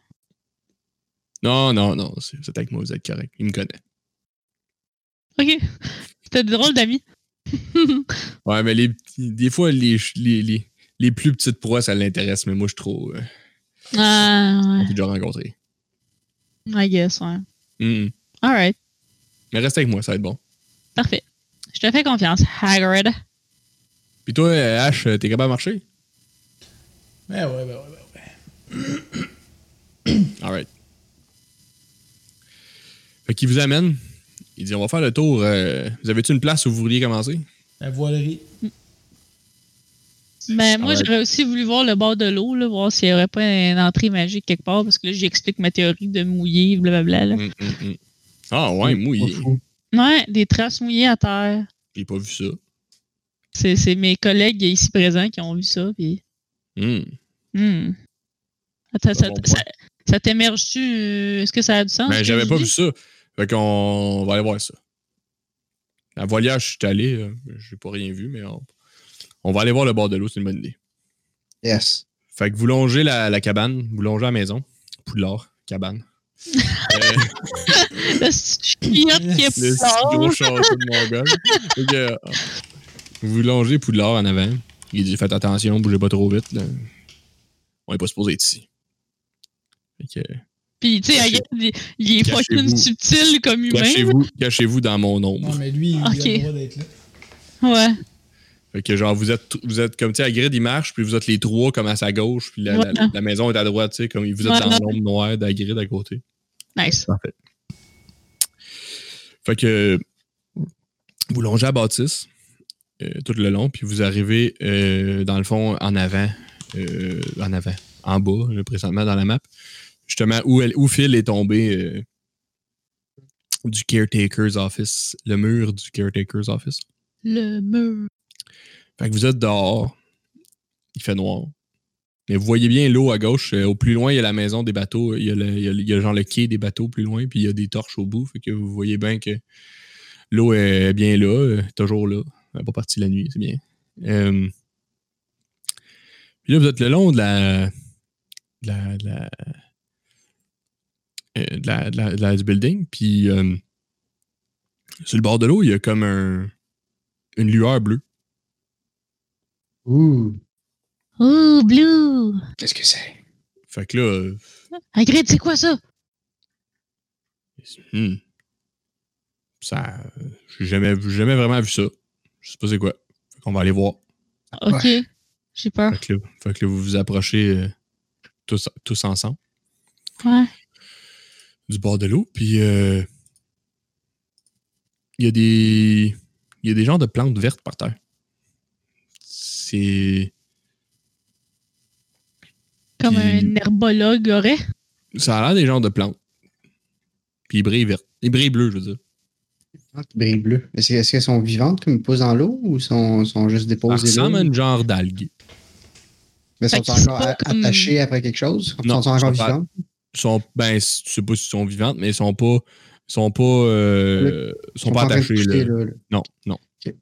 Speaker 2: Non, non, non, c'est c'est avec moi, vous êtes correct. Il me connaît.
Speaker 4: Ok. C'était des drôles d'amis.
Speaker 2: Ouais, mais les, petits- des fois, les, ch- les, les, les plus petites proies, ça l'intéresse, mais moi, je trouve. Euh,
Speaker 4: [LAUGHS] ah
Speaker 2: on
Speaker 4: ouais.
Speaker 2: s'est déjà rencontré.
Speaker 4: I guess, ouais.
Speaker 2: Hum, hum.
Speaker 4: Alright.
Speaker 2: Mais reste avec moi, ça va être bon.
Speaker 4: Parfait. Je te fais confiance, Hagrid.
Speaker 2: Puis toi, euh, Ash, euh, t'es capable de marcher?
Speaker 1: Ben ouais, ben ouais, ben ouais.
Speaker 2: All right. Fait qu'il vous amène. Il dit, on va faire le tour. euh, vous avez-tu une place où vous vouliez commencer?
Speaker 1: La voilerie.
Speaker 4: Ben, moi,
Speaker 2: Alright.
Speaker 4: j'aurais aussi voulu voir le bord de l'eau, là, voir s'il n'y aurait pas une entrée magique quelque part, parce que là, j'explique ma théorie de mouiller, blablabla. là.
Speaker 2: Mm, mm, mm. Ah ouais, mouillé.
Speaker 3: Pas fou.
Speaker 2: Mm.
Speaker 4: Ouais, des traces mouillées à terre.
Speaker 2: J'ai pas vu ça.
Speaker 4: C'est c'est mes collègues ici présents qui ont vu ça. Puis...
Speaker 2: Hmm.
Speaker 4: Hmm. Attends,
Speaker 2: C'est un
Speaker 4: ça,
Speaker 2: bon
Speaker 4: ça-
Speaker 2: point.
Speaker 4: ça t'émerge-tu? euh, Est-ce que ça a du sens? ce
Speaker 2: Mais
Speaker 4: que
Speaker 2: Ben, j'avais
Speaker 4: je
Speaker 2: pas
Speaker 4: dis?
Speaker 2: vu ça. Fait qu'on on va aller voir ça. La voilière, je suis allé. euh, J'ai pas rien vu, mais on, on va aller voir le bord de l'eau, c'est une bonne idée.
Speaker 3: Yes.
Speaker 2: Fait que vous longez la, la cabane, vous longez la maison. Poudlard, cabane. Euh,
Speaker 4: [LAUGHS]
Speaker 2: [LAUGHS]
Speaker 4: Le chiotte qui
Speaker 2: Le
Speaker 4: est
Speaker 2: si gros
Speaker 4: pas
Speaker 2: château de Mongol. Fait que, euh, vous longez Poudlard en avant. Il dit Faites attention, bougez pas trop vite. là. On est pas supposé être ici. Fait que, euh,
Speaker 4: Puis, tu sais, Agathe, il, il est fucking
Speaker 2: Cachez-vous.
Speaker 4: subtil comme humain.
Speaker 2: Cachez-vous cachez-vous dans mon
Speaker 1: Non,
Speaker 2: ombre.
Speaker 1: mais lui, il
Speaker 4: Ok.
Speaker 1: a le droit d'être là.
Speaker 4: Ouais.
Speaker 2: Fait que genre, vous êtes, vous êtes comme, tu sais, à grid, il marche, puis vous êtes les trois comme à sa gauche, puis la, la-
Speaker 4: Voilà.
Speaker 2: la maison est à droite, tu sais, comme vous êtes
Speaker 4: Voilà.
Speaker 2: dans l'ombre noire d'Agrid à côté.
Speaker 4: Nice.
Speaker 2: Fait que vous longez à bâtisse euh, tout le long, puis vous arrivez euh, dans le fond en avant, euh, en avant, en bas, là, présentement dans la map, justement où, elle, où Phil est tombé euh, du Caretaker's Office, le mur du Caretaker's Office.
Speaker 4: Le mur.
Speaker 2: Fait que vous êtes dehors, il fait noir. Mais vous voyez bien l'eau à gauche. Euh, Au plus loin, il y a la maison des bateaux. Il y, a le, il, y a, le- il y a genre le quai des bateaux plus loin, puis il y a des torches au bout. Fait que vous voyez bien que l'eau est bien là, euh, toujours là. Elle n'est pas partie la nuit, c'est bien. Euh, puis là, vous êtes le long de la. de la. de la- euh, de la- de la- de la- du building. Puis euh, sur le bord de l'eau, il y a comme un, une lueur bleue.
Speaker 3: Ouh.
Speaker 4: Oh, Blue!
Speaker 3: Qu'est-ce que c'est?
Speaker 2: Fait que là, euh,
Speaker 4: Hagrid, c'est quoi ça?
Speaker 2: Hmm. Ça. euh, J'ai jamais, j'ai jamais vraiment vu ça. Je sais pas c'est quoi. Fait qu'on va aller voir.
Speaker 4: Ok. J'ai peur.
Speaker 2: Fait que là, fait que là, vous vous approchez euh, tous, tous ensemble
Speaker 4: Ouais.
Speaker 2: du bord de l'eau. Puis. euh, Il y a des. Il y a des genres de plantes vertes par terre. C'est.
Speaker 4: Comme
Speaker 2: Puis-
Speaker 4: un herbologue aurait.
Speaker 2: Ça a l'air des genres de plantes. Puis ils brillent vertes. Ils bleu bleues, je veux dire.
Speaker 3: Ah, tu brilles bleu. Est-ce que- est-ce qu'elles sont vivantes comme ils poussent dans l'eau ou sont, sont juste
Speaker 2: Ah, Ça
Speaker 3: déposées là?
Speaker 2: ressemble à un genre d'algues.
Speaker 3: Mais
Speaker 4: Fait
Speaker 3: sont-elles
Speaker 4: qu'ils sont
Speaker 3: encore a-
Speaker 4: comme-
Speaker 3: attachées après quelque chose?
Speaker 2: Non,
Speaker 3: sont-elles encore
Speaker 2: ils sont pas-
Speaker 3: vivantes?
Speaker 2: sont ben c- je sais pas si sont vivantes mais sont pas sont pas euh, sont, pas
Speaker 3: en train de
Speaker 2: attachés
Speaker 3: pousser,
Speaker 2: là.
Speaker 3: là, là.
Speaker 2: non non
Speaker 3: Ok.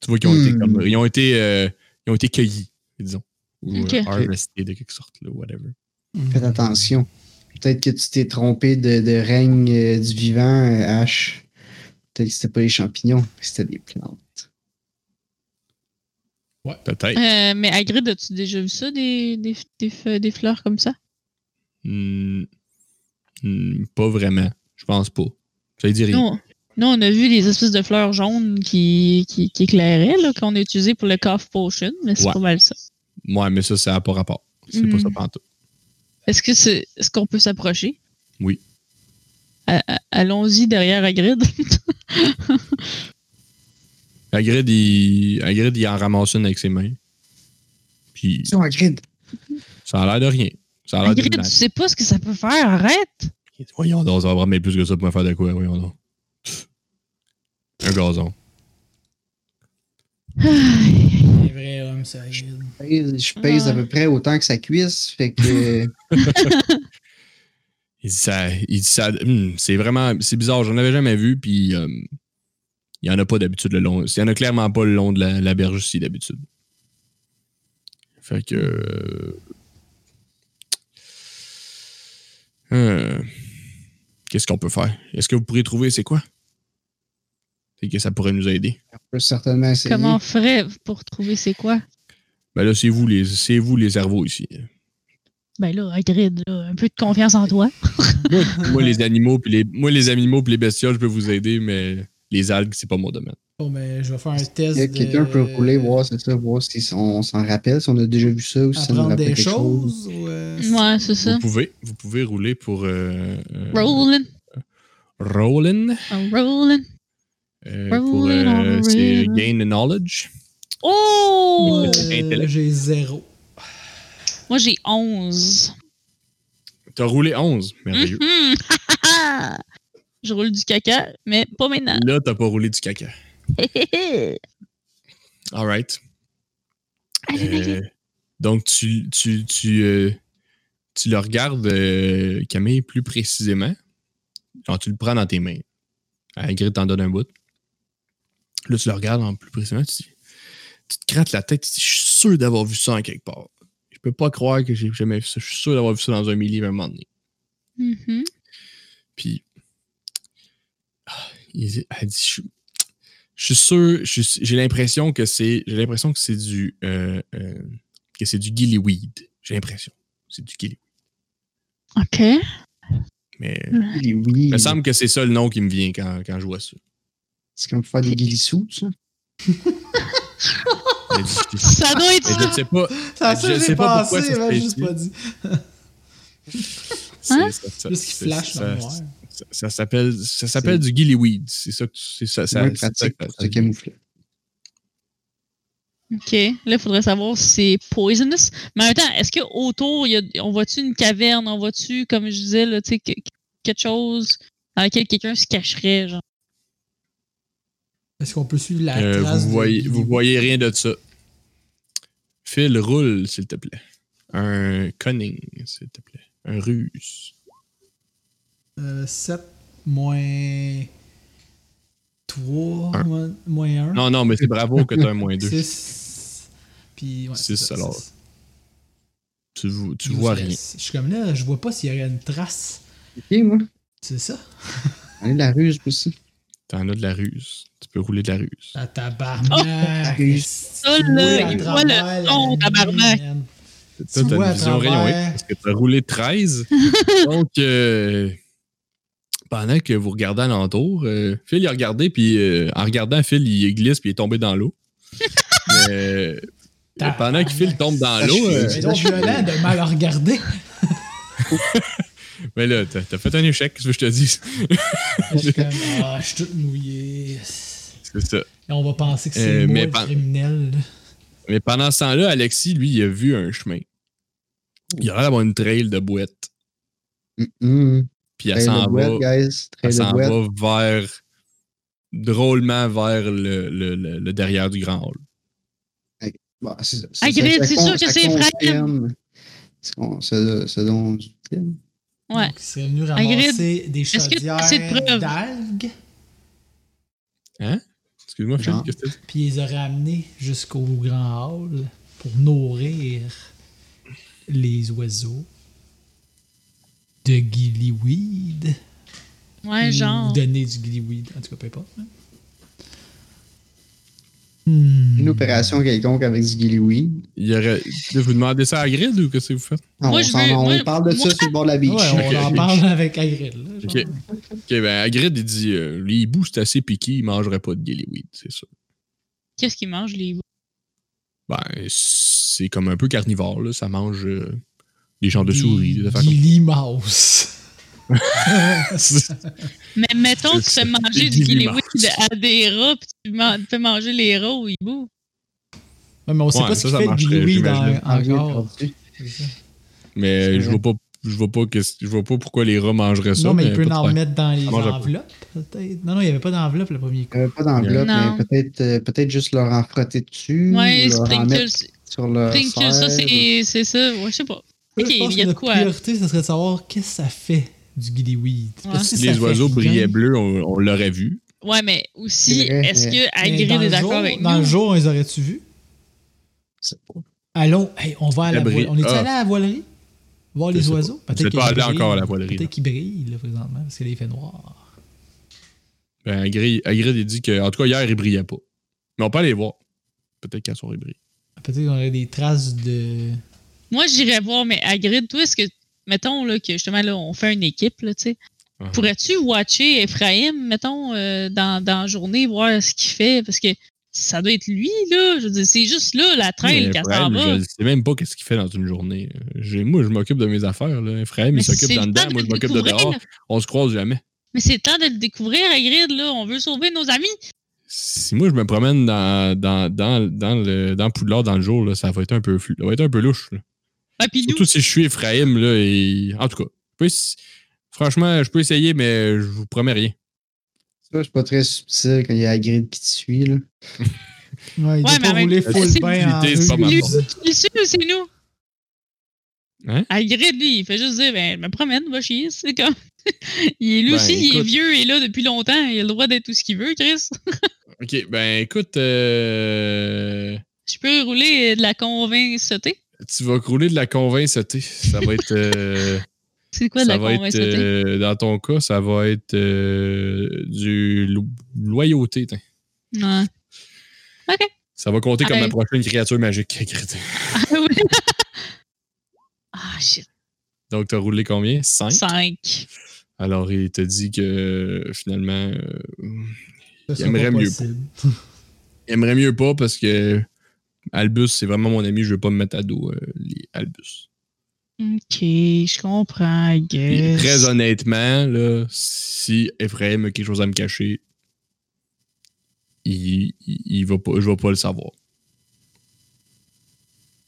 Speaker 2: tu vois qu'ils ont été
Speaker 3: Hmm.
Speaker 2: comme ils ont été euh, ils ont été cueillis disons ou euh,
Speaker 4: Ok.
Speaker 2: harvestés de quelque sorte là, whatever
Speaker 3: Faites attention. Peut-être que tu t'es trompé de, de règne euh, du vivant, euh, H. Peut-être que c'était pas les champignons, c'était des plantes.
Speaker 2: peut-être
Speaker 4: Euh, mais Hagrid, as-tu déjà vu ça, des, des, des, fe- des fleurs comme ça?
Speaker 2: Hmm. Hmm, pas vraiment je pense pas ça dit rien
Speaker 4: Non. Nous, on a vu les espèces de fleurs jaunes qui, qui, qui éclairaient, là, qu'on a utilisées pour le cough potion, mais c'est
Speaker 2: Ouais.
Speaker 4: pas mal ça.
Speaker 2: ouais mais ça ça a pas rapport c'est pas
Speaker 4: Hmm.
Speaker 2: ça pantoute
Speaker 4: Est-ce que c'est est-ce qu'on peut s'approcher?
Speaker 2: Oui.
Speaker 4: A- a- Allons-y derrière Hagrid.
Speaker 2: Hagrid il Hagrid il en ramasse une avec ses mains puis
Speaker 3: Ils sont en grid.
Speaker 2: ça a l'air de rien ça a l'air
Speaker 4: Hagrid,
Speaker 2: de
Speaker 4: tu sais pas ce que ça peut faire, arrête!
Speaker 2: Il dit, Voyons donc, ça va prendre bien plus que ça pour me faire de quoi, voyons donc. Pff. Un gazon.
Speaker 1: Un vrai homme, ça aide.
Speaker 3: Je pèse, je pèse à peu près autant que sa cuisse,
Speaker 1: [LAUGHS]
Speaker 3: fait que.
Speaker 2: Il dit ça, il dit ça, hum, c'est vraiment, c'est bizarre, j'en avais jamais vu, puis euh, il y en a pas d'habitude le long, il y en a clairement pas le long de la, la berge ici d'habitude. Fait que... euh, euh, Qu'est-ce qu'on peut faire? Est-ce que vous pourriez trouver c'est quoi? C'est que ça pourrait nous aider.
Speaker 3: on peut certainement essayer.
Speaker 4: Comment on ferait pour trouver c'est quoi?
Speaker 2: Ben là, c'est vous les, c'est vous les cerveaux ici.
Speaker 4: Ben là, Hagrid, là, un peu de confiance en toi.
Speaker 2: moi, moi, les animaux puis les moi les animaux puis les bestioles je peux vous aider mais les algues c'est pas mon domaine
Speaker 1: Bon, ben, je vais faire un
Speaker 3: Est-ce
Speaker 1: test.
Speaker 3: que Quelqu'un
Speaker 1: de-
Speaker 3: peut rouler, voir, c'est ça, voir si on, on s'en rappelle, si on a déjà vu ça ou si ça nous
Speaker 1: Apprendre
Speaker 3: rappelle
Speaker 1: des
Speaker 3: quelque chose.
Speaker 1: choses ou, euh,
Speaker 4: Ouais, c'est ça.
Speaker 2: vous pouvez vous pouvez rouler pour euh, euh,
Speaker 4: Rollin',
Speaker 2: rolling
Speaker 4: I'm rollin'.
Speaker 2: euh, pour euh,
Speaker 4: Rolling on
Speaker 2: c'est
Speaker 4: rail.
Speaker 2: gain knowledge
Speaker 4: Oh!
Speaker 1: euh,
Speaker 2: Intellect.
Speaker 1: J'ai zéro.
Speaker 4: Moi, j'ai 11.
Speaker 2: Ah, ben, t'as roulé 11 merveilleux
Speaker 4: Mhm. [LAUGHS] je roule du caca, mais pas maintenant. [LAUGHS]
Speaker 2: Là, t'as pas roulé du caca. Alright. Euh, donc, tu, tu, tu, euh, tu le regardes, euh, Camille, plus précisément. Genre, tu le prends dans tes mains. Hagrid t'en donne un bout. Là, tu le regardes en plus précisément. Tu, dis- tu te grattes la tête. Tu dis, Je suis sûr d'avoir vu ça en quelque part. Je peux pas croire que j'ai jamais vu ça. Je suis sûr d'avoir vu ça dans un milieu à un moment donné.
Speaker 4: Mhm.
Speaker 2: Puis, ah, il dit- elle dit, je, je suis sûr, je suis- j'ai l'impression que c'est, j'ai l'impression que c'est du, euh, euh, que c'est du gillyweed. J'ai l'impression, c'est du gilly.
Speaker 4: OK.
Speaker 2: Mais
Speaker 3: Les oui.
Speaker 2: il me semble que c'est ça le nom qui me vient quand, quand je vois ça.
Speaker 3: C'est comme faire des guilissous, ça.
Speaker 2: Elle dit, je,
Speaker 4: Ça doit être
Speaker 2: je ne
Speaker 4: ça.
Speaker 2: sais pas,
Speaker 1: Ça, ça,
Speaker 2: Ben, Je
Speaker 1: j'ai
Speaker 2: sais
Speaker 1: pensé,
Speaker 2: pas pourquoi ça se
Speaker 1: mais
Speaker 2: fait
Speaker 1: j'ai juste
Speaker 2: ici.
Speaker 1: pas dit.
Speaker 2: c'est-
Speaker 4: Hein?
Speaker 2: ça- ça-
Speaker 1: Juste qu'il
Speaker 2: ça-
Speaker 1: flash dans
Speaker 2: ça-
Speaker 1: le noir.
Speaker 2: ça- ça s'appelle, ça s'appelle du gillyweed. C'est ça que tu, c'est ça, ça,
Speaker 3: Ça,
Speaker 2: c'est ça
Speaker 3: pratique
Speaker 2: que-
Speaker 3: pour se camoufler.
Speaker 4: OK. Là, il faudrait savoir si c'est poisonous. Mais en même temps, est-ce qu'autour, on voit-tu une caverne? On voit-tu, comme je disais, là, tu sais, que- quelque chose dans laquelle quelqu'un se cacherait? Genre?
Speaker 1: Est-ce qu'on peut suivre la
Speaker 2: Euh,
Speaker 1: trace
Speaker 2: vous,
Speaker 1: de
Speaker 2: voyez,
Speaker 1: Gilly
Speaker 2: vous
Speaker 1: Weed?
Speaker 2: voyez rien de ça. Phil, roule, s'il te plaît. Un conning, s'il te plaît. Un ruse.
Speaker 1: Euh, 7 moins 3
Speaker 2: Un.
Speaker 1: moins 1.
Speaker 2: Non, non, mais c'est bravo que tu as un moins 2.
Speaker 1: 6. Puis ouais,
Speaker 2: Six,
Speaker 1: c'est ça,
Speaker 2: alors,
Speaker 1: six.
Speaker 2: Tu, vo- tu
Speaker 1: Douze
Speaker 2: vois
Speaker 1: restes.
Speaker 2: rien.
Speaker 1: Je suis comme là, je vois pas s'il y aurait une trace.
Speaker 3: Ok, moi.
Speaker 1: C'est ça?
Speaker 3: Allez, la ruse, aussi.
Speaker 2: T'en as de la ruse. Tu peux rouler de la ruse.
Speaker 3: Ah,
Speaker 1: La tabarnak!
Speaker 3: Oh!
Speaker 1: Ça,
Speaker 4: là, il voit le son, tabarnak.
Speaker 2: Ça, t'as
Speaker 1: vois
Speaker 2: une
Speaker 1: à
Speaker 2: vision
Speaker 1: travers-
Speaker 2: rayon X parce que t'as roulé
Speaker 3: [LAUGHS]
Speaker 2: 13. Donc, euh, pendant que vous regardez alentour, euh, Phil, il a regardé, puis euh, en regardant, Phil, il glisse, puis il est tombé dans
Speaker 3: [LAUGHS]
Speaker 2: l'eau. Mais, euh, pendant que Phil tombe dans
Speaker 3: Ça,
Speaker 2: l'eau,
Speaker 3: je
Speaker 2: euh,
Speaker 3: suis-
Speaker 1: C'est donc violent de mal regarder.
Speaker 2: Mais là, t'as t'as fait un échec, qu'est-ce que je te dis?
Speaker 1: Je suis comme, ah, je suis tout mouillé. Et
Speaker 2: [LAUGHS] C'est ça.
Speaker 1: on va penser que c'est
Speaker 2: Euh,
Speaker 1: moi
Speaker 2: mais
Speaker 1: le
Speaker 2: par-
Speaker 1: criminel. là.
Speaker 2: Mais pendant ce temps-là, Alexis, lui, il a vu un chemin. Il a l'air d'avoir une trail de boîte.
Speaker 3: Mm-mm.
Speaker 2: Puis elle
Speaker 3: Trail
Speaker 2: s'en
Speaker 3: de
Speaker 2: va,
Speaker 3: boîte, guys.
Speaker 2: elle
Speaker 3: Trail de
Speaker 2: s'en
Speaker 3: boîte.
Speaker 2: va vers. drôlement vers le, le- le- le derrière du grand hall.
Speaker 3: Bon, Bah, c'est ça.
Speaker 4: Ah, Grid, c'est sûr que c'est hein. Frank.
Speaker 3: Frank. Ça, ça donne du thème.
Speaker 4: Ouais.
Speaker 1: Donc, il serait venu
Speaker 4: Ingrid,
Speaker 1: ramasser des
Speaker 4: est-ce que t'as assez de
Speaker 1: chaudières
Speaker 4: preuves?
Speaker 1: d'algues,
Speaker 2: Excuse-moi, Phil,
Speaker 3: Genre.
Speaker 2: qu'est-ce que t'as dit?
Speaker 1: puis ils auraient amené jusqu'au grand hall pour nourrir les oiseaux de gillyweed.
Speaker 4: Ouais,
Speaker 1: ou
Speaker 4: genre.
Speaker 1: Donner du gillyweed, en tout cas, peu importe. hein. Hmm.
Speaker 3: Une opération quelconque avec du Gillyweed.
Speaker 2: Il aurait- Vous demandez ça à Grid ou qu'est-ce que vous faites?
Speaker 3: On,
Speaker 4: Moi, je
Speaker 3: s'en-
Speaker 4: veux-
Speaker 3: on
Speaker 4: moi-
Speaker 3: parle de
Speaker 4: moi-
Speaker 3: ça sur le bord de la beach.
Speaker 1: Ah Ouais, on
Speaker 2: Ok.
Speaker 3: [LAUGHS]
Speaker 1: en parle avec Agrid.
Speaker 2: Ok. Ok, ben, Hagrid, il dit euh, les hiboux, c'est assez piqué, ils mangeraient pas de gillyweed, c'est sûr.
Speaker 4: Qu'est-ce qu'ils mangent, les
Speaker 2: Ben, c'est comme un peu carnivore, là. Ça mange euh, des genres de souris, des affaires comme
Speaker 1: Gilly
Speaker 2: [LAUGHS]
Speaker 1: Mouse.
Speaker 4: Mais mettons,
Speaker 2: C'est
Speaker 4: tu
Speaker 2: ça.
Speaker 4: fais manger
Speaker 2: Des
Speaker 4: du gillyweed
Speaker 2: guillemards.
Speaker 4: à des rats, puis tu man- tu fais manger les rats au hibou.
Speaker 1: Ouais, mais on sait
Speaker 2: Ouais,
Speaker 1: pas ce
Speaker 2: ça,
Speaker 1: qu'il
Speaker 2: ça
Speaker 1: fait de
Speaker 2: marcherait,
Speaker 1: Gillyweed en-
Speaker 2: j'imagine. Ah,
Speaker 1: encore.
Speaker 2: Mais
Speaker 3: C'est
Speaker 2: je
Speaker 3: vrai.
Speaker 2: vois pas, je vois pas, qu'est-ce- je vois pas pourquoi les rats mangeraient ça.
Speaker 1: non, mais il
Speaker 2: mais
Speaker 1: peut
Speaker 2: pas de
Speaker 1: en
Speaker 2: problème.
Speaker 1: mettre dans les
Speaker 2: Ça mange un peu.
Speaker 1: enveloppes, peut-être. Non, non, il n'y avait pas d'enveloppe le premier coup.
Speaker 3: Euh, pas d'enveloppe,
Speaker 4: Non.
Speaker 3: mais peut-être euh, peut-être juste leur en frotter
Speaker 1: Hmm,
Speaker 3: dessus.
Speaker 4: Ouais,
Speaker 3: ou leur en
Speaker 4: sprinkle,
Speaker 3: mettre sur leur
Speaker 4: sprinkle, ça,
Speaker 3: fer.
Speaker 4: c'est c'est ça. Ouais, je sais pas. Ok,
Speaker 1: Je pense
Speaker 4: il y a
Speaker 1: que
Speaker 4: de
Speaker 1: notre
Speaker 4: quoi.
Speaker 1: priorité, ça serait de savoir qu'est-ce que ça fait du Gillyweed.
Speaker 4: Ouais.
Speaker 1: Parce que
Speaker 2: Si
Speaker 1: ça
Speaker 2: les
Speaker 1: fait
Speaker 2: oiseaux
Speaker 1: rien,
Speaker 2: brillaient bleus, on, on l'aurait vu.
Speaker 4: Ouais, mais aussi,
Speaker 3: C'est vrai,
Speaker 4: est-ce
Speaker 3: mais-
Speaker 4: que
Speaker 1: mais
Speaker 4: Hagrid
Speaker 1: dans le
Speaker 4: est d'accord
Speaker 1: jour-
Speaker 4: avec
Speaker 1: Dans le
Speaker 4: nous?
Speaker 1: jour, ils auraient-tu vu?
Speaker 3: C'est pas-
Speaker 1: Allons, hey, on va à la
Speaker 2: La bri-
Speaker 1: voile- On est-tu
Speaker 2: Ah.
Speaker 1: allé à la voilerie? Voir
Speaker 2: Je
Speaker 1: les
Speaker 2: sais pas.
Speaker 1: oiseaux?
Speaker 2: Je vais
Speaker 1: qu'ils
Speaker 2: pas aller
Speaker 1: brillent.
Speaker 2: encore à la voilerie, là.
Speaker 1: Peut-être qu'ils brillent, là, présentement, parce qu'il les fait noir.
Speaker 2: Ben, Hagrid, Hagrid, il dit que, en tout cas, hier, il brillait pas. Mais on peut aller voir. Peut-être qu'à soir, il brille.
Speaker 1: Peut-être qu'on aurait des traces de.
Speaker 4: Moi, j'irais voir, mais Hagrid, toi, est-ce que, mettons, là, que justement, là, on fait une équipe, là, tu sais.
Speaker 2: Uh-huh.
Speaker 4: Pourrais-tu watcher Ephraim, mettons, euh, dans, dans la journée, voir ce qu'il fait? Parce que ça doit être lui, là. Je veux dire, c'est juste là, la trail
Speaker 2: Mais
Speaker 4: qu'elle s'en
Speaker 2: Ephraim,
Speaker 4: va.
Speaker 2: Je sais même pas qu'est-ce qu'il fait dans une journée. J'ai- moi, je m'occupe de mes affaires. Là. Ephraim, il s'occupe
Speaker 4: c'est
Speaker 2: dans
Speaker 4: le
Speaker 2: dedans.
Speaker 4: temps
Speaker 2: Moi,
Speaker 4: le
Speaker 2: je m'occupe de
Speaker 4: découvrir,
Speaker 2: dehors.
Speaker 4: là.
Speaker 2: On se croise jamais.
Speaker 4: Mais c'est le temps de le découvrir, Hagrid, là. On veut sauver nos amis.
Speaker 2: Si moi, je me promène dans, dans, dans, dans, le, dans Poudlard dans le jour, là, ça va être un peu, flou- ça va être un peu louche. là.
Speaker 4: Ah, puis nous,
Speaker 2: Surtout si je suis Ephraim, là, et... En tout cas, oui, si- Franchement, je peux essayer, mais je vous promets rien.
Speaker 3: Tu vois, je suis pas très subtil quand il y a la grille qui te suit. Là.
Speaker 1: Ouais, il
Speaker 4: Ouais,
Speaker 1: doit
Speaker 4: mais
Speaker 1: pas
Speaker 4: avec-
Speaker 1: rouler full
Speaker 4: c'est-
Speaker 1: bain en
Speaker 2: l'utilité, c'est pas
Speaker 1: rue,
Speaker 2: mal.
Speaker 1: là.
Speaker 4: Il suit ou c'est nous?
Speaker 2: Hein?
Speaker 4: Hagrid, lui, il fait juste dire, ben, me promène, va chier. C'est comme. [LAUGHS] il est lui
Speaker 2: Ben,
Speaker 4: aussi, il est
Speaker 2: écoute.
Speaker 4: vieux, il est là depuis longtemps, il a le droit d'être tout ce qu'il veut, Chris.
Speaker 2: Ok, ben écoute, euh,
Speaker 4: Je peux rouler euh, de la convinceuté.
Speaker 2: tu vas rouler de la convinceuté. Ça va être. euh, [LAUGHS]
Speaker 4: C'est quoi de
Speaker 2: ça
Speaker 4: la
Speaker 2: va être
Speaker 4: convinceuté?
Speaker 2: euh, dans ton cas, ça va être euh, du lo- loyauté. tiens.
Speaker 4: Ouais.
Speaker 2: Ça va compter comme
Speaker 4: Hey.
Speaker 2: la prochaine créature magique.
Speaker 4: Ah oui. Ah, shit.
Speaker 2: Donc, t'as roulé combien? 5.
Speaker 4: 5.
Speaker 2: Alors, il te dit que euh, finalement, euh,
Speaker 1: Ça sera
Speaker 2: J'aimerais
Speaker 1: pas
Speaker 2: mieux.
Speaker 1: possible.
Speaker 2: il aimerait mieux pas parce que Albus, c'est vraiment mon ami. Je veux pas me mettre à dos euh, les Albus.
Speaker 4: Ok, je comprends, I
Speaker 2: Puis,
Speaker 4: guess.
Speaker 2: Très honnêtement, là, si Ephraim a quelque chose à me cacher, il, il, il va pas, je vais pas le savoir.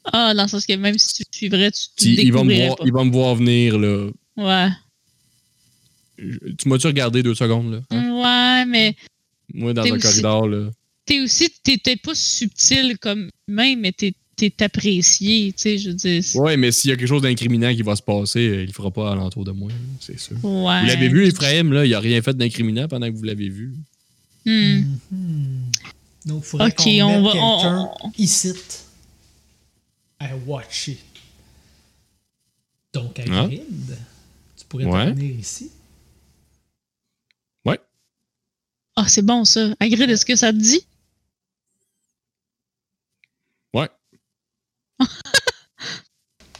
Speaker 4: Ah, dans le sens que même si tu le suivrais, tu tu
Speaker 2: Si-
Speaker 4: le
Speaker 2: il, va me
Speaker 4: découvrirais
Speaker 2: voir, il va me voir venir. Là.
Speaker 4: pas. Ouais.
Speaker 2: Je- tu m'as-tu regardé deux secondes? Là, hein?
Speaker 4: Ouais, mais
Speaker 2: Moi, dans
Speaker 4: Mm. T'es
Speaker 2: un
Speaker 4: aussi-
Speaker 2: corridor, là.
Speaker 4: t'es aussi, t'es t'es pas subtil comme humain, mais t'es t'es apprécié, tu sais, je veux dire. c'est-
Speaker 2: Ouais, mais s'il y a quelque chose d'incriminant qui va se passer, euh, il le fera pas alentour de moi, là, c'est sûr.
Speaker 4: Ouais.
Speaker 2: Vous l'avez vu, Ephraim, là, il a rien fait d'incriminant pendant que vous l'avez vu.
Speaker 4: Hmm.
Speaker 1: Mhm. Donc, il faudrait
Speaker 4: Ok,
Speaker 1: qu'on
Speaker 4: on
Speaker 1: mette
Speaker 4: va.
Speaker 1: quelqu'un
Speaker 4: on- on-
Speaker 1: ici à watcher. Donc, à
Speaker 2: Ah.
Speaker 1: Grid, tu pourrais
Speaker 2: Ouais.
Speaker 1: te venir ici.
Speaker 4: Ah, c'est bon ça. Agrid, est-ce que ça te dit?
Speaker 2: Ouais.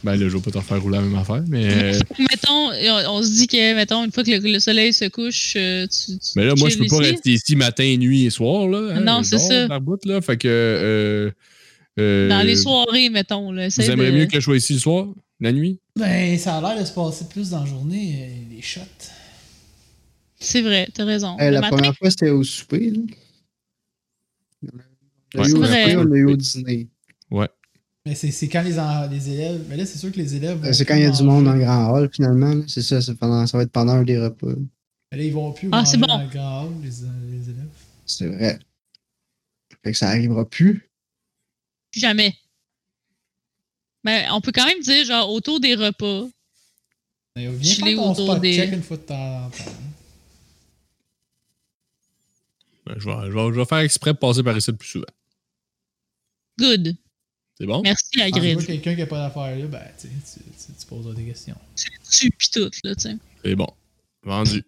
Speaker 2: ben là, je vais pas t'en faire rouler la même affaire,
Speaker 4: [LAUGHS]
Speaker 2: mais.
Speaker 4: Mettons, on, on se dit que, mettons, une fois que le, le soleil se couche, euh, tu. tu-
Speaker 2: Mais là,
Speaker 4: tu
Speaker 2: moi, je peux
Speaker 4: chilles
Speaker 2: pas
Speaker 4: ici?
Speaker 2: rester ici matin, nuit et soir, là. hein.
Speaker 4: Non,
Speaker 2: je
Speaker 4: c'est
Speaker 2: dors
Speaker 4: ça.
Speaker 2: par bout, là. Fait que. euh, euh,
Speaker 4: Dans les soirées, mettons. Là,
Speaker 2: Vous
Speaker 4: essaye
Speaker 2: aimeriez
Speaker 4: de-
Speaker 2: mieux que je sois ici le soir, la nuit?
Speaker 1: Ben, ça a l'air de se passer plus dans la journée, euh, les shots.
Speaker 4: C'est vrai, t'as raison.
Speaker 3: Eh,
Speaker 4: le
Speaker 3: la
Speaker 4: matin,
Speaker 3: première fois, c'était au souper. Là.
Speaker 2: Ouais,
Speaker 3: On a eu au
Speaker 4: c'est
Speaker 3: souper,
Speaker 2: vrai.
Speaker 3: on a eu au dîner.
Speaker 1: Mais c'est c'est quand les, en- les élèves. Mais là, c'est sûr que les élèves.
Speaker 3: Euh,
Speaker 1: vont
Speaker 3: C'est quand
Speaker 1: plus
Speaker 3: il y a du monde dans
Speaker 1: manger.
Speaker 3: le grand hall, finalement. là. C'est ça, c'est pendant- ça va être pendant un des repas.
Speaker 1: Mais Là, ils vont plus.
Speaker 4: Ah,
Speaker 1: manger
Speaker 4: c'est bon.
Speaker 1: Dans le grand hall, les, euh, les élèves.
Speaker 3: C'est vrai. Fait que ça arrivera plus.
Speaker 4: plus jamais. Mais on peut quand même dire, genre, autour des repas.
Speaker 1: Mais
Speaker 4: Je l'ai
Speaker 1: viens faire ton
Speaker 4: autour
Speaker 1: spot
Speaker 4: des-
Speaker 1: check une fois de temps en temps.
Speaker 2: Ben, je, vais, je vais- je vais faire exprès de passer par ici le plus souvent.
Speaker 4: Good.
Speaker 2: C'est bon?
Speaker 4: Merci,
Speaker 3: Ah,
Speaker 1: Quand tu
Speaker 4: Agrid.
Speaker 1: Ah, vois quelqu'un qui n'a pas d'affaires là, ben, tu, sais, tu, tu, tu poseras des questions.
Speaker 3: Euh,
Speaker 4: Tu pis tout, là, tu sais.
Speaker 2: C'est bon. Vendu.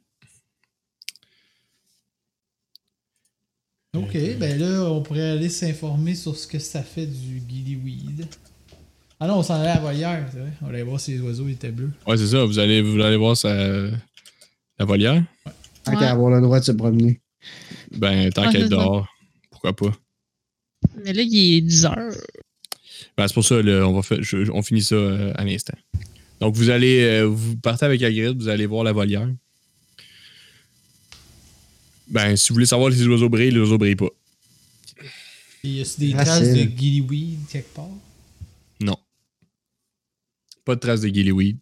Speaker 1: Ok, ben là, on pourrait aller s'informer sur ce que ça fait du gillyweed. Ah non, on s'en allait à la volière, c'est vrai. On allait voir si les oiseaux étaient bleus.
Speaker 2: Ouais, c'est ça. Vous allez, vous allez voir sa, la volière.
Speaker 3: Tant
Speaker 4: Ouais.
Speaker 3: qu'à avoir le droit de se promener.
Speaker 2: Ben, tant
Speaker 4: Ouais,
Speaker 2: qu'elle
Speaker 4: c'est ça.
Speaker 2: dehors, pourquoi pas?
Speaker 4: Mais là, il est 10 heures.
Speaker 2: Ben, c'est pour ça, là, on, va fa- je- on finit ça euh, à l'instant. Donc, vous allez, euh, vous partez avec Hagrid, vous allez voir la volière. Ben, si vous voulez savoir si les oiseaux brillent, les oiseaux brillent pas.
Speaker 1: Et il y a des
Speaker 3: Ah,
Speaker 1: traces de
Speaker 3: c'est-
Speaker 1: gillyweed quelque part.
Speaker 2: Non. Pas de traces de gillyweed.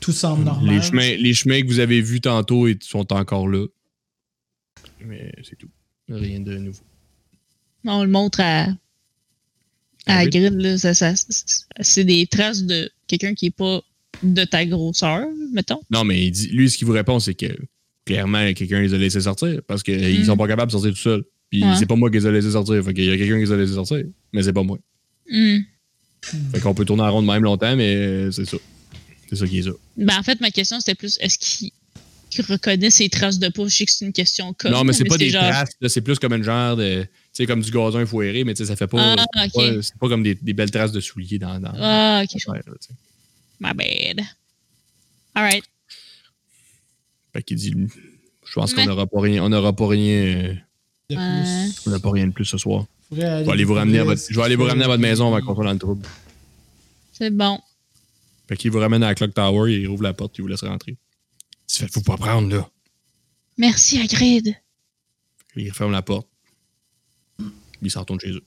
Speaker 1: Tout semble normal.
Speaker 2: Les chemins, les chemins que vous avez vus tantôt ils sont encore là. Mais c'est tout. Rien de nouveau.
Speaker 4: On le montre à, à
Speaker 2: Hagrid?
Speaker 4: Hagrid, là. Ça, ça- c'est des traces de quelqu'un qui est pas de ta grosseur, mettons.
Speaker 2: Non, mais il dit, lui, ce qu'il vous répond, c'est que clairement, quelqu'un les a laissés sortir parce qu'ils
Speaker 4: Mm.
Speaker 2: sont pas capables de sortir tout seuls. Puis
Speaker 4: Ouais.
Speaker 2: c'est pas moi qui les a laissés sortir. Fait qu'il y a quelqu'un qui les a laissés sortir, mais c'est pas moi.
Speaker 4: Hmm.
Speaker 2: Fait qu'on peut tourner en rond de même longtemps, mais euh, c'est ça. C'est ça qui est ça.
Speaker 4: Ben, en fait, ma question, c'était plus est-ce qu'il qu'il reconnaît ses traces de peau? Je sais que c'est une question conne.
Speaker 2: non, mais c'est pas des
Speaker 4: genre-
Speaker 2: traces, là, c'est plus comme un genre de. Tu sais, comme du gazon foiré, mais tu sais, ça fait pas.
Speaker 4: Ah,
Speaker 2: c'est
Speaker 4: ok.
Speaker 2: pas- c'est pas comme des, des belles traces de souliers dans. dans
Speaker 4: Ah, ok, je
Speaker 2: dans l'air, là, tu sais.
Speaker 4: My bad. All right.
Speaker 2: Fait qu'il dit. Je pense
Speaker 4: Ouais.
Speaker 2: qu'on n'aura pas rien. On n'aura pas rien. euh,
Speaker 1: de plus.
Speaker 4: Ouais.
Speaker 2: on n'aura pas rien de plus ce soir.
Speaker 1: Faudrait aller
Speaker 2: Je vais aller vous ramener à votre, je vais aller vous ramener à votre maison avant qu'on
Speaker 1: comprendre.
Speaker 2: soit dans le trouble.
Speaker 4: C'est bon.
Speaker 2: Fait qu'il vous ramène à la Clock Tower, il ouvre la porte, il vous laisse rentrer. Tu fais, faut pas prendre, là.
Speaker 4: Merci, Hagrid.
Speaker 2: Il referme la porte. Il s'en retourne chez eux.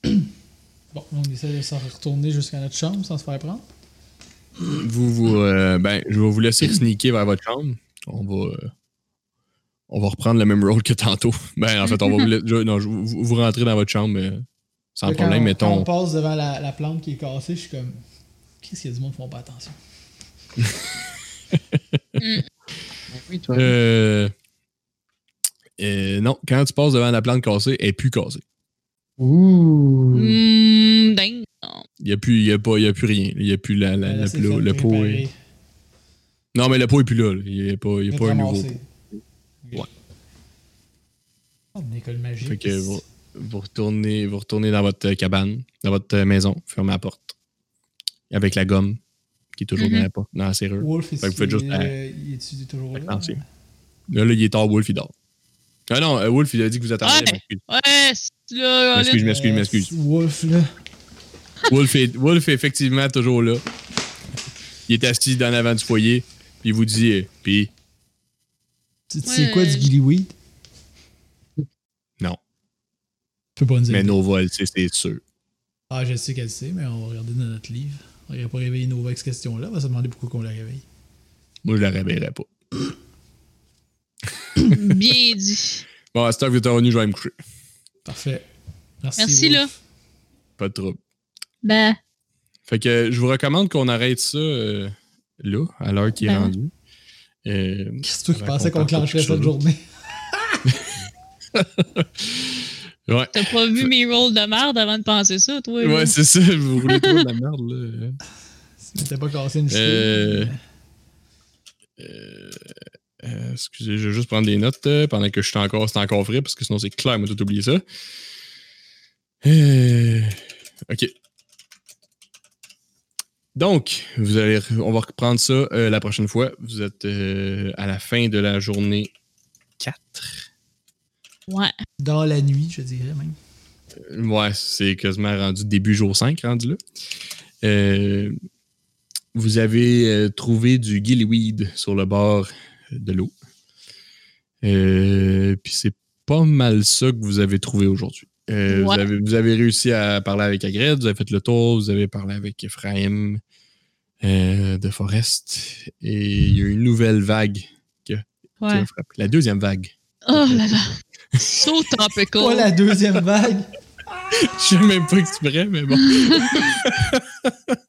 Speaker 1: Bon, on essaie de s'en retourner jusqu'à notre chambre sans se faire prendre.
Speaker 2: Vous, vous, euh, ben, je vais vous laisser sneaker vers votre chambre. On va, euh, on va reprendre le même rôle que tantôt. [LAUGHS] Ben, en fait, on va vous, la- je- non, je- vous, vous rentrez dans votre chambre euh, sans
Speaker 1: Là, quand
Speaker 2: problème,
Speaker 1: on, quand
Speaker 2: mettons.
Speaker 1: on passe devant la, la plante qui est cassée, je suis comme. Qu'est-ce qu'il y a du monde qui font pas attention?
Speaker 3: Oui, toi.
Speaker 2: Euh, euh, non, quand tu passes devant la plante cassée, elle est plus cassée.
Speaker 3: Ouh.
Speaker 2: Hmm.
Speaker 4: Hum, dingue. Non.
Speaker 2: Il n'y a, plus- il y a, pas- il y a plus rien. Il n'y a plus la, la-
Speaker 1: Elle
Speaker 2: le,
Speaker 1: s'est
Speaker 2: plo-
Speaker 1: fait
Speaker 2: le pot. est-
Speaker 1: réparer,
Speaker 2: Non, mais le pot est plus là. là. Il n'y a pas, il y a
Speaker 1: fait
Speaker 2: pas un nouveau
Speaker 1: ramasser.
Speaker 2: pot.
Speaker 1: Ok.
Speaker 2: Ouais.
Speaker 1: Oh, une école magique.
Speaker 2: Fait que euh, vous, vous retournez, vous retournez dans votre euh, cabane, dans votre euh, maison, fermez la porte. Avec la gomme qui est toujours
Speaker 4: Mhm.
Speaker 2: dans, la porte, dans la serrure.
Speaker 1: Wolf, est-ce
Speaker 2: Fait que vous faites juste-
Speaker 1: qu'il est- il est-tu toujours
Speaker 2: Fait
Speaker 1: là?
Speaker 4: Ah.
Speaker 2: que non, c'est- Là, là, il est tard, Wolf, il dort. Ah non, euh, Wolf, il a dit que vous attendiez.
Speaker 4: Ouais.
Speaker 2: m'excuse.
Speaker 4: Ouais, c'est là, là,
Speaker 2: M'excuse,
Speaker 1: Euh,
Speaker 2: m'excuse, m'excuse.
Speaker 1: Wolf, là.
Speaker 2: Wolf, est, Wolf est effectivement toujours là. Il est assis dans l'avant du foyer, puis il vous dit, euh, puis
Speaker 1: Tu tu
Speaker 4: Ouais,
Speaker 1: sais quoi du
Speaker 4: euh,
Speaker 1: gillyweed?
Speaker 2: Non.
Speaker 1: Je peux pas nous dire.
Speaker 2: mais Nova, elle sait, c'est sûr.
Speaker 1: Ah, je sais qu'elle sait, mais on va regarder dans notre livre. On va pas réveiller Nova avec cette question-là. On va se demander pourquoi on la réveille.
Speaker 2: Moi, je la réveillerai pas.
Speaker 4: [LAUGHS] bien dit.
Speaker 2: Bon, à cette heure que vous êtes revenu, je vais aller me coucher.
Speaker 1: Parfait. Merci,
Speaker 4: Merci, là.
Speaker 1: Wolf.
Speaker 2: Pas de trouble.
Speaker 4: Ben,
Speaker 2: Fait que je vous recommande qu'on arrête ça euh, là, à l'heure qui est
Speaker 4: Ben.
Speaker 2: rendue. Euh,
Speaker 1: Qu'est-ce que toi qui
Speaker 2: Ouais,
Speaker 1: pensais
Speaker 2: on
Speaker 1: qu'on
Speaker 2: parle pas
Speaker 1: clencherait
Speaker 2: de
Speaker 1: cette
Speaker 2: choses.
Speaker 1: journée? [LAUGHS]
Speaker 2: ouais,
Speaker 4: t'as pas vu mes rolls de merde avant de penser ça, toi? là?
Speaker 2: ouais c'est ça, vous roulez trop de la merde. Là.
Speaker 1: Si t'as pas cassé une
Speaker 2: Euh,
Speaker 1: cheville.
Speaker 2: Euh, euh, excusez, je vais juste prendre des notes euh, pendant que je suis encore, c'est encore vrai, parce que sinon c'est clair, moi tout oublié ça. Euh, ok. Donc, vous allez, re- on va reprendre ça euh, la prochaine fois. Vous êtes euh, à la fin de la journée 4.
Speaker 4: Ouais.
Speaker 1: Dans la nuit, je dirais même.
Speaker 2: Ouais, c'est quasiment rendu début jour 5, rendu là. Euh, vous avez euh, trouvé du gillyweed sur le bord de l'eau. Euh, Puis c'est pas mal ça que vous avez trouvé aujourd'hui. Euh,
Speaker 4: Ouais.
Speaker 2: vous, avez, vous avez réussi à parler avec Agred, vous avez fait le tour, vous avez parlé avec Ephraim euh, de Forest. Et il y a une nouvelle vague qui
Speaker 4: Ouais.
Speaker 2: a frappé. La deuxième vague. [LAUGHS]
Speaker 4: Oh là là. So topical.
Speaker 1: Pas la deuxième vague.
Speaker 2: Je sais même pas exprès, mais bon.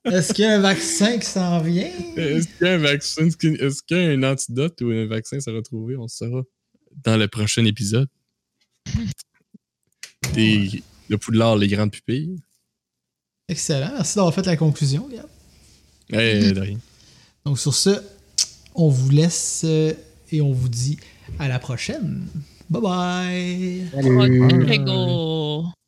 Speaker 1: Est-ce qu'il y a un vaccin qui s'en vient?
Speaker 2: Euh, Est-ce qu'il y a un vaccin, est-ce qu'il y a un antidote ou un vaccin sera trouvé? On le saura dans le prochain épisode. Des, le poudlard, les grandes pupilles.
Speaker 1: Excellent. Merci d'avoir fait la conclusion, Gab.
Speaker 2: Eh, de rien.
Speaker 1: Donc sur ce, on vous laisse euh, et on vous dit à la prochaine. Bye bye!
Speaker 2: Hmm.
Speaker 3: Salut.
Speaker 4: Topical.